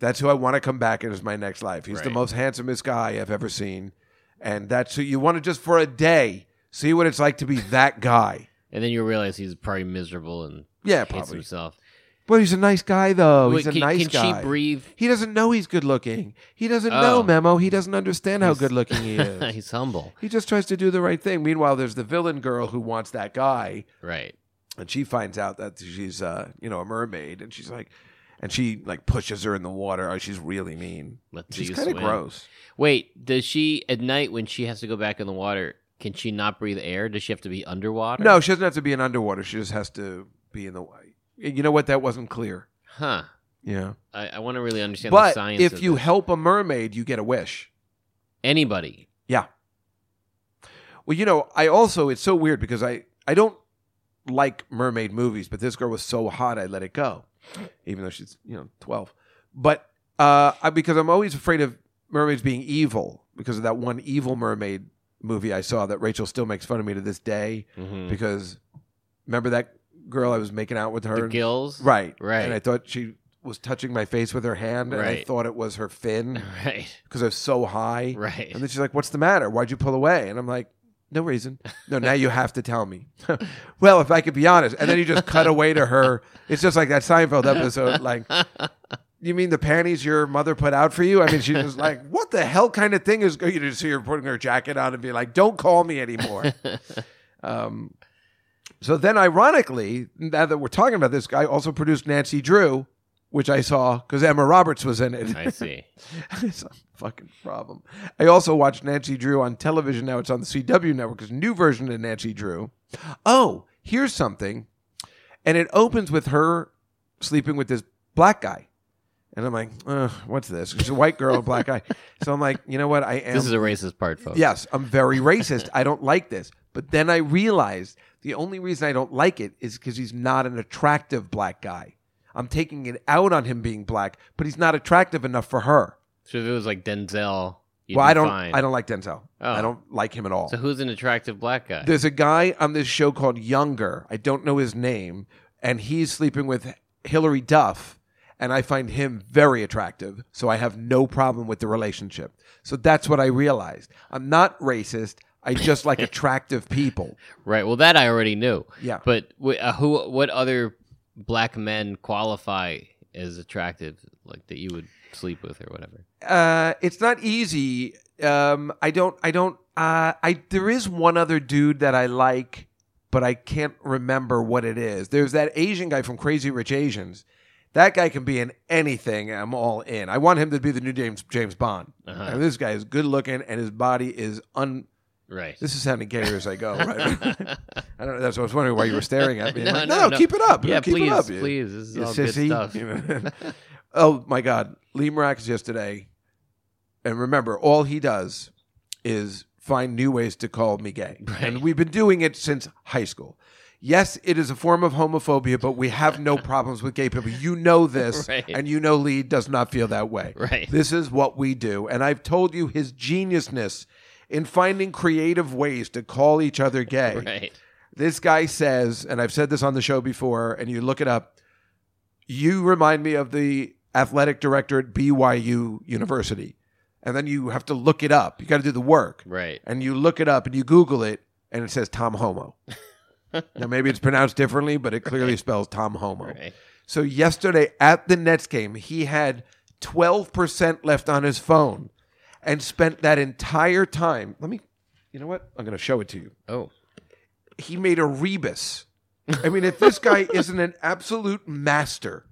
D: That's who I want to come back in as my next life. He's the
E: Right.
D: most handsomest guy I've ever seen, and that's who you want to just for a day see what it's like to be that guy.
E: And then you realize he's probably miserable and
D: Yeah,
E: hates
D: probably.
E: himself.
D: But he's a nice guy, though.
E: Wait,
D: he's a
E: can,
D: nice
E: can
D: guy.
E: she breathe?
D: He doesn't know he's good looking. He doesn't know
E: Oh.
D: Memo. He doesn't understand how good looking he is.
E: he's humble.
D: He just tries to do the right thing. Meanwhile, there's the villain girl who wants that guy,
E: Right.
D: and she finds out that she's, uh, you know, a mermaid, and she's like, and she like pushes her in the water. Oh, she's really mean.
E: Let's
D: She's
E: you
D: kind of
E: swim.
D: gross.
E: Wait, does she at night when she has to go back in the water? Can she not breathe air? Does she have to be underwater?
D: No, she doesn't have to be in underwater. She just has to be in the way. You know what? That wasn't clear.
E: Huh.
D: Yeah,
E: I, I want to really understand the
D: but
E: science.
D: if
E: of
D: you
E: this.
D: help a mermaid, you get a wish.
E: anybody,
D: Yeah. Well, you know, I also it's so weird because I I don't like mermaid movies, but this girl was so hot I let it go, even though she's you know twelve. But uh, I, because I'm always afraid of mermaids being evil because of that one evil mermaid movie I saw that Rachel still makes fun of me to this day
E: Mhm.
D: because remember that girl I was making out with her,
E: the gills,
D: right?
E: Right.
D: And I thought she was touching my face with her hand, and I
E: Right.
D: thought it was her fin
E: right,
D: because I was so high,
E: right.
D: and then she's like, "What's the matter? Why'd you pull away?" And I'm like, "No reason. No, now you have to tell me." well, if I could be honest, and then you just cut away to her. It's just like that Seinfeld episode. Like, you mean the panties your mother put out for you? I mean, she's just like, "What the hell kind of thing is?" You just see her putting her jacket on and be like, "Don't call me anymore." um, so then, ironically, now that we're talking about this guy, also produced Nancy Drew. Which I saw because Emma Roberts was in it.
E: I see.
D: it's a fucking problem. I also watched Nancy Drew on television. Now it's on the CW network. It's a new version of Nancy Drew. Oh, here's something. And it opens with her sleeping with this black guy. And I'm like, Ugh, what's this? She's a white girl, a black guy. So I'm like, you know what? I am.
E: This is a racist part, folks.
D: yes, I'm very racist. I don't like this. But then I realized the only reason I don't like it is because he's not an attractive black guy. I'm taking it out on him being black, but he's not attractive enough for her
E: So if it was like Denzel, you'd
D: well,
E: be
D: I don't.
E: fine.
D: I don't like Denzel.
E: Oh.
D: I don't like him at all.
E: So who's an attractive black guy?
D: There's a guy on this show called Younger. I don't know his name, and he's sleeping with Hillary Duff, and I find him very attractive. So I have no problem with the relationship. So that's what I realized. I'm not racist. I just like attractive people.
E: right. Well, that I already knew.
D: Yeah.
E: But wh- uh, who? What other black men qualify as attractive? Like that you would sleep with or whatever.
D: uh, it's not easy. Um, I don't. I don't. Uh, I there is one other dude that I like, but I can't remember what it is. There's that Asian guy from Crazy Rich Asians. That guy can be in anything. and I'm all in. I want him to be the new James James Bond.
E: Uh-huh.
D: And this guy is good looking, and his body is un.
E: Right.
D: This is sounding gayer as I go. Right? I don't know. That's what I was wondering why you were staring at me.
E: No,
D: Like,
E: no, no.
D: keep it up.
E: yeah,
D: keep
E: please,
D: it up.
E: please. This is
D: You
E: all
D: sissy.
E: good stuff.
D: oh my God, Lee Marax yesterday, and remember, all he does is find new ways to call me gay, and
E: Right.
D: we've been doing it since high school. Yes, it is a form of homophobia, but we have no problems with gay people. You know this,
E: Right.
D: and you know Lee does not feel that way.
E: Right.
D: This is what we do, and I've told you his geniusness in finding creative ways to call each other gay
E: Right.
D: this guy says, and I've said this on the show before, and you look it up. You remind me of the athletic director at BYU University, and then you have to look it up. You got to do the work,
E: Right.
D: and you look it up and you Google it, and it says Tom Homo. now maybe it's pronounced differently, but it clearly spells Tom Homo.
E: Right.
D: So yesterday at the Nets game, he had 12% left on his phone and spent that entire time. Let me, you know what? I'm going to show it to you.
E: Oh,
D: He made a rebus. I mean, if this guy isn't an absolute master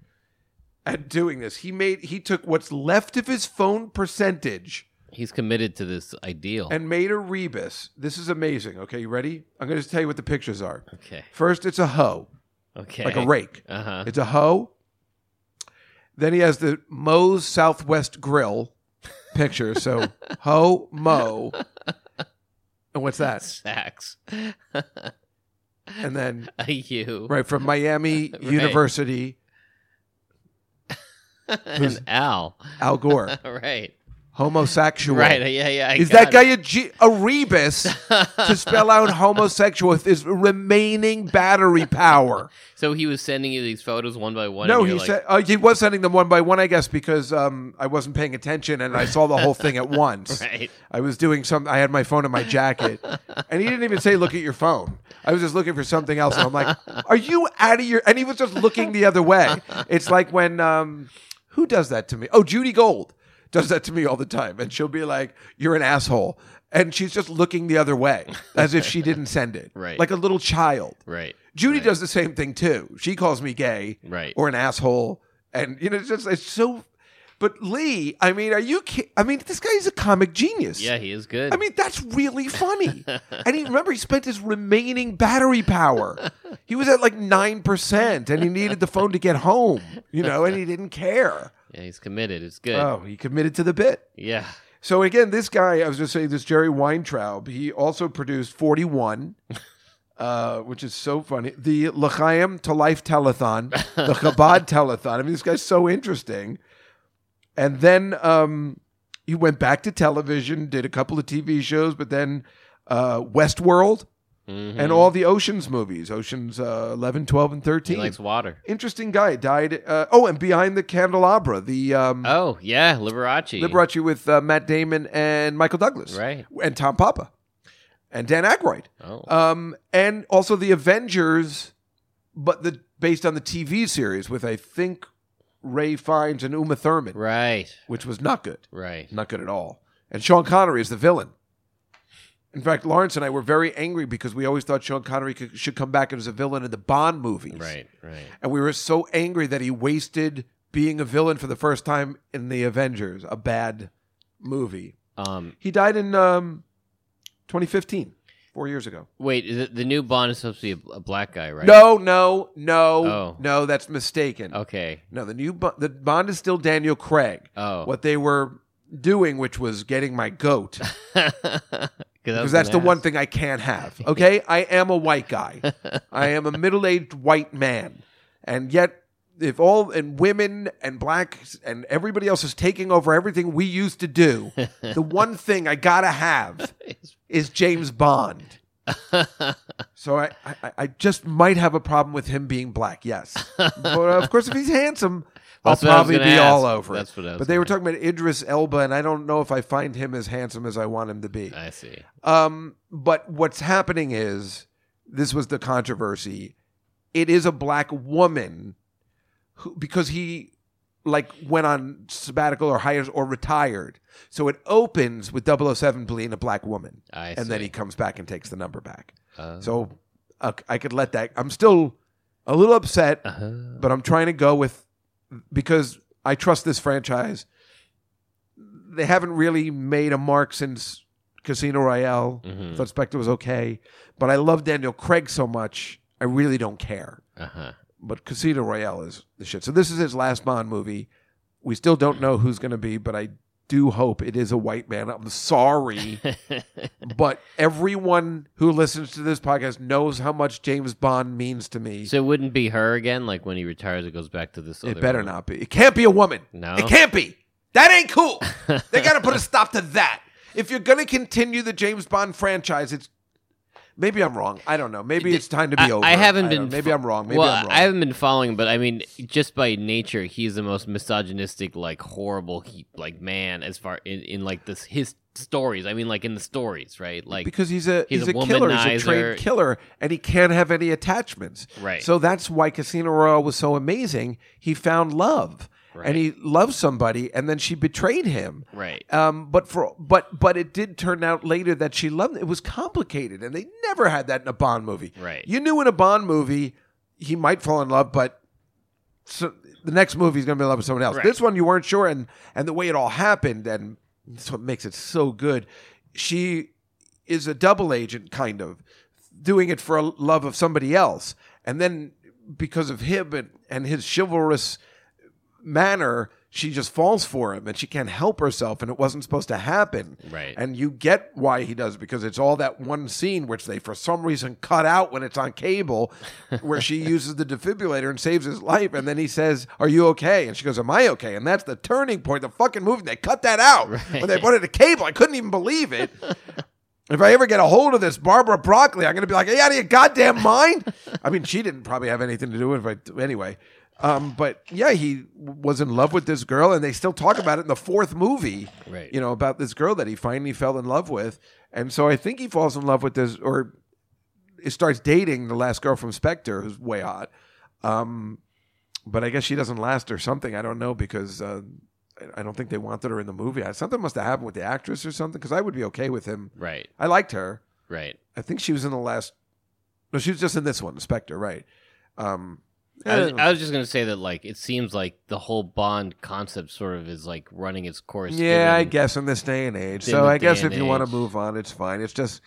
D: at doing this, he made, he took what's left of his phone percentage
E: he's committed to this ideal.
D: and made a rebus. This is amazing. Okay, you ready? I'm going to just tell you what the pictures are.
E: okay.
D: First, it's a hoe,
E: Okay.
D: like a rake.
E: Uh huh.
D: It's a hoe. Then he has the Moe's Southwest Grill picture. So hoe, Moe. And what's that?
E: Sacks.
D: And then,
E: you.
D: right, from Miami
E: Right.
D: University,
E: An Al.
D: Al Gore,
E: right.
D: homosexual.
E: Right. Yeah. Yeah. I
D: Is
E: got
D: that guy
E: it.
D: a, G- a rebus to spell out homosexual with his remaining battery power?
E: So he was sending you these photos one by one.
D: No,
E: and
D: he
E: you're like,
D: said uh, he was sending them one by one, I guess, because um, I wasn't paying attention and I saw the whole thing at once.
E: Right.
D: I was doing some. I had my phone in my jacket, and he didn't even say, "Look at your phone." I was just looking for something else, and I'm like, "Are you out of your?" And he was just looking the other way. It's like when um, who does that to me? Oh, Judy Gold does that to me all the time, and she'll be like, "You're an asshole," and she's just looking the other way as if she didn't send it,
E: Right.
D: Like a little child.
E: Right.
D: Judy does the same thing too. She calls me gay
E: Right.
D: or an asshole, and you know, it's just it's so. But Lee, I mean, are you? Ki- I mean, this guy's a comic genius.
E: Yeah, he is good.
D: I mean, that's really funny. and he remember he spent his remaining battery power. He was at like nine percent, and he needed the phone to get home. You know, and he didn't care.
E: yeah, he's committed. It's good.
D: Oh, he committed to the bit.
E: Yeah.
D: So again, this guy, I was just saying, this Jerry Weintraub, he also produced 41, uh, which is so funny. The L'Chaim to Life Telethon, the Chabad Telethon. I mean, this guy's so interesting. And then um, he went back to television, did a couple of TV shows, but then uh, Westworld
E: Mhm.
D: and all the Oceans movies, Oceans uh, 11, 12, and
E: He
D: 13.
E: likes water.
D: interesting guy. Died. Uh, oh, and Behind the Candelabra, the um,
E: Oh yeah, Liberace.
D: Liberace with uh, Matt Damon and Michael Douglas
E: Right.
D: and Tom Papa and Dan Aykroyd,
E: Oh.
D: um, and also the Avengers, but the based on the TV series with I think Ray Fiennes and Uma Thurman,
E: right.
D: which was not good,
E: Right.
D: not good at all. And Sean Connery is the villain. In fact, Lawrence and I were very angry because we always thought Sean Connery could, should come back as a villain in the Bond movies,
E: Right. Right.
D: And we were so angry that he wasted being a villain for the first time in the Avengers, a bad movie.
E: Um.
D: He died in um, 2015, four years ago.
E: Wait. The, the new Bond is supposed to be a, a black guy, right?
D: No, no, no,
E: Oh.
D: no. That's mistaken.
E: Okay.
D: No, the new Bo- the Bond is still Daniel Craig.
E: Oh.
D: What they were doing, which was getting my goat,
E: Because
D: because that's the one thing I can't have. Okay, I am a white guy. I am a middle aged white man, and yet. If all and women and blacks and everybody else is taking over everything we used to do, the one thing I gotta have is James Bond. So I, I, I just might have a problem with him being black. Yes, but uh, of course, if he's handsome, I'll
E: That's what I was
D: probably be
E: gonna
D: all
E: ask.
D: over
E: That's
D: it.
E: what I was
D: but they were
E: gonna
D: talking about Idris Elba, and I don't know if I find him as handsome as I want him to be.
E: I see.
D: Um, but what's happening is this was the controversy. It is a black woman who, because he like went on sabbatical or hires or retired. So it opens with 007 being a black woman,
E: I
D: and then
E: see.
D: he comes back and takes the number back.
E: Uh,
D: So uh, I could let that. I'm still a little upset,
E: uh-huh.
D: but I'm trying to go with because I trust this franchise. They haven't really made a mark since Casino Royale.
E: Mhm.
D: Thought Spectre was okay, but I love Daniel Craig so much. I really don't care.
E: Uh-huh.
D: But Casino Royale is the shit. So this is his last Bond movie. We still don't know who's going to be, but I do hope it is a white man. I'm sorry. but everyone who listens to this podcast knows how much James Bond means to me.
E: so it wouldn't be her again. Like when he retires, it goes back to this.
D: it
E: other
D: better
E: woman.
D: not be. It can't be a woman.
E: No?
D: It can't be. That ain't cool. they got to put a stop to that. If you're going to continue the James Bond franchise, it's Maybe I'm wrong. I don't know. Maybe it's time to be
E: I,
D: over.
E: I haven't been.
D: don't- Maybe
E: fo-
D: I'm wrong. Maybe
E: well,
D: I'm wrong.
E: I haven't been following, but I mean, just by nature, he's the most misogynistic, like horrible, he, like man, as far in, in like this his stories. I mean, like in the stories, right? Like
D: because he's a
E: he's
D: he's, a,
E: a
D: killer, he's a
E: womanizer.
D: trained killer, and he can't have any attachments.
E: Right.
D: So that's why Casino Royale was so amazing. He found love,
E: Right.
D: and he loved somebody, and then she betrayed him.
E: Right.
D: Um. But for but but it did turn out later that she loved. It was complicated, and they never had that in a Bond movie.
E: Right.
D: You knew in a Bond movie he might fall in love, but so the next movie is going to be in love with someone else.
E: Right.
D: This one you weren't sure, and and the way it all happened, and that's what makes it so good. She is a double agent, kind of doing it for a love of somebody else, and then because of him and, and his chivalrous manner, she just falls for him, and she can't help herself, and it wasn't supposed to happen.
E: Right.
D: And you get why he does it, because it's all that one scene which they for some reason cut out when it's on cable, where she uses the defibrillator and saves his life, and then he says, "Are you okay?" And she goes, "Am I okay?" And that's the turning point. The fucking movie they cut that out when they put it to cable. I couldn't even believe it. If I ever get a hold of this Barbara Broccoli, I'm going to be like, "Are you out of your goddamn mind?" I mean, she didn't probably have anything to do with it, but anyway. Um, but yeah, he was in love with this girl, and they still talk about it in the fourth movie.
E: Right.
D: You know about this girl that he finally fell in love with, and so I think he falls in love with this, or it starts dating the last girl from Spectre, who's way hot. Um, but I guess she doesn't last or something. I don't know because uh, I- I don't think they wanted her in the movie. I- Something must have happened with the actress or something because I would be okay with him.
E: Right.
D: I liked her.
E: Right.
D: I think she was in the last. No, she was just in this one, Spectre, right? Um,
E: I was, I was just gonna say that, like, it seems like the whole Bond concept sort of is like running its course.
D: yeah, I
E: given-
D: guess in this day and age.
E: In
D: So
E: the
D: I guess
E: day
D: if
E: and
D: you want to
E: age.
D: move on, it's fine. It's just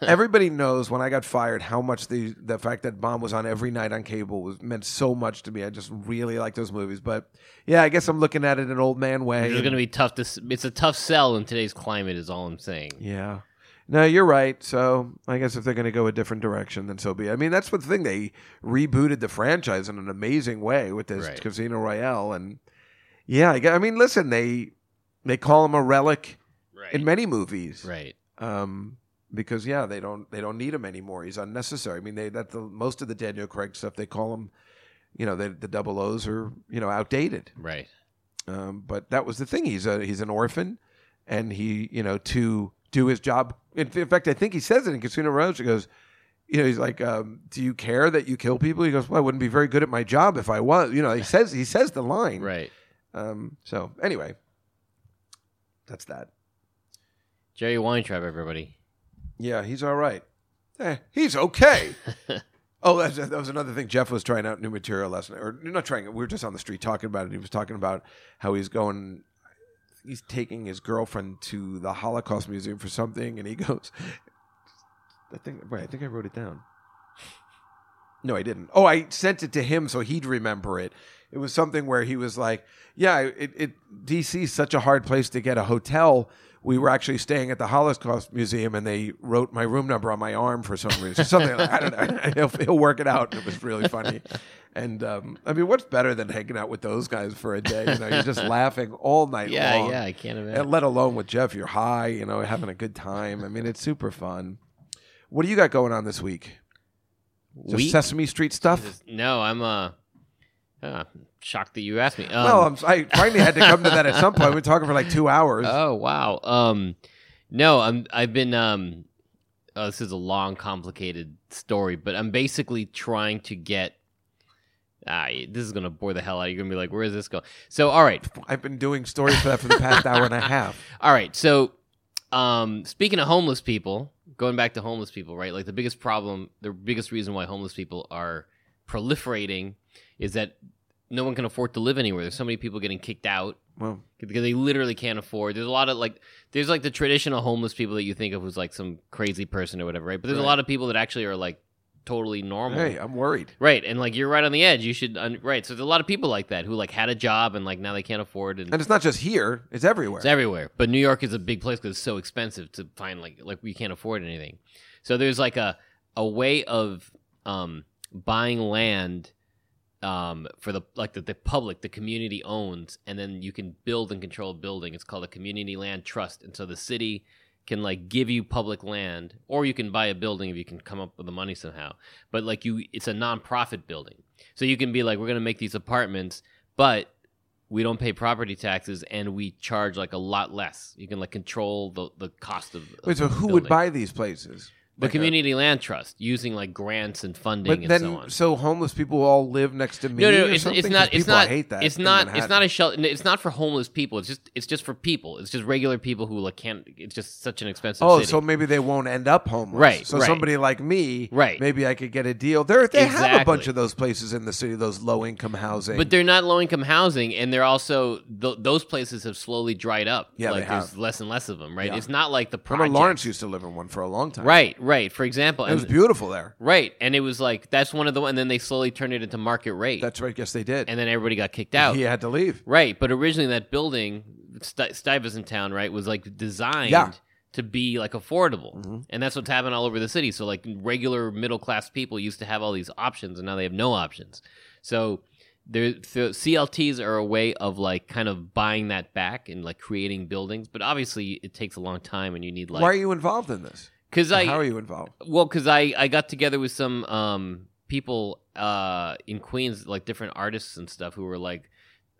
D: everybody knows when I got fired how much the the fact that Bomb was on every night on cable was meant so much to me. I just really like those movies. But yeah, I guess I'm looking at it an old man way.
E: It's gonna be tough to. s- It's a tough sell in today's climate. Is all I'm saying.
D: Yeah. No, you're right. So I guess if they're going to go a different direction, then so be. it. I mean, that's the thing. They rebooted the franchise in an amazing way with this
E: Right.
D: Casino Royale, and yeah, I, gue- I mean, listen, they they call him a relic
E: Right.
D: in many movies,
E: right.
D: Um, because yeah, they don't they don't need him anymore. He's unnecessary. I mean, they that the most of the Daniel Craig stuff they call him, you know, they, the double O's are you know outdated.
E: Right.
D: Um, but that was the thing. He's a he's an orphan, and he you know to do his job. In, f- in fact, I think he says it in Casino Royale. She goes, you know, he's like, um, "Do you care that you kill people?" He goes, "Well, I wouldn't be very good at my job if I was." You know, he says he says the line.
E: Right.
D: Um, so anyway, that's that.
E: Jerry Weintraub, everybody.
D: Yeah, he's all right. Eh, he's okay. oh, that's, that was another thing. Jeff was trying out new material last night, or not trying it. We were just on the street talking about it. He was talking about how he's going. He's taking his girlfriend to the Holocaust Museum for something, and he goes. I think. Wait, I think I wrote it down. No, I didn't. Oh, I sent it to him so he'd remember it. It was something where he was like, "Yeah, it, it DC is such a hard place to get a hotel. We were actually staying at the Holocaust Museum, and they wrote my room number on my arm for some reason. Something like, I don't know. he'll, he'll work it out. It was really funny. And um, I mean, what's better than hanging out with those guys for a day? You know, you're just laughing all night
E: Yeah.
D: long.
E: Yeah. I can't imagine.
D: And let alone with Jeff, you're high. You know, having a good time. I mean, it's super fun. What do you got going on this week? Just
E: Week?
D: Sesame Street stuff.
E: No, I'm uh, uh, shocked that you asked me. Um,
D: well, I'm, I finally had to come to that at some point. We're talking for like two hours.
E: oh wow. Um, no, I'm. I've been. Um, oh, this is a long, complicated story, but I'm basically trying to get. Ah, this is gonna bore the hell out. of you. You're gonna be like, "Where is this going?" So, all right,
D: I've been doing stories for that for the past hour and a half.
E: All right. So, um, speaking of homeless people, going back to homeless people, right? Like the biggest problem, the biggest reason why homeless people are proliferating is that no one can afford to live anywhere. There's so many people getting kicked out
D: Well,
E: because they literally can't afford. There's a lot of like, there's like the traditional homeless people that you think of who's like some crazy person or whatever, right? But there's a
D: Right.
E: lot of people that actually are like totally normal.
D: hey, I'm worried.
E: Right, and like you're right on the edge. You should un- right. So there's a lot of people like that who like had a job and like now they can't afford
D: And it's not just here; it's everywhere.
E: it's everywhere, but New York is a big place because it's so expensive to find. Like, like we can't afford anything. So there's like a a way of um, buying land um, for the like the, the public, the community owns, and then you can build and control a building. It's called a community land trust, and so the city can like give you public land, or you can buy a building if you can come up with the money somehow. But like you, it's a nonprofit building, so you can be like, we're gonna make these apartments, but we don't pay property taxes and we charge like a lot less. You can like control the the cost of.
D: Wait,
E: of
D: so
E: the
D: who would
E: building.
D: buy these places?
E: the
D: Like a-
E: community land trust using like grants and funding
D: But
E: and
D: then,
E: so on?
D: homeless people all live next to me.
E: no, no,
D: or
E: it's,
D: something?
E: it's
D: 'Cause
E: not. It's
D: people
E: not.
D: hate that.
E: it's
D: in
E: not. It's not
D: Manhattan.
E: a shelter. It's not for homeless people. It's just. It's just for people. It's just regular people who like can't. It's just such an expensive.
D: Oh,
E: city.
D: so maybe they won't end up homeless.
E: Right,
D: So
E: right.
D: somebody like me,
E: Right.
D: Maybe I could get a deal. There, they have a bunch
E: Exactly.
D: of those places in the city. Those low income housing.
E: But they're not low income housing, and they're also th- those places have slowly dried up.
D: Yeah, they
E: like there's
D: have.
E: less and less of them. Right.
D: Yeah.
E: It's not like the
D: Remember,
E: project.
D: Lawrence used to live in one for a long time.
E: Right. Right. For example,
D: It was
E: and-
D: beautiful there.
E: right, and it was like that's one of the and then they slowly turned it into market rate,
D: That's right. Yes, they did.
E: and then everybody got kicked out.
D: he had to leave.
E: Right, but originally that building, St- Stuyvesant Town, right, was like designed
D: Yeah. Mm-hmm.
E: to be like affordable, and that's what's happened all over the city. So like regular middle class people used to have all these options, and now they have no options. So there, so CLTs are a way of like kind of buying that back and like creating buildings, but obviously it takes a long time, and you need
D: Why are
E: like
D: you involved in this?
E: because
D: Or
E: I
D: How are you involved?
E: well, because I I got together with some um people uh in Queens, like different artists and stuff, who were like,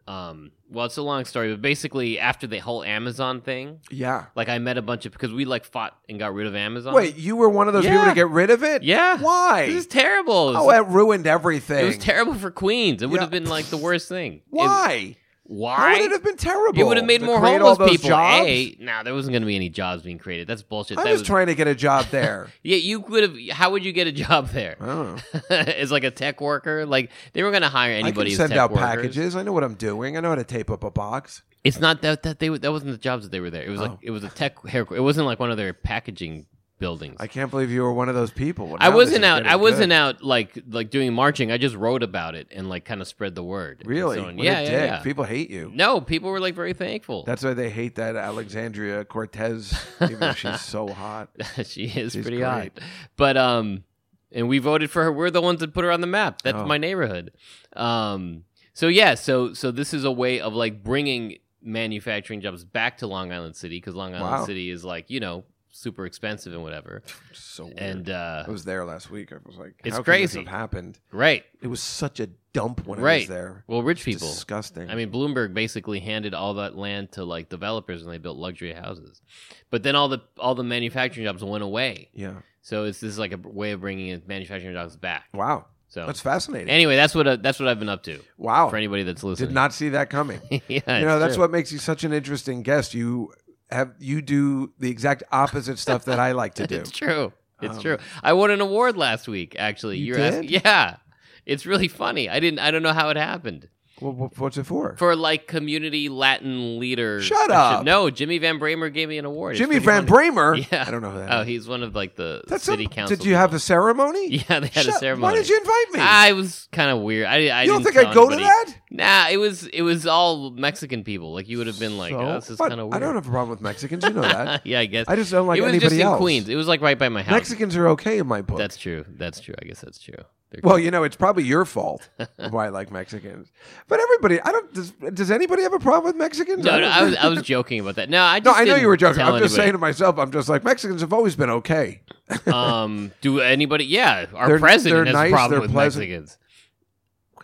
E: um, well, it's a long story, but basically after the whole Amazon thing,
D: Yeah.
E: like I met a bunch of because we like fought and got rid of Amazon.
D: Wait, you were one of those people
E: Yeah.
D: to get rid of it?
E: yeah,
D: Why?
E: This is terrible.
D: oh, it ruined everything.
E: it was terrible for Queens. It would
D: Yeah.
E: have been like the worst thing. It-
D: Why? How
E: why?
D: would it have been terrible?
E: It would have made
D: To
E: more
D: create
E: homeless
D: all those
E: people.
D: Jobs?
E: A, nah, there wasn't going to be any jobs being created. That's bullshit.
D: I
E: that
D: was,
E: was
D: trying to get a job there.
E: Yeah, you could have. How would you get a job there?
D: I don't know.
E: as like a tech worker, like they were going to hire
D: I can
E: anybody. as
D: send
E: tech
D: out
E: workers.
D: packages. I know what I'm doing. I know how to tape up a box.
E: It's not that that they that wasn't the jobs that they were there. It was like
D: Oh.
E: it was a tech hair. It wasn't like one of their packaging buildings.
D: I can't believe you were one of those people. Well,
E: I
D: now this
E: wasn't
D: is
E: out.
D: getting
E: I wasn't
D: good.
E: out like like doing marching. I just wrote about it and like kind of spread the word. and
D: Really?
E: so on.
D: What
E: yeah,
D: a
E: yeah,
D: dick.
E: yeah.
D: People hate you.
E: no, people were like very thankful.
D: That's why they hate that Alexandria Cortez, even though she's so hot.
E: she is
D: She's
E: pretty
D: great.
E: hot. But um and we voted for her. We're the ones that put her on the map. That's
D: Oh.
E: my neighborhood. Um so yeah, so so this is a way of like bringing manufacturing jobs back to Long Island City cuz Long Island
D: Wow.
E: City is like, you know, super expensive and whatever.
D: So weird.
E: And uh
D: I was there last week. I was like,
E: It's
D: how
E: crazy.
D: Could this have happened.
E: right.
D: It was such a dump when I was
E: Right.
D: there.
E: Well, rich people.
D: Disgusting.
E: I mean, Bloomberg basically handed all that land to like developers and they built luxury houses. But then all the all the manufacturing jobs went away.
D: yeah.
E: So it's this is like a way of bringing in manufacturing jobs back.
D: Wow.
E: So
D: That's fascinating.
E: Anyway, that's what uh, that's what I've been up to.
D: wow.
E: For anybody that's
D: Oh.
E: listening,
D: Did not see that coming. you
E: yeah,
D: know, that's what makes you such an interesting guest. You have you do the exact opposite stuff that I like to do.
E: it's true. It's
D: Um,
E: true. I won an award last week. Actually,
D: You
E: are asking,
D: did?
E: yeah. It's really funny. I didn't. I don't know how it happened.
D: Well, wh- what's it for?
E: For like community Latin leader.
D: Shut up.
E: No, Jimmy Van Bramer gave me an award. It's
D: Jimmy
E: pretty
D: Van
E: funny.
D: Bramer.
E: Yeah.
D: I don't know who that.
E: Oh,
D: is.
E: he's one of like the
D: That's
E: city
D: a,
E: council.
D: Did you have a
E: people.
D: ceremony?
E: Yeah, they had
D: Shut-
E: a ceremony.
D: Why did you invite me?
E: I was kind of weird. I, I
D: you don't
E: didn't
D: think I'd
E: tell
D: go to
E: anybody.
D: that?
E: Nah, it was it was all Mexican people. Like you would have been like,
D: So?
E: oh, this is
D: But
E: kind of weird.
D: I don't have a problem with Mexicans. You know that.
E: yeah, I guess.
D: I just don't like
E: it was
D: anybody
E: just in
D: else.
E: Queens. It was like right by my house.
D: Mexicans are okay in my book.
E: That's true. That's true. I guess that's true. They're
D: well,
E: cool.
D: you know, it's probably your fault why I like Mexicans. But everybody, I don't. Does, does anybody have a problem with Mexicans?
E: no, no,
D: don't-
E: I was I was joking about that. No, I just
D: No, I know
E: didn't
D: you were joking. I'm
E: tell
D: just saying to
E: anybody.
D: myself, I'm just like Mexicans have always been okay.
E: um, do anybody? Yeah, our
D: They're-
E: president
D: they're
E: has
D: nice,
E: a problem
D: they're
E: with
D: pleasant.
E: Mexicans.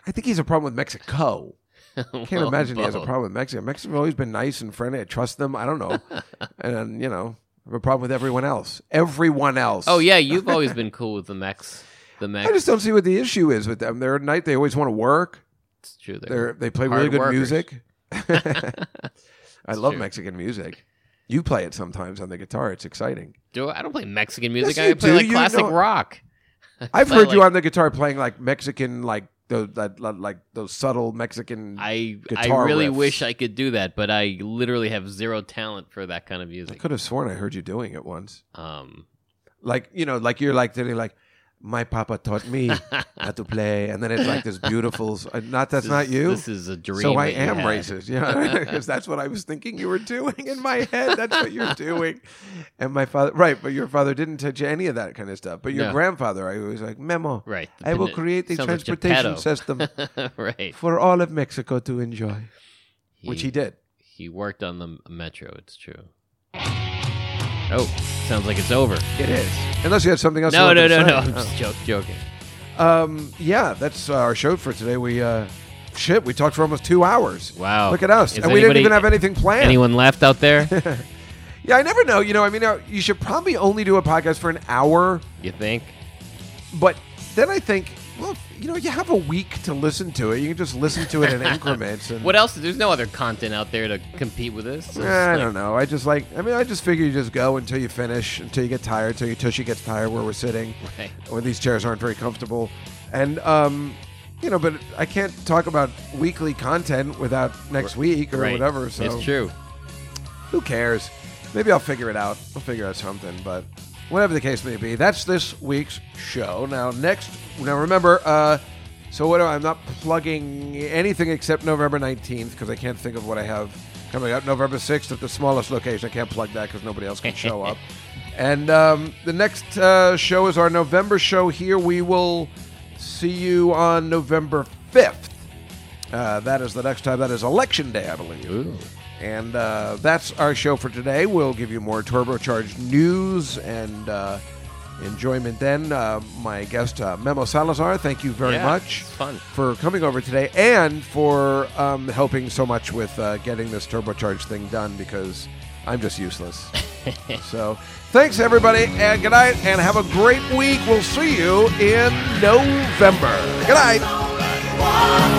D: I think he's a problem with Mexico. Can't
E: Well,
D: imagine he has a
E: both.
D: problem with Mexico. Mexicans have always been nice and friendly. I trust them. I don't know, and you know, I have a problem with everyone else. Everyone else.
E: Oh yeah, you've always been cool with the Mex. The Mex.
D: I just don't see what the issue is with them. They're at night. They always want to work.
E: it's true.
D: They're
E: They're,
D: they play
E: hard
D: really good
E: workers.
D: music. I love
E: true.
D: Mexican music. You play it sometimes on the guitar. It's exciting.
E: do I don't play Mexican music.
D: Yes, you
E: I play
D: do.
E: like
D: You
E: classic
D: know-
E: rock.
D: I've
E: play,
D: heard you
E: like-
D: on the guitar playing like Mexican, like those that, like those subtle Mexican.
E: I I
D: mm, Guitar
E: really
D: riffs.
E: wish I could do that, but I literally have zero talent for that kind of
D: I
E: music.
D: could have sworn I heard you doing it once.
E: Um,
D: Like you know, like you're like they're like my papa taught me how to play, and then it's like this beautiful. s- uh, Not that's
E: this
D: not
E: is-
D: you.
E: This is a dream.
D: so I
E: that you
D: am
E: had.
D: racist, yeah, because that's what I was thinking you were doing in my head. That's what you're doing, and my father, right? But your father didn't teach you any of that kind of stuff. But your
E: No.
D: grandfather, I was like, Memo,
E: Right.
D: I will
E: It
D: create a
E: sounds like
D: transportation
E: Geppetto.
D: system
E: right.
D: for all of Mexico to enjoy, which he did.
E: He worked on the metro. It's true. Oh, sounds like it's over.
D: It is. Unless you had something else. you
E: No, no,
D: wanted
E: no,
D: to
E: no.
D: say.
E: I'm just joke, joking.
D: Um, yeah, that's uh, our show for today. We uh, shit, we talked for almost two hours.
E: Wow.
D: look at us,
E: Is
D: and we didn't
E: anybody-
D: even have anything planned.
E: Anyone left out there?
D: Yeah, I never know. You know, I mean, uh, you should probably only do a podcast for an hour,
E: you think?
D: but then I think, well, you know, you have a week to listen to it. You can just listen to it in increments. And,
E: What else? There's no other content out there to compete with this. It's
D: Eh, I
E: like-
D: don't know. I just like. I mean, I just figure you just go until you finish, until you get tired, until your tushy gets tired where we're sitting,
E: Right.
D: or these chairs aren't very comfortable, and um, you know. But I can't talk about weekly content without next week or
E: Right.
D: whatever. So
E: It's true.
D: who cares? Maybe I'll figure it out. I'll figure out something. But whatever the case may be, that's this week's show. Now next. Now remember. Uh, so what? do I- I'm not plugging anything except November 19th because I can't think of what I have coming up. November 6th at the smallest location. I can't plug that because nobody else can show up. And um, the next uh, show is our November show. Here we will see you on November 5th. Uh, that is the next time. That is Election Day, I believe. And uh, that's our show for today. We'll give you more turbocharged news and uh, enjoyment then. Uh, my guest, uh, Memo Salazar, thank you very
E: Yeah,
D: much
E: it's fun.
D: for coming over today and for um, helping so much with uh, getting this turbocharged thing done because I'm just useless. so thanks, everybody, and good night, and have a great week. We'll see you in November. Good night.
H: Walk